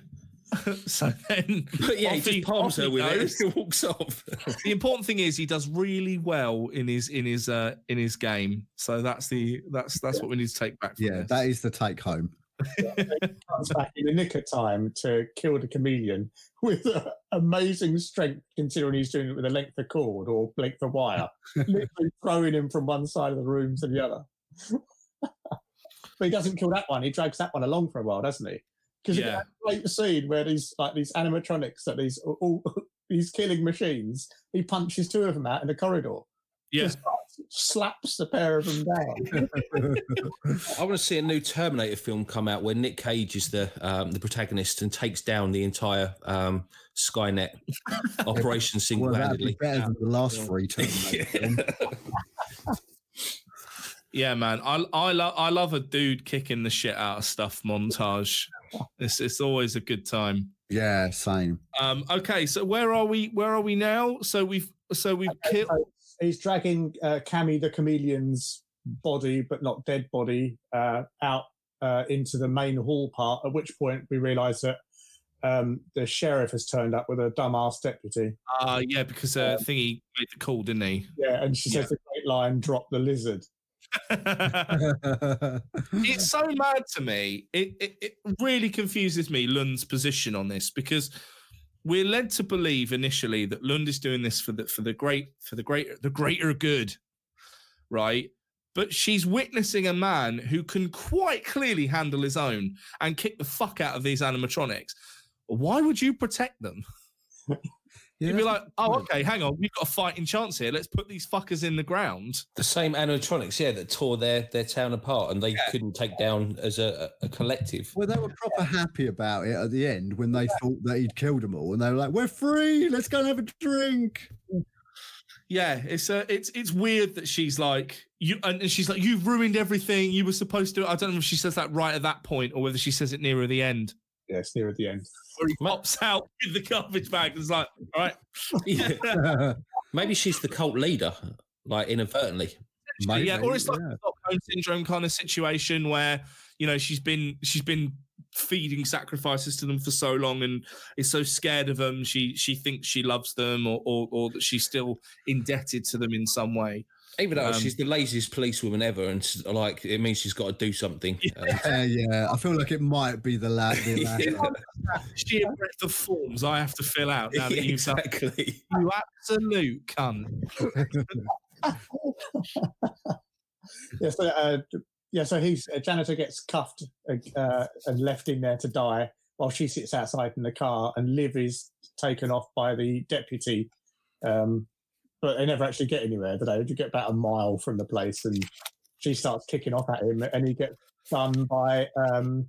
[SPEAKER 3] So then,
[SPEAKER 5] But yeah,
[SPEAKER 3] off
[SPEAKER 5] he
[SPEAKER 3] he-
[SPEAKER 5] just palms
[SPEAKER 3] off
[SPEAKER 5] her
[SPEAKER 3] he
[SPEAKER 5] with it.
[SPEAKER 3] goes.
[SPEAKER 5] and walks off.
[SPEAKER 3] the important thing is he does really well in his in his uh in his game. So that's the that's that's what we need to take back. From
[SPEAKER 2] Yeah.
[SPEAKER 3] this.
[SPEAKER 2] That is the take home.
[SPEAKER 4] comes back in the nick of time to kill the comedian with uh, amazing strength, considering he's doing it with a length of cord or length of wire, literally throwing him from one side of the room to the other. but he doesn't kill that one; he drags that one along for a while, doesn't he? Because
[SPEAKER 3] Yeah.
[SPEAKER 4] yeah. great scene where these like these animatronics that these all these killing machines, he punches two of them out in the corridor.
[SPEAKER 3] Yeah.
[SPEAKER 4] Just slaps the pair of them down.
[SPEAKER 5] I want to see a new Terminator film come out where Nick Cage is the um, the protagonist and takes down the entire um, Skynet operation
[SPEAKER 2] well,
[SPEAKER 5] single
[SPEAKER 2] that'd be
[SPEAKER 5] handedly.
[SPEAKER 2] better than the last three
[SPEAKER 5] Yeah.
[SPEAKER 2] Terminator
[SPEAKER 3] Yeah, man. I I love I love a dude kicking the shit out of stuff montage. It's it's always a good time.
[SPEAKER 2] Yeah, same.
[SPEAKER 3] Um, okay, so where are we? Where are we now? So we've so we've killed.
[SPEAKER 4] Uh, So he's dragging uh, Cammy the chameleon's body, but not dead body, uh, out uh, into the main hall part. At which point we realise that um, the sheriff has turned up with a dumbass deputy.
[SPEAKER 3] Uh, yeah, because uh, thingy made the call, didn't he?
[SPEAKER 4] Yeah, and she says the great line, "Drop the lizard."
[SPEAKER 3] it's so mad to me. It, it it really confuses me Lund's position on this because we're led to believe initially that Lund is doing this for the for the great for the great the greater good, right? But she's witnessing a man who can quite clearly handle his own and kick the fuck out of these animatronics. Why would you protect them?
[SPEAKER 2] Yeah,
[SPEAKER 3] You'd be
[SPEAKER 2] that's-
[SPEAKER 3] like, oh, okay, hang on, we've got a fighting chance here. Let's put these fuckers in the ground.
[SPEAKER 5] The same animatronics, yeah, that tore their, their town apart and they couldn't take down as a, a collective.
[SPEAKER 2] well, they were proper happy about it at the end when they thought that he'd killed them all, and they were like, "We're free. Let's go and have a drink."
[SPEAKER 3] Yeah, it's uh, it's it's weird that she's like you, and and she's like you've ruined everything. You were supposed to. I don't know if she says that right at that point or whether she says it nearer the end.
[SPEAKER 4] Yeah, it's near at the end.
[SPEAKER 3] Where he pops out with the garbage bag and is like, all right,
[SPEAKER 5] Yeah.
[SPEAKER 2] yeah,
[SPEAKER 5] Maybe she's the cult leader, like inadvertently.
[SPEAKER 3] yeah, or it's like
[SPEAKER 2] yeah.
[SPEAKER 3] a Stockholm syndrome kind of situation where you know she's been she's been feeding sacrifices to them for so long and is so scared of them. She she thinks she loves them or or, or that she's still indebted to them in some way.
[SPEAKER 5] Even though
[SPEAKER 3] Um,
[SPEAKER 5] she's the laziest policewoman ever, and s- like it means she's got to do something. Um,
[SPEAKER 2] Yeah, Uh, yeah. I feel like it might be the lad. The lad.
[SPEAKER 5] yeah,
[SPEAKER 3] Sheer breadth of forms I have to fill out now that you've done
[SPEAKER 5] exactly.
[SPEAKER 3] You absolute cunt.
[SPEAKER 4] Yeah, so, uh, yeah, so he's a janitor gets cuffed uh, and left in there to die while she sits outside in the car, and Liv is taken off by the deputy. Um, but they never actually get anywhere, do they? You get about a mile from the place, and she starts kicking off at him, and he gets done by um,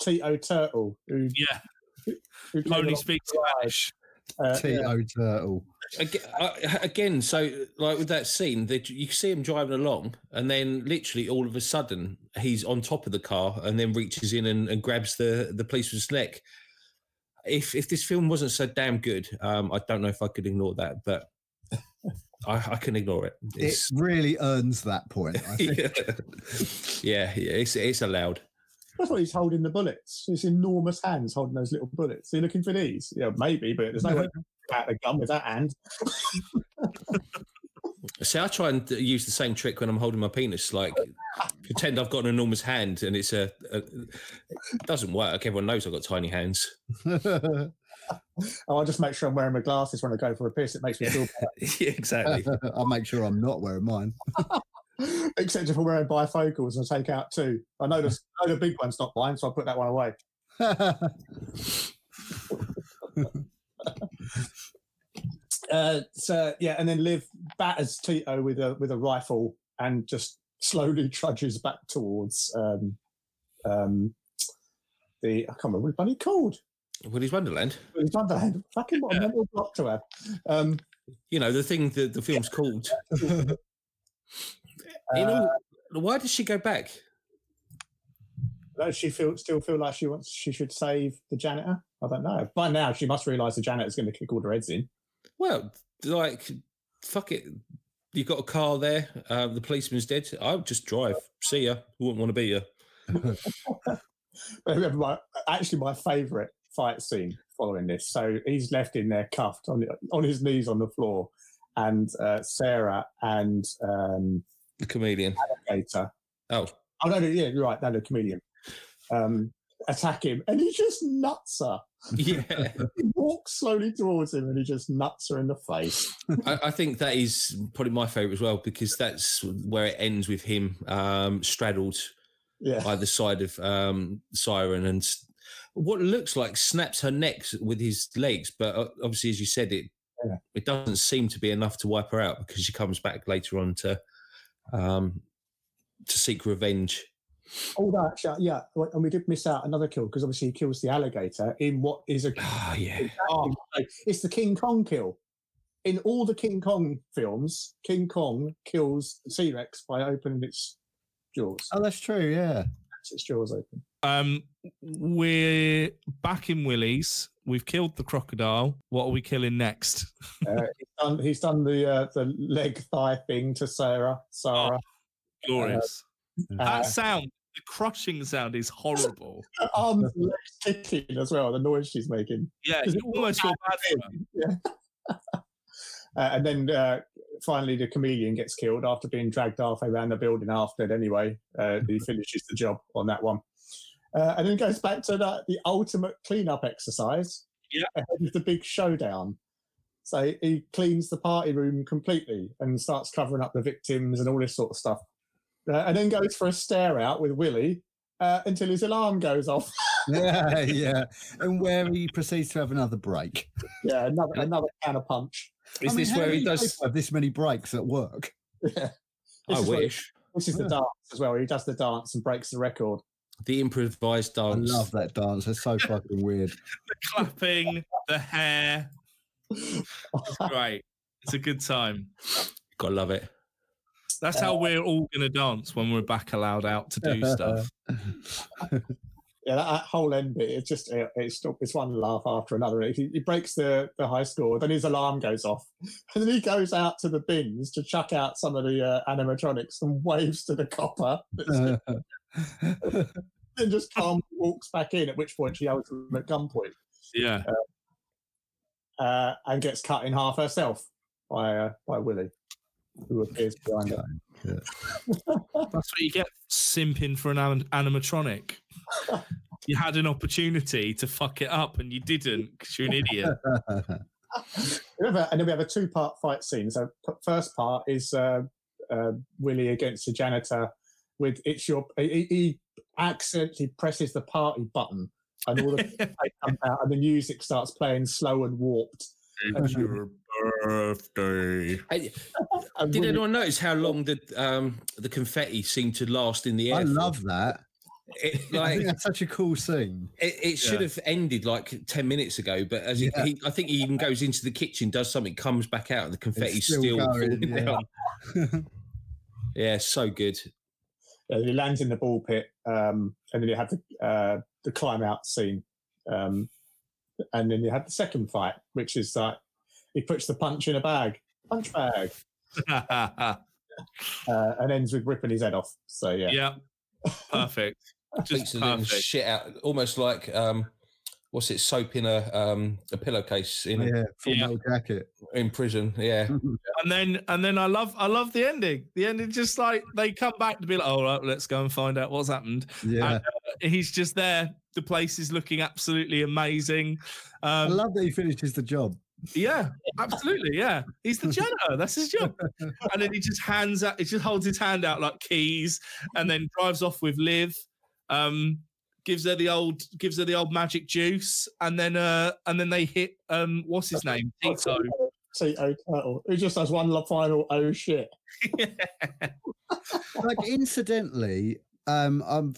[SPEAKER 4] Tito Turtle, who,
[SPEAKER 3] Yeah,
[SPEAKER 4] who came
[SPEAKER 3] only
[SPEAKER 4] along,
[SPEAKER 3] speaks
[SPEAKER 4] alive.
[SPEAKER 3] Spanish.
[SPEAKER 4] uh, yeah,
[SPEAKER 2] Tito Turtle.
[SPEAKER 5] Aga- uh, Again, so like with that scene, that you see him driving along, and then literally all of a sudden he's on top of the car, and then reaches in and, and grabs the the policeman's neck. If if this film wasn't so damn good, um, I don't know if I could ignore that, but I, I can ignore it.
[SPEAKER 2] It
[SPEAKER 5] It's,
[SPEAKER 2] really earns that point. I think.
[SPEAKER 5] yeah. yeah, it's it's allowed.
[SPEAKER 4] that's why he's holding the bullets. His enormous hands holding those little bullets. Are you looking for these? Yeah, maybe, but there's no way to get out the gun with that hand.
[SPEAKER 5] See, I try and use the same trick when I'm holding my penis, like pretend I've got an enormous hand, and it's a, a it doesn't work. Everyone knows I've got tiny hands.
[SPEAKER 4] Oh, I'll just make sure I'm wearing my glasses when I go for a piss. It makes me feel
[SPEAKER 5] yeah, exactly.
[SPEAKER 2] I'll make sure I'm not wearing mine.
[SPEAKER 4] better. Except if I'm wearing bifocals and I take out two. I know the, I know the big one's not mine, so I'll put that one away. Uh, so, yeah, and then Liv batters Tito with a, with a rifle and just slowly trudges back towards um, um, the, I can't remember what the bloody called.
[SPEAKER 5] Willy's Wonderland.
[SPEAKER 4] It's Wonderland. Fucking what a mental block to have. Um,
[SPEAKER 5] You know the thing that the film's called. You know, why does she go back?
[SPEAKER 4] Does she feel still feel like she wants she should save the janitor? I don't know. By now she must realise the janitor's going to kick all the heads in.
[SPEAKER 5] Well, like fuck it. You got a car there. Uh, the policeman's dead. I'll just drive. See ya. Wouldn't want to be ya.
[SPEAKER 4] I remember my actually my favourite fight scene following this. So he's left in there cuffed on on his knees on the floor, and uh, Sarah and um,
[SPEAKER 5] The comedian.
[SPEAKER 4] Gator.
[SPEAKER 5] Oh,
[SPEAKER 4] Oh no, no, yeah, you're right. No, the comedian. um, attack him, and he just nuts her.
[SPEAKER 5] Yeah.
[SPEAKER 4] He walks slowly towards him, and he just nuts her in the face.
[SPEAKER 5] I, I think that is probably my favourite as well because that's where it ends with him um, straddled
[SPEAKER 4] Yeah,
[SPEAKER 5] by the side of um, Siren and s- what looks like snaps her neck s- with his legs, but uh, obviously, as you said, it
[SPEAKER 4] Yeah.
[SPEAKER 5] it doesn't seem to be enough to wipe her out because she comes back later on to um, to seek revenge.
[SPEAKER 4] although actually, yeah, and we did miss out another kill because obviously he kills the alligator in what is a
[SPEAKER 5] Ah, yeah,
[SPEAKER 3] Oh.
[SPEAKER 4] It's the King Kong kill. In all the King Kong films, King Kong kills the T Rex by opening its jaws.
[SPEAKER 2] Oh, that's true. Yeah.
[SPEAKER 4] That's its jaws open.
[SPEAKER 3] Um, we're back in Willie's. We've killed the crocodile. What are we killing next?
[SPEAKER 4] Uh, he's, done, he's done the uh, the leg thigh thing to Sarah. Sarah.
[SPEAKER 3] Glorious.
[SPEAKER 4] Uh,
[SPEAKER 3] that sound, the crushing sound, is horrible.
[SPEAKER 4] her arms and legs kicking as well, the noise she's making.
[SPEAKER 3] yeah,
[SPEAKER 4] Is
[SPEAKER 3] you
[SPEAKER 4] it-
[SPEAKER 3] almost feel bad for her.
[SPEAKER 4] Uh, and then uh, finally, the comedian gets killed after being dragged halfway around the building after it anyway. Uh, he finishes the job on that one. Uh, and then goes back to that, the ultimate cleanup exercise
[SPEAKER 3] Yeah.
[SPEAKER 4] ahead of the big showdown. So he cleans the party room completely and starts covering up the victims and all this sort of stuff. Uh, and then goes for a stare out with Willie uh, until his alarm goes off.
[SPEAKER 2] Yeah. Yeah. And where he proceeds to have another break.
[SPEAKER 4] yeah, another, another counter punch.
[SPEAKER 2] I
[SPEAKER 5] is
[SPEAKER 2] mean,
[SPEAKER 5] this
[SPEAKER 2] how
[SPEAKER 5] where
[SPEAKER 2] many
[SPEAKER 5] he does?
[SPEAKER 2] people Have this many breaks at work.
[SPEAKER 4] Yeah.
[SPEAKER 5] I
[SPEAKER 4] is what-
[SPEAKER 5] wish
[SPEAKER 4] This is the
[SPEAKER 2] Yeah.
[SPEAKER 4] dance as well. He does the dance and breaks the record.
[SPEAKER 5] the improvised
[SPEAKER 2] I
[SPEAKER 5] dance.
[SPEAKER 2] love that dance. That's so fucking weird.
[SPEAKER 3] Clapping, the hair. It's great. It's a good time.
[SPEAKER 5] Gotta love it.
[SPEAKER 3] That's
[SPEAKER 4] Uh,
[SPEAKER 3] how we're all going to dance when we're back allowed out to do stuff.
[SPEAKER 4] Yeah, that, that whole end bit, it's just it, it's it's one laugh after another. He, he breaks the, the high score, then his alarm goes off, and then he goes out to the bins to chuck out some of the uh, animatronics and waves to the copper,
[SPEAKER 2] Uh,
[SPEAKER 4] and just calmly walks back in. At which point she holds him at gunpoint
[SPEAKER 3] Yeah.
[SPEAKER 4] uh, and gets cut in half herself by uh, by Willie, who appears behind her.
[SPEAKER 3] That's what you get simping for an anim- animatronic. you had an opportunity to fuck it up and you didn't because you're an idiot.
[SPEAKER 4] We have a- and then we have a two part fight scene. So, p- first part is uh, uh, Willie against the janitor with it's your. He, he accidentally presses the party button, and all the paint comes out, and the music starts playing slow and warped.
[SPEAKER 3] it's your birthday.
[SPEAKER 5] Hey,
[SPEAKER 4] And
[SPEAKER 5] did
[SPEAKER 4] Willie-
[SPEAKER 5] anyone notice how long the um, the confetti seemed to last in the air?
[SPEAKER 2] I
[SPEAKER 5] for?
[SPEAKER 2] love that.
[SPEAKER 5] it.
[SPEAKER 2] I
[SPEAKER 5] Like
[SPEAKER 2] think that's such a cool scene.
[SPEAKER 5] It, it should have ended like ten minutes ago, but as he-
[SPEAKER 2] Yeah.
[SPEAKER 5] he, I think he even goes into the kitchen, does something, comes back out, and the confetti's
[SPEAKER 2] still
[SPEAKER 5] still,
[SPEAKER 2] going,
[SPEAKER 5] falling
[SPEAKER 2] yeah.
[SPEAKER 5] down. yeah, so good.
[SPEAKER 4] uh, he lands in the ball pit, um, and then you have the uh, the climb out scene, um, and then you have the second fight, which is like he puts the punch in a bag, punch bag, uh, and ends with ripping his head off. So yeah.
[SPEAKER 3] yeah. Perfect.
[SPEAKER 5] Beats
[SPEAKER 3] Just
[SPEAKER 5] the little
[SPEAKER 3] perfect.
[SPEAKER 5] shit out, almost like um, what's it? Soap in a um, a pillowcase in
[SPEAKER 2] Yeah, full
[SPEAKER 3] Yeah.
[SPEAKER 2] metal jacket.
[SPEAKER 5] in prison. Yeah,
[SPEAKER 3] and then and then I love I love the ending. The ending just like they come back to be like, all right, let's go and find out what's happened.
[SPEAKER 2] Yeah.
[SPEAKER 3] He's just there. The place is looking absolutely amazing.
[SPEAKER 2] I
[SPEAKER 3] Um,
[SPEAKER 2] love that he finishes the job.
[SPEAKER 3] yeah, absolutely. Yeah, he's the janitor. That's his job. And then he just hands out. He just holds his hand out like keys, and then drives off with Liv. Um, gives her the old gives her the old magic juice, and then uh, and then they hit um, what's his name? Tito.
[SPEAKER 4] Tito oh, Turtle, who just has one final oh shit.
[SPEAKER 2] like incidentally, um, I'm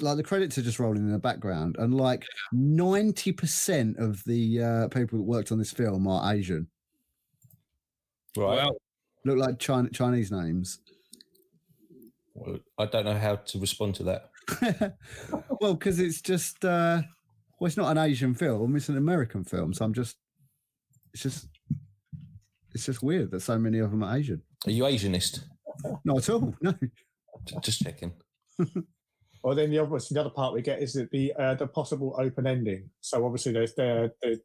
[SPEAKER 2] like the credits are just rolling in the background, and like ninety percent of the uh, people that worked on this film are Asian.
[SPEAKER 5] right.
[SPEAKER 2] Look like China, Chinese names.
[SPEAKER 5] Well, I don't know how to respond to that.
[SPEAKER 2] well, because it's just uh, well, it's not an Asian film; it's an American film. So I'm just, it's just, it's just weird that so many of them are Asian.
[SPEAKER 5] Are you Asianist?
[SPEAKER 2] Not at all. No.
[SPEAKER 5] J- Just checking.
[SPEAKER 4] Well, then the obviously the other part we get is that the uh, the possible open ending. So obviously there's the, the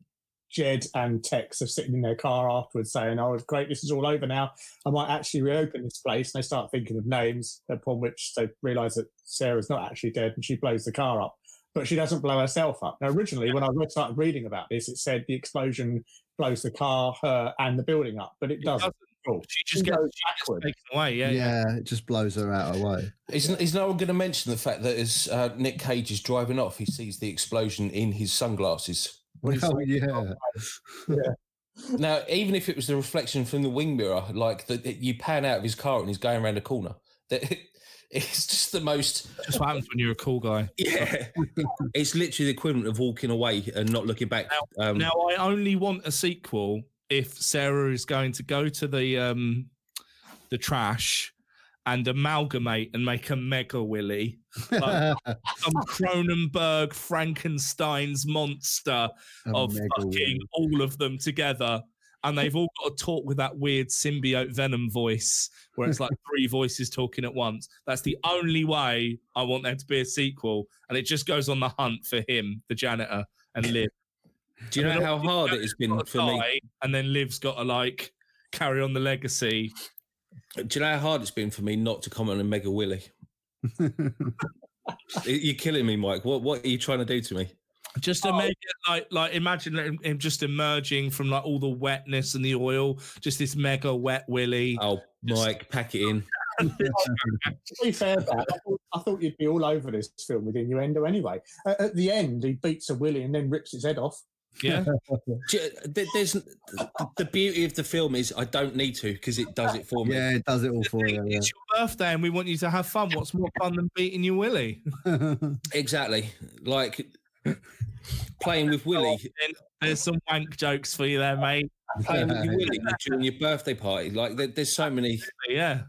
[SPEAKER 4] Jed and Tex are sitting in their car afterwards saying, "Oh, it's great, this is all over now. I might actually reopen this place." And they start thinking of names, upon which they realise that Sarah's not actually dead, and she blows the car up, but she doesn't blow herself up. Now, originally, when I read- started reading about this, it said the explosion blows the car, her, and the building up, but it
[SPEAKER 3] It
[SPEAKER 4] doesn't.
[SPEAKER 3] doesn't. She just
[SPEAKER 4] She
[SPEAKER 3] gets,
[SPEAKER 4] goes
[SPEAKER 3] she gets
[SPEAKER 4] backward.
[SPEAKER 3] taken away.
[SPEAKER 2] Yeah,
[SPEAKER 3] Yeah, yeah.
[SPEAKER 2] it just blows her out of the way.
[SPEAKER 5] Is, is no one going to mention the fact that as uh, Nick Cage is driving off, he sees the explosion in his sunglasses?
[SPEAKER 2] Oh, yeah.
[SPEAKER 5] Now, even if it was the reflection from the wing mirror, like that that you pan out of his car and he's going around a corner, that it's just the most.
[SPEAKER 3] That's what happens when you're a cool guy.
[SPEAKER 5] Yeah, it's literally the equivalent of walking away and not looking back. um,
[SPEAKER 3] Now I only want a sequel if Sarah is going to go to the um the trash and amalgamate and make a mega willy. Like,
[SPEAKER 2] Oh,
[SPEAKER 3] Some Cronenberg Frankenstein's monster
[SPEAKER 2] A
[SPEAKER 3] of
[SPEAKER 2] mega
[SPEAKER 3] Oh, fucking
[SPEAKER 2] win.
[SPEAKER 3] all of them together. And they've all got to talk with that weird symbiote venom voice where it's like three voices talking at once. That's the only way I want there to be a sequel. And it just goes on the hunt for him, the janitor, and Liv.
[SPEAKER 5] do you know how hard it has been
[SPEAKER 3] Gotta
[SPEAKER 5] for me?
[SPEAKER 3] die, And then Liv's got to like carry on the legacy.
[SPEAKER 5] Do you know how hard it's been for me not to comment on Mega Willy? You're killing me, Mike. What What are you trying to do to me?
[SPEAKER 3] Just imagine, like, like imagine him, him just emerging from like all the wetness and the oil, just this mega wet willy.
[SPEAKER 5] Oh,
[SPEAKER 3] Just-
[SPEAKER 5] Mike, pack it in.
[SPEAKER 4] to be fair, Dad, I, thought, I thought you'd be all over this film with innuendo anyway. Uh, at the end, he beats a Willie and then rips his head off.
[SPEAKER 3] Yeah,
[SPEAKER 5] Do you- there- There's the beauty of the film is I don't need to because it does it for me.
[SPEAKER 2] yeah, it does it all for you.
[SPEAKER 3] it's your birthday, and we want you to have fun. What's more fun than beating your willy?
[SPEAKER 2] Yeah.
[SPEAKER 5] Exactly. Like playing with Willy,
[SPEAKER 3] There's some wank jokes for you there, mate.
[SPEAKER 5] playing with your Willy during your birthday party. Like there, there's so many.
[SPEAKER 3] Yeah,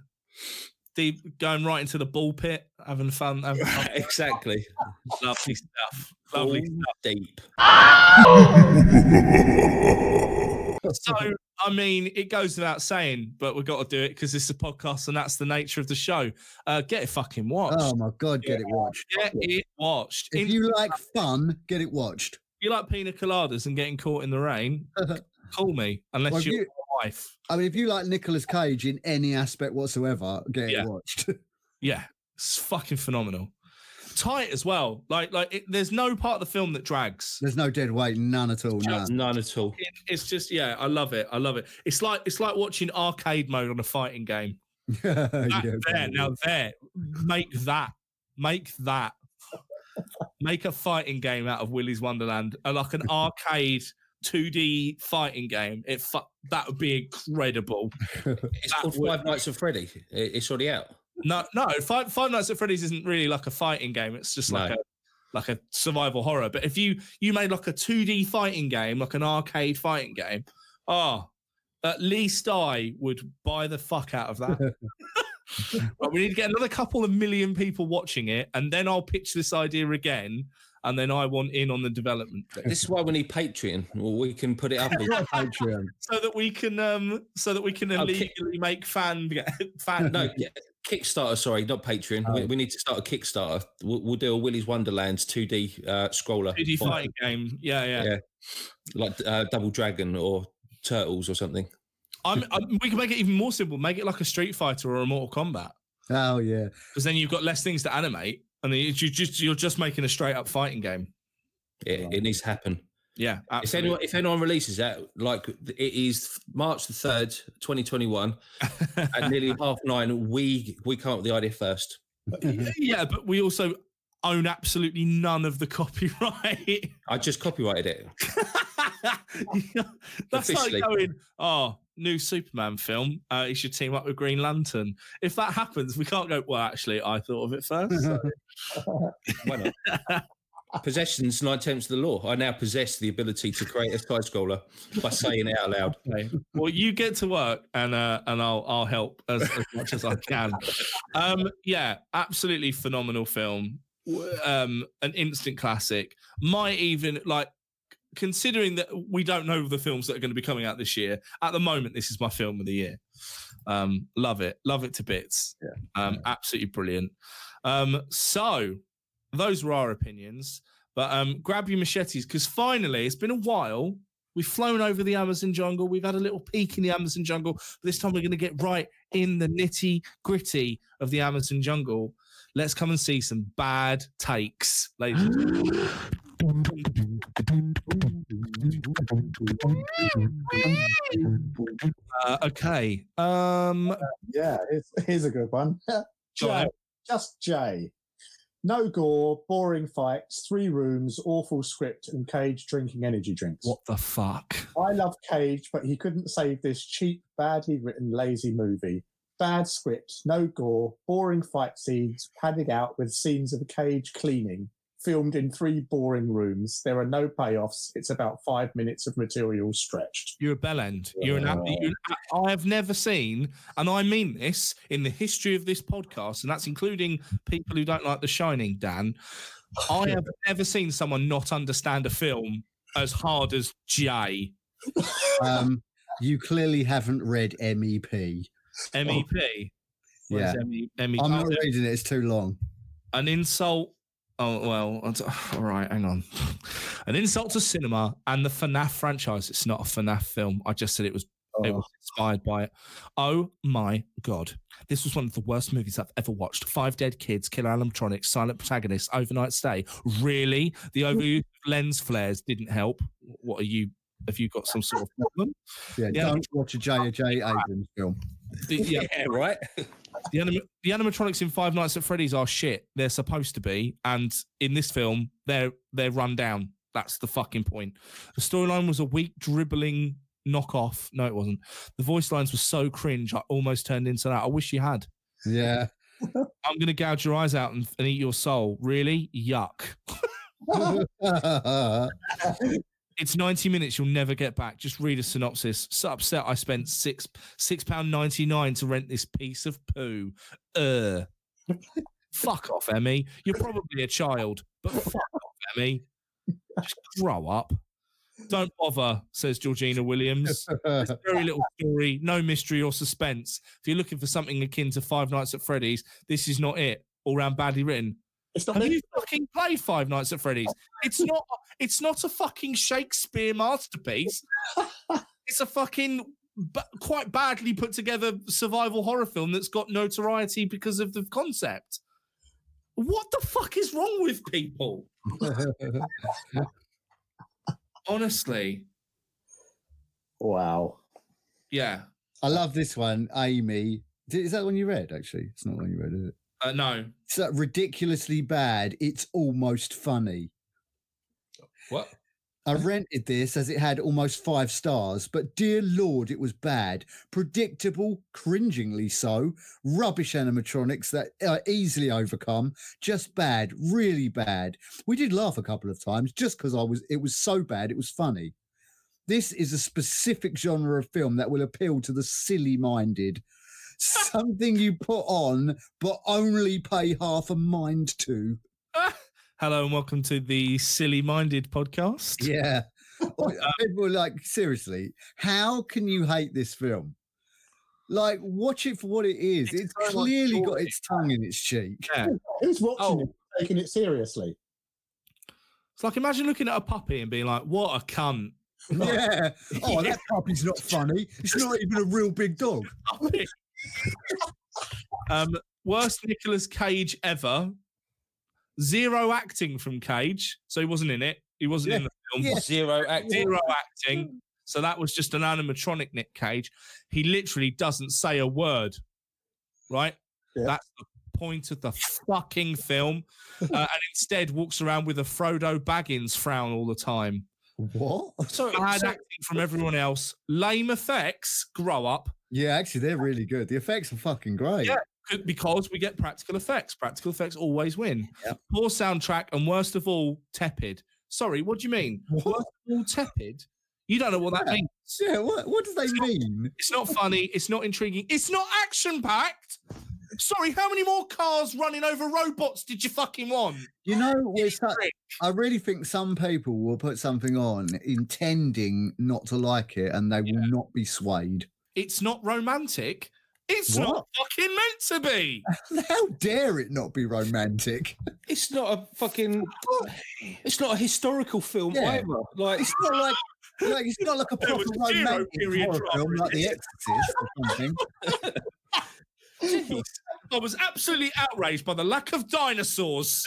[SPEAKER 3] deep going right into the ball pit, having fun, having fun.
[SPEAKER 5] exactly.
[SPEAKER 3] lovely stuff. Lovely
[SPEAKER 5] All Deep.
[SPEAKER 3] So, I mean, it goes without saying, but we've got to do it because it's a podcast and that's the nature of the show. Uh, get it fucking watched.
[SPEAKER 2] Oh my god, get it watched.
[SPEAKER 3] get it watched.
[SPEAKER 2] If
[SPEAKER 3] In-
[SPEAKER 2] you like fun, get it watched.
[SPEAKER 3] you like pina coladas and getting caught in the rain, call me, unless
[SPEAKER 2] Well, if
[SPEAKER 3] you're
[SPEAKER 2] you-
[SPEAKER 3] my wife.
[SPEAKER 2] I mean, if you like Nicolas Cage in any aspect whatsoever, get
[SPEAKER 3] Yeah.
[SPEAKER 2] it watched.
[SPEAKER 3] Yeah, it's fucking phenomenal. Tight as well. Like, like it, there's no part of the film that drags.
[SPEAKER 2] There's no dead weight, none at all. None.
[SPEAKER 5] None at all.
[SPEAKER 3] It- it's just, yeah, I love it. I love it. It's like it's like watching arcade mode on a fighting game.
[SPEAKER 2] Yeah,
[SPEAKER 3] That there,
[SPEAKER 2] probably.
[SPEAKER 3] now there. Make that. Make that. Make a fighting game out of Willy's Wonderland, uh, like an arcade 2D fighting game. It fu- that would be incredible.
[SPEAKER 5] It's
[SPEAKER 3] That
[SPEAKER 5] called
[SPEAKER 3] would-
[SPEAKER 5] Five Nights at Freddy. It- It's already out.
[SPEAKER 3] No, no, Five, Five Nights at Freddy's isn't really like a fighting game. It's just like
[SPEAKER 5] No.
[SPEAKER 3] a like a survival horror. But if you you made like a 2D fighting game, like an arcade fighting game, ah, at least I would buy the fuck out of that. But we need to get another couple of million people watching it, and then I'll pitch this idea again, and then I want in on the development
[SPEAKER 5] This is why we need Patreon. Well, we can put it up. as-
[SPEAKER 2] Patreon.
[SPEAKER 3] so that we can um so that we can
[SPEAKER 5] Okay.
[SPEAKER 3] illegally make fan fan
[SPEAKER 5] no, yeah, Kickstarter. Sorry, not Patreon. We, we need to start a Kickstarter. We'll, we'll do a Willy's Wonderlands 2D uh, scroller,
[SPEAKER 3] 2D fighting game. Yeah, yeah.
[SPEAKER 5] Yeah. like uh, Double Dragon or Turtles or something.
[SPEAKER 3] I'm, I'm, we can make it even more simple. Make it like a Street Fighter or a Mortal Kombat,
[SPEAKER 2] Oh yeah.
[SPEAKER 3] because then you've got less things to animate, and then you you just you're just making a straight up fighting game.
[SPEAKER 5] It, it needs to happen.
[SPEAKER 3] Yeah,
[SPEAKER 5] If
[SPEAKER 3] absolutely.
[SPEAKER 5] anyone, if anyone releases that, like it is March the third, twenty twenty one, at nearly half nine, we we come up with the idea first.
[SPEAKER 3] yeah, but we also own absolutely none of the copyright.
[SPEAKER 5] I just copyrighted it.
[SPEAKER 3] That's like
[SPEAKER 5] Officially.
[SPEAKER 3] going, oh, new Superman film. Uh, he should team up with Green Lantern. If that happens, we can't go. Well, actually, I thought of it first. So,
[SPEAKER 5] Why not? Possessions nine tenths of the law. I now possess the ability to create a side scroller by saying it out loud.
[SPEAKER 3] okay. Well, you get to work, and uh, and I'll I'll help as, as much as I can. Um, yeah, absolutely phenomenal film. W- Um, an instant classic. Might even like considering that we don't know the films that are going to be coming out this year. At the moment, this is my film of the year. Um, love it, love it to bits. Um, absolutely brilliant. Um, so those were our opinions. But um, grab your machetes because finally, it's been a while We've flown over the Amazon jungle. We've had a little peek in the Amazon jungle. But this time we're going to get right in the nitty gritty of the Amazon jungle. Let's come and see some bad takes, ladies. and gentlemen. Uh, okay. Um,
[SPEAKER 4] Yeah, it's, here's a good one.
[SPEAKER 3] go on.
[SPEAKER 4] Jay, just Jay. No gore, boring fights, three rooms, awful script, and Cage drinking energy drinks.
[SPEAKER 3] What the fuck?
[SPEAKER 4] I love Cage, but he couldn't save this cheap, badly written, lazy movie. Bad script, no gore, boring fight scenes, padded out with scenes of Cage cleaning, filmed in three boring rooms. There are no payoffs. It's about five minutes of material stretched.
[SPEAKER 3] You're a bell end. You're an. ab- You're an ab- I have never seen, and I mean this in the history of this podcast, and that's including people who don't like The Shining. Dan, I have never seen someone not understand a film as hard as Jay
[SPEAKER 2] Um, you clearly haven't read MEP.
[SPEAKER 3] MEP. E What
[SPEAKER 2] Yeah.
[SPEAKER 3] Oh, is E ME? MEP?
[SPEAKER 2] I'm not reading it. It's too long.
[SPEAKER 3] an insult. Oh well, I d- all right, hang on. An insult to cinema and the FNAF franchise. It's not a FNAF film. I just said it was it was inspired by it. Oh my god. This was one of the worst movies I've ever watched. Five dead kids, killer animatronics, silent protagonists, overnight stay. Really? The overuse of lens flares didn't help. What are you have you got some sort of problem?
[SPEAKER 2] Yeah,
[SPEAKER 3] Yeah. Oh,
[SPEAKER 2] don't watch a J. J. Abrams film.
[SPEAKER 3] The- yeah,
[SPEAKER 5] right.
[SPEAKER 3] the, anim- the animatronics in Five Nights at Freddy's are shit. They're supposed to be, and in this film, they're they're run down. That's the fucking point. The storyline was a weak dribbling knockoff. No, it wasn't. The voice lines were so cringe. I almost turned into that. I wish you had.
[SPEAKER 2] Yeah,
[SPEAKER 3] I'm gonna gouge your eyes out and, and eat your soul. Really? Yuck. It's 90 minutes. You'll never get back. Just read a synopsis. So upset. I spent six six pound ninety nine to rent this piece of poo. Uh, fuck off, Emmy. You're probably a child, but fuck off, Emmy. Just grow up. Don't bother, says Georgina Williams. There's very little story, no mystery or suspense. If you're looking for something akin to Five Nights at Freddy's, this is not it. All round badly written.
[SPEAKER 4] It's not
[SPEAKER 3] Have
[SPEAKER 4] meant
[SPEAKER 3] you fucking played Five Nights at Freddy's? It's not. It's not a fucking Shakespeare masterpiece. It's a fucking b- quite badly put together survival horror film that's got notoriety because of the concept. What the fuck is wrong with people? Honestly,
[SPEAKER 4] Wow.
[SPEAKER 3] yeah.
[SPEAKER 2] I love this one, Amy. Di- Is that the one you read? Actually, it's not the one you read, is it?
[SPEAKER 3] Uh, no,
[SPEAKER 2] It's that ridiculously bad. It's almost funny.
[SPEAKER 5] What?
[SPEAKER 2] I rented this as it had almost five stars, but dear lord, it was bad. Predictable, cringingly so, rubbish animatronics that are easily overcome, just bad, really bad. We did laugh a couple of times just because I was it was so bad it was funny. This is a specific genre of film that will appeal to the silly minded. Something you put on, but only pay half a mind to.
[SPEAKER 3] hello and welcome to the Silly Minded podcast.
[SPEAKER 2] Yeah. Or- People are like, seriously, how can you hate this film? Like, watch it for what it is.
[SPEAKER 3] It's
[SPEAKER 2] It's,
[SPEAKER 3] so much
[SPEAKER 2] clearly got
[SPEAKER 3] shorter.
[SPEAKER 2] its tongue in its cheek.
[SPEAKER 4] Who's watching
[SPEAKER 3] Oh.
[SPEAKER 4] it, taking it seriously?
[SPEAKER 3] It's like imagine looking at a puppy and being like, "What a cunt."
[SPEAKER 2] Yeah. Oh, that puppy's not funny. It's not even a real big dog.
[SPEAKER 3] topic. um, worst Nicolas Cage ever. Zero acting from Cage, so he wasn't in it. He wasn't in the film.
[SPEAKER 2] Yeah.
[SPEAKER 5] Zero acting.
[SPEAKER 3] Zero acting. So that was just an animatronic Nick Cage. He literally doesn't say a word. Right?
[SPEAKER 4] Yeah.
[SPEAKER 3] That's the point of the fucking film. Uh, and instead walks around with a Frodo Baggins frown all the time
[SPEAKER 2] What?
[SPEAKER 5] Sorry,
[SPEAKER 3] bad
[SPEAKER 5] so-
[SPEAKER 3] acting from everyone else. Lame effects. Grow up.
[SPEAKER 2] Yeah, actually, they're really good. The effects are fucking great.
[SPEAKER 3] Yeah. c- Because we get practical effects. Practical effects always win.
[SPEAKER 2] Yep.
[SPEAKER 3] Poor soundtrack, and worst of all, tepid. Sorry, what do you mean? Worst
[SPEAKER 2] What?
[SPEAKER 3] of all, tepid. You don't know what that
[SPEAKER 2] Yeah.
[SPEAKER 3] means.
[SPEAKER 2] Yeah, what, what do they mean?
[SPEAKER 3] It's not funny. It's not intriguing. It's not action packed. Sorry, how many more cars running over robots did you fucking want?
[SPEAKER 2] You know, we're su- I really think some people will put something on intending not to like it and they will not be swayed.
[SPEAKER 3] It's not romantic. It's not fucking meant to be.
[SPEAKER 2] How dare it not be romantic?
[SPEAKER 5] It's not a fucking. It's not a historical film
[SPEAKER 2] Yeah.
[SPEAKER 5] either. Like
[SPEAKER 2] It's not like like it's not like a
[SPEAKER 3] There
[SPEAKER 2] proper
[SPEAKER 3] was zero
[SPEAKER 2] romantic
[SPEAKER 3] period
[SPEAKER 2] horror
[SPEAKER 3] drama
[SPEAKER 2] film
[SPEAKER 3] in
[SPEAKER 2] like The
[SPEAKER 3] this.
[SPEAKER 2] Exorcist or something.
[SPEAKER 5] jeez.
[SPEAKER 3] I was absolutely outraged by the lack of dinosaurs.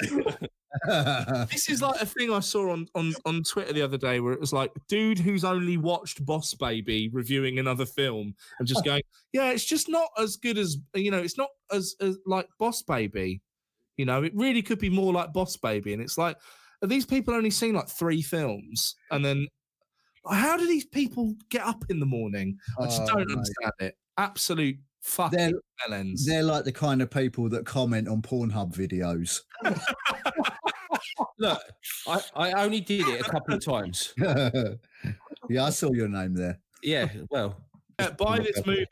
[SPEAKER 3] this is like a thing I saw on, on, on Twitter the other day where it was like, dude who's only watched Boss Baby reviewing another film and just going, yeah, it's just not as good as, you know, it's not as, as like Boss Baby. You know, it really could be more like Boss Baby. And it's like, have these people only seen like three films? And then how do these people get up in the morning? I just
[SPEAKER 2] Oh,
[SPEAKER 3] don't
[SPEAKER 2] mate.
[SPEAKER 3] understand it. Absolute fucking melons.
[SPEAKER 2] They're like the kind of people that comment on Pornhub videos.
[SPEAKER 5] Look, I, I only did it a couple of times.
[SPEAKER 2] yeah, I saw your name there.
[SPEAKER 5] Yeah, well,
[SPEAKER 3] Yeah, Uh, buy this movie.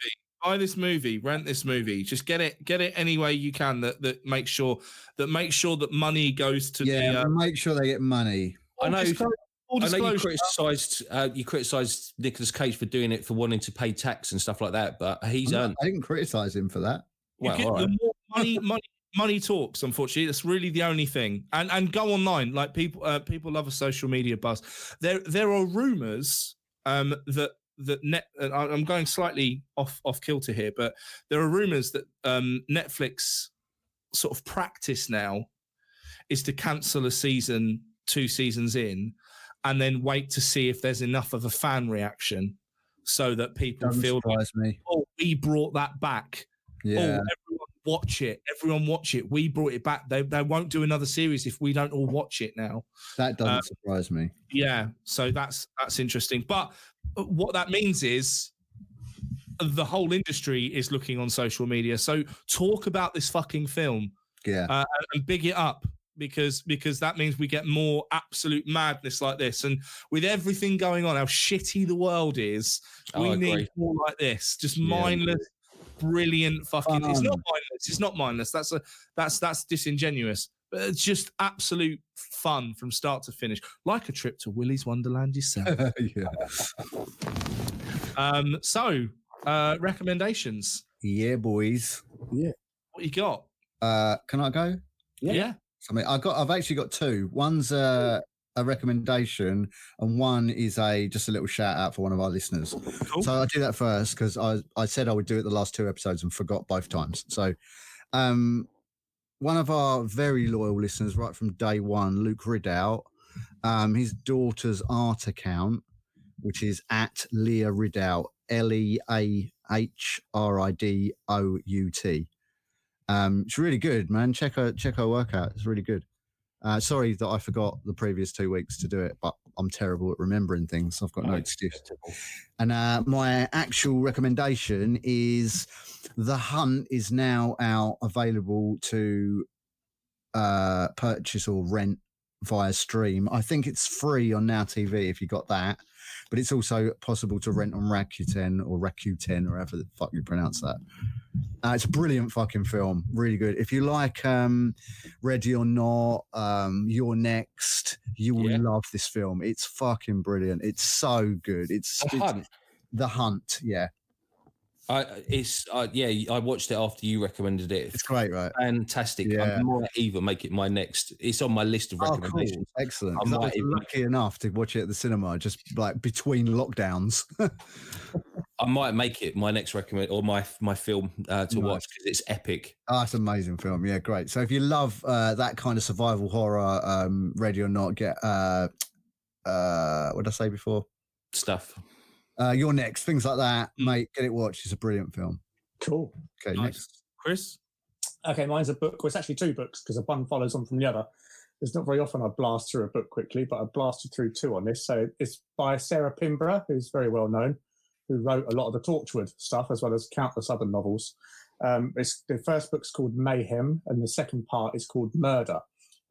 [SPEAKER 3] Buy this movie. Rent this movie. Just get it. Get it any way you can. That that makes sure that makes sure that money goes to
[SPEAKER 2] Yeah,
[SPEAKER 3] the. Uh,
[SPEAKER 2] make sure they get money.
[SPEAKER 5] I know.
[SPEAKER 3] disclosure- full
[SPEAKER 5] I know you
[SPEAKER 3] disclosure.
[SPEAKER 5] criticised uh, you criticised Nicolas Cage for doing it for wanting to pay tax and stuff like that, but he's
[SPEAKER 2] I'm
[SPEAKER 5] earned.
[SPEAKER 2] not- I didn't criticize him for that.
[SPEAKER 3] You
[SPEAKER 5] Well,
[SPEAKER 3] get-
[SPEAKER 5] all right.
[SPEAKER 3] the more money, money, money talks. Unfortunately, that's really the only thing. And and go online. Like people, uh, people love a social media buzz. There there are rumors um, that that net. And I- I'm going slightly off off kilter here, but there are rumors that um, Netflix sort of practice now is to cancel a season two seasons in, and then wait to see if there's enough of a fan reaction. So that people
[SPEAKER 2] Doesn't
[SPEAKER 3] feel like,
[SPEAKER 2] surprise me.
[SPEAKER 3] oh, we brought that back oh,
[SPEAKER 2] Yeah.
[SPEAKER 3] everyone watch it. Everyone watch it. We brought it back. They, they won't do another series if we don't all watch it now.
[SPEAKER 2] That doesn't
[SPEAKER 3] Uh,
[SPEAKER 2] surprise me.
[SPEAKER 3] Yeah. So that's that's interesting. But uh, what that means is the whole industry is looking on social media. So talk about this fucking film
[SPEAKER 2] Yeah.
[SPEAKER 3] uh, and big it up because because that means we get more absolute madness like this. And with everything going on, how shitty the world is,
[SPEAKER 5] Oh,
[SPEAKER 3] we
[SPEAKER 5] I agree.
[SPEAKER 3] need more like this. Just
[SPEAKER 5] Yeah. Um,
[SPEAKER 3] mindless, brilliant fucking. It's not
[SPEAKER 2] Fun.
[SPEAKER 3] mindless. It's not mindless. That's a that's that's disingenuous. But it's just absolute fun from start to finish, like a trip to Willy's Wonderland yourself.
[SPEAKER 2] yeah.
[SPEAKER 3] um, so uh, recommendations.
[SPEAKER 2] Yeah, boys.
[SPEAKER 3] What you got?
[SPEAKER 2] Uh, can I go?
[SPEAKER 4] Yeah.
[SPEAKER 2] something. I got. I've actually got two. One's a, a recommendation, and one is a just a little shout out for one of our listeners.
[SPEAKER 3] Cool.
[SPEAKER 2] So I'll do that first because I I said I would do it the last two episodes and forgot both times. So, um, one of our very loyal listeners, right from day one, Luke Ridout, um, his daughter's art account, which is at Leah Ridout, L E A H R I D O U T. Um, it's really good, man. Check her check her workout. It's really good. Uh, sorry that I forgot the previous two weeks to do it, but I'm terrible at remembering things. I've got no
[SPEAKER 5] Oh,
[SPEAKER 2] excuse. And uh, my actual recommendation is The Hunt is now out available to uh, purchase or rent via stream. I think it's free on Now TV if you got that, but it's also possible to rent on Rakuten or Rakuten or however the fuck you pronounce that. Uh, it's a brilliant fucking film, really good. If you like um, Ready or Not, um, You're Next, you will
[SPEAKER 5] Yeah.
[SPEAKER 2] love this film. It's fucking brilliant. It's so good. It's
[SPEAKER 5] The
[SPEAKER 2] it's-
[SPEAKER 5] Hunt.
[SPEAKER 2] the Hunt. Yeah,
[SPEAKER 5] I, it's uh, yeah. I watched it after you recommended it.
[SPEAKER 2] it's great, right?
[SPEAKER 5] Fantastic.
[SPEAKER 2] Yeah.
[SPEAKER 5] I might even make it my next. It's on my list of
[SPEAKER 2] Oh, cool.
[SPEAKER 5] recommendations.
[SPEAKER 2] Excellent.
[SPEAKER 5] I
[SPEAKER 2] 'Cause I
[SPEAKER 5] might
[SPEAKER 2] was
[SPEAKER 5] even-
[SPEAKER 2] lucky enough to watch it at the cinema, just like between lockdowns.
[SPEAKER 5] I might make it my next recommend or my my film uh, to
[SPEAKER 2] Nice.
[SPEAKER 5] watch because it's epic.
[SPEAKER 2] Oh, that's an amazing film. Yeah, great. So if you love uh, that kind of survival horror, um, ready or not, get uh, uh, what did I say before?
[SPEAKER 5] stuff.
[SPEAKER 2] Uh, Your next things like that,
[SPEAKER 3] Mm.
[SPEAKER 2] mate. Get it watched. It's a brilliant film.
[SPEAKER 4] Cool.
[SPEAKER 2] Okay,
[SPEAKER 3] Nice.
[SPEAKER 2] next.
[SPEAKER 3] Chris.
[SPEAKER 4] Okay, mine's a book. Well, it's actually two books because one follows on from the other. It's not very often I blast through a book quickly, but I blasted through two on this. So it's by Sarah Pimborough, who's very well known, who wrote a lot of the Torchwood stuff as well as countless other novels. Um, it's, the first book's called Mayhem, and the second part is called Murder.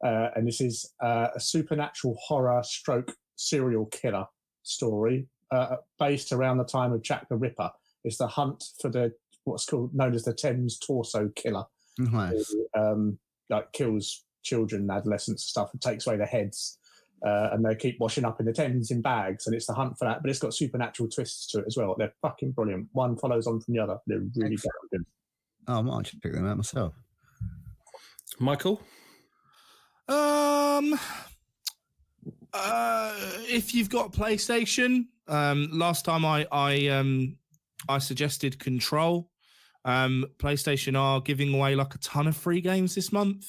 [SPEAKER 4] Uh, and this is uh, a supernatural horror stroke serial killer story uh, based around the time of Jack the Ripper. It's the hunt for the what's called known as the Thames Torso Killer
[SPEAKER 2] Nice.
[SPEAKER 4] who, um, like kills children, adolescents, and stuff, and takes away their heads. uh, and they keep washing up in the Thames in bags, and it's the hunt for that. But it's got supernatural twists to it as well. They're fucking brilliant. One follows on from the other. They're really fucking good.
[SPEAKER 2] Oh, I might actually pick them out myself.
[SPEAKER 5] Michael?
[SPEAKER 3] Um, uh, if you've got PlayStation, um, last time I I um I suggested Control. Um, PlayStation are giving away like a ton of free games this month.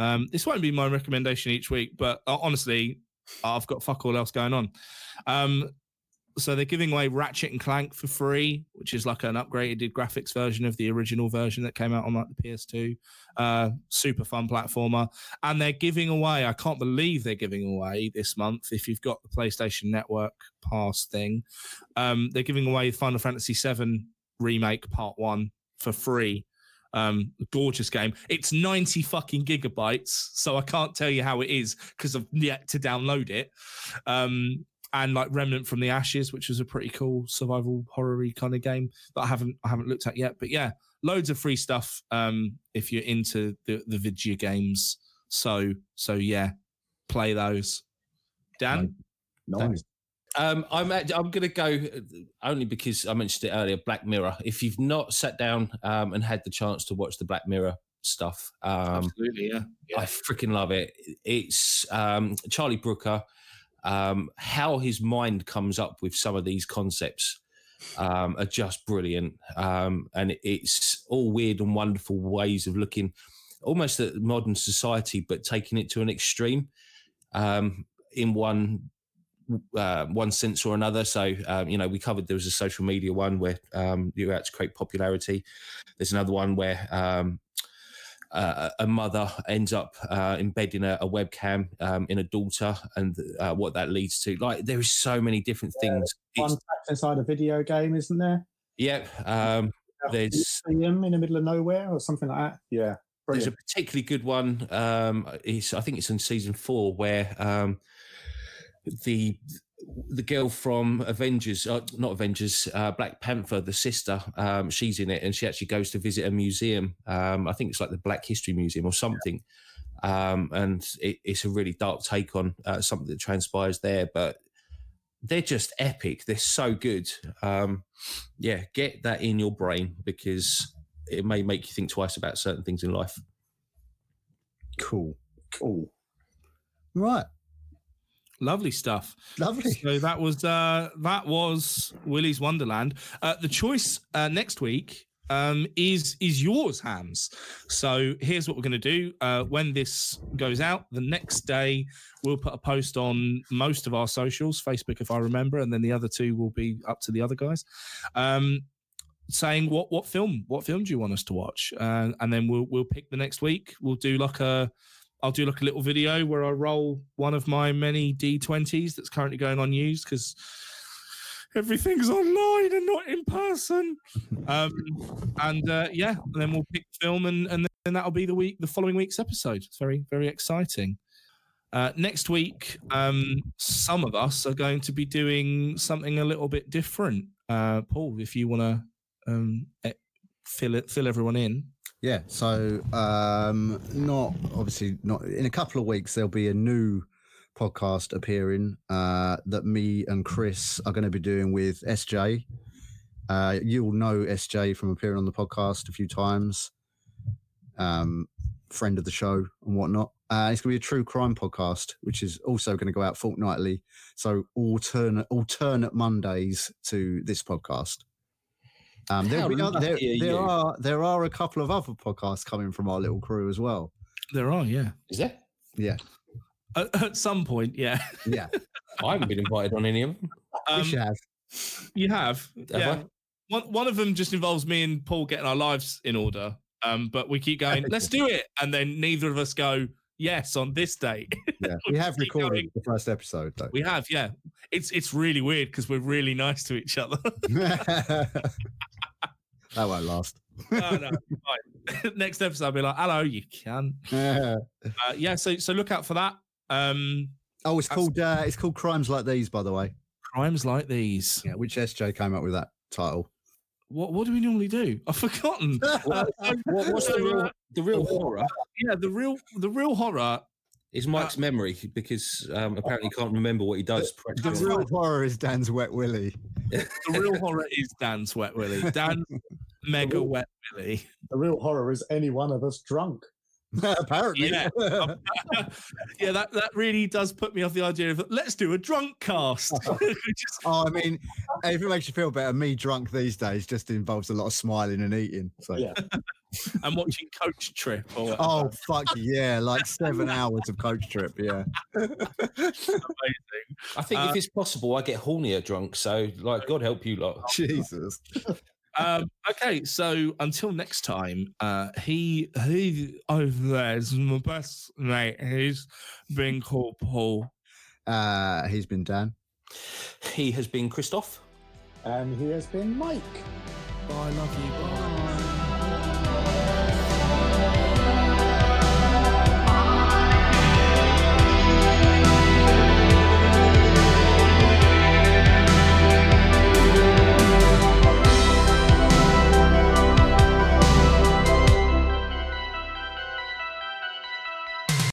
[SPEAKER 3] Um, this won't be my recommendation each week, but uh, honestly, I've got fuck all else going on. Um, so they're giving away Ratchet and Clank for free, which is like an upgraded graphics version of the original version that came out on like the PS2. Uh, super fun platformer. And they're giving away, I can't believe they're giving away this month, if you've got the PlayStation Network Pass thing, um, they're giving away Final Fantasy VII Remake Part 1 for free. Um, gorgeous game. It's 90 fucking gigabytes, so I can't tell you how it is because I've yet to download it. Um, and like Remnant from the Ashes, which was a pretty cool survival horror kind of game that I haven't I haven't looked at yet. But yeah, loads of free stuff um, if you're into the the video games. So so yeah, play those. Dan,
[SPEAKER 4] Nice.
[SPEAKER 5] Um, I'm act- I'm going to go uh, only because I mentioned it earlier. Black Mirror. If you've not sat down um, and had the chance to watch the Black Mirror stuff, um,
[SPEAKER 3] absolutely yeah.
[SPEAKER 5] I freaking love it. It's um, Charlie Brooker. Um, how his mind comes up with some of these concepts um, are just brilliant, um, and it's all weird and wonderful ways of looking, almost at modern society, but taking it to an extreme um, in one uh, one sense or another. So, um, you know, we covered there was a social media one where um, you had to create popularity. There's another one where um, uh, a mother ends up uh, embedding a, a webcam um, in a daughter and uh, what that leads to. Like, there is so many different things.
[SPEAKER 4] One
[SPEAKER 5] It's-
[SPEAKER 4] trapped inside a video game, isn't there?
[SPEAKER 5] Yep. Um, There's-
[SPEAKER 4] See him in the middle of nowhere or something like that. Yeah,
[SPEAKER 5] There's a
[SPEAKER 4] brilliant.
[SPEAKER 5] particularly good one. Um, it's I think it's in season four where um, the the girl from Avengers, uh, not Avengers, uh, Black Panther, the sister, um, she's in it, and she actually goes to visit a museum. Um, I think it's like the Black History Museum or something. Um, and it, it's a really dark take on uh, something that transpires there, but they're just epic. They're so good. Um, yeah, get that in your brain because it may make you think twice about certain things in life.
[SPEAKER 2] Cool.
[SPEAKER 4] Cool.
[SPEAKER 2] Right.
[SPEAKER 3] Lovely stuff.
[SPEAKER 2] Lovely.
[SPEAKER 3] So that was uh, that was Willy's Wonderland. Uh, the choice uh, next week um, is is yours, Hams. So here's what we're going to do. Uh, when this goes out, the next day we'll put a post on most of our socials, Facebook if I remember, and then the other two will be up to the other guys. Um, saying what what film what film do you want us to watch uh, and then we'll we'll pick the next week we'll do like a I'll do like a little video where I roll one of my many D20s that's currently going on used because everything's online and not in person. Um, and uh, yeah, and then we'll pick the film and, and then that'll be the week, the following week's episode. It's very, very exciting. Uh, next week, um, some of us are going to be doing something a little bit different. Uh, Paul, if you want to um, eh, fill it, fill everyone in.
[SPEAKER 2] Yeah. So, um, not obviously not in a couple of weeks. There'll be a new podcast appearing uh, that me and Chris are going to be doing with SJ. Uh, you'll know SJ from appearing on the podcast a few times, um, friend of the show and whatnot. Uh, it's going to be a true crime podcast, which is also going to go out fortnightly. So alternate alternate Mondays to this podcast. Um, there'll
[SPEAKER 5] How
[SPEAKER 2] be oth- there,
[SPEAKER 5] lucky are
[SPEAKER 2] there
[SPEAKER 5] you?
[SPEAKER 2] are there are a couple of other podcasts coming from our little crew as well.
[SPEAKER 3] There are, yeah.
[SPEAKER 5] Is there?
[SPEAKER 3] At- at some point, yeah.
[SPEAKER 2] Yeah,
[SPEAKER 5] I haven't been invited on any of them.
[SPEAKER 2] we
[SPEAKER 3] Um,
[SPEAKER 2] should have.
[SPEAKER 3] You have,
[SPEAKER 5] Have
[SPEAKER 3] yeah.
[SPEAKER 5] I?
[SPEAKER 3] One one of them just involves me and Paul getting our lives in order. Um, but we keep going, let's do it, and then neither of us go yes on this date.
[SPEAKER 2] Yeah, we have
[SPEAKER 3] keep
[SPEAKER 2] recorded
[SPEAKER 3] going.
[SPEAKER 2] the first episode though.
[SPEAKER 3] we have, yeah. It's it's really weird because we're really nice to each other.
[SPEAKER 2] that won't last.
[SPEAKER 3] no, no, it's fine. Next episode, I'll be like, hello, you can.
[SPEAKER 2] oh,
[SPEAKER 3] Uh, yeah, so so look out for that. Um,
[SPEAKER 2] it's called uh, it's called Crimes Like These, by the way.
[SPEAKER 3] crimes like these.
[SPEAKER 2] Yeah, which SJ came up with that title.
[SPEAKER 3] What what do we normally do? I've forgotten.
[SPEAKER 2] Uh,
[SPEAKER 5] What, what's the
[SPEAKER 3] So,
[SPEAKER 5] real,
[SPEAKER 3] uh,
[SPEAKER 5] the real horror?
[SPEAKER 3] yeah, the real the real horror
[SPEAKER 5] Is Mike's memory because um, apparently he can't remember what he does.
[SPEAKER 2] The
[SPEAKER 5] practically.
[SPEAKER 2] real horror is Dan's wet willy.
[SPEAKER 3] The real horror is Dan's wet willy. Dan mega wet willy.
[SPEAKER 4] The real horror is any one of us drunk.
[SPEAKER 2] Apparently,
[SPEAKER 3] Yeah. yeah, that, that really does put me off the idea of let's do a drunk cast. Just-
[SPEAKER 2] Oh, I mean, if it makes you feel better, me drunk these days just involves a lot of smiling and eating. So,
[SPEAKER 4] Yeah.
[SPEAKER 3] I'm watching Coach Trip. Or whatever.
[SPEAKER 2] oh fuck yeah, like seven hours of coach trip. Yeah,
[SPEAKER 5] I think if it's possible, I get hornier drunk. So, like, God help you lot.
[SPEAKER 2] Jesus.
[SPEAKER 3] um, okay, so until next time, uh, he he over there is my best mate. He's been called Paul.
[SPEAKER 2] Uh, he's been Dan.
[SPEAKER 5] He has been Christoph.
[SPEAKER 4] And he has been Mike.
[SPEAKER 3] I love you. Bye.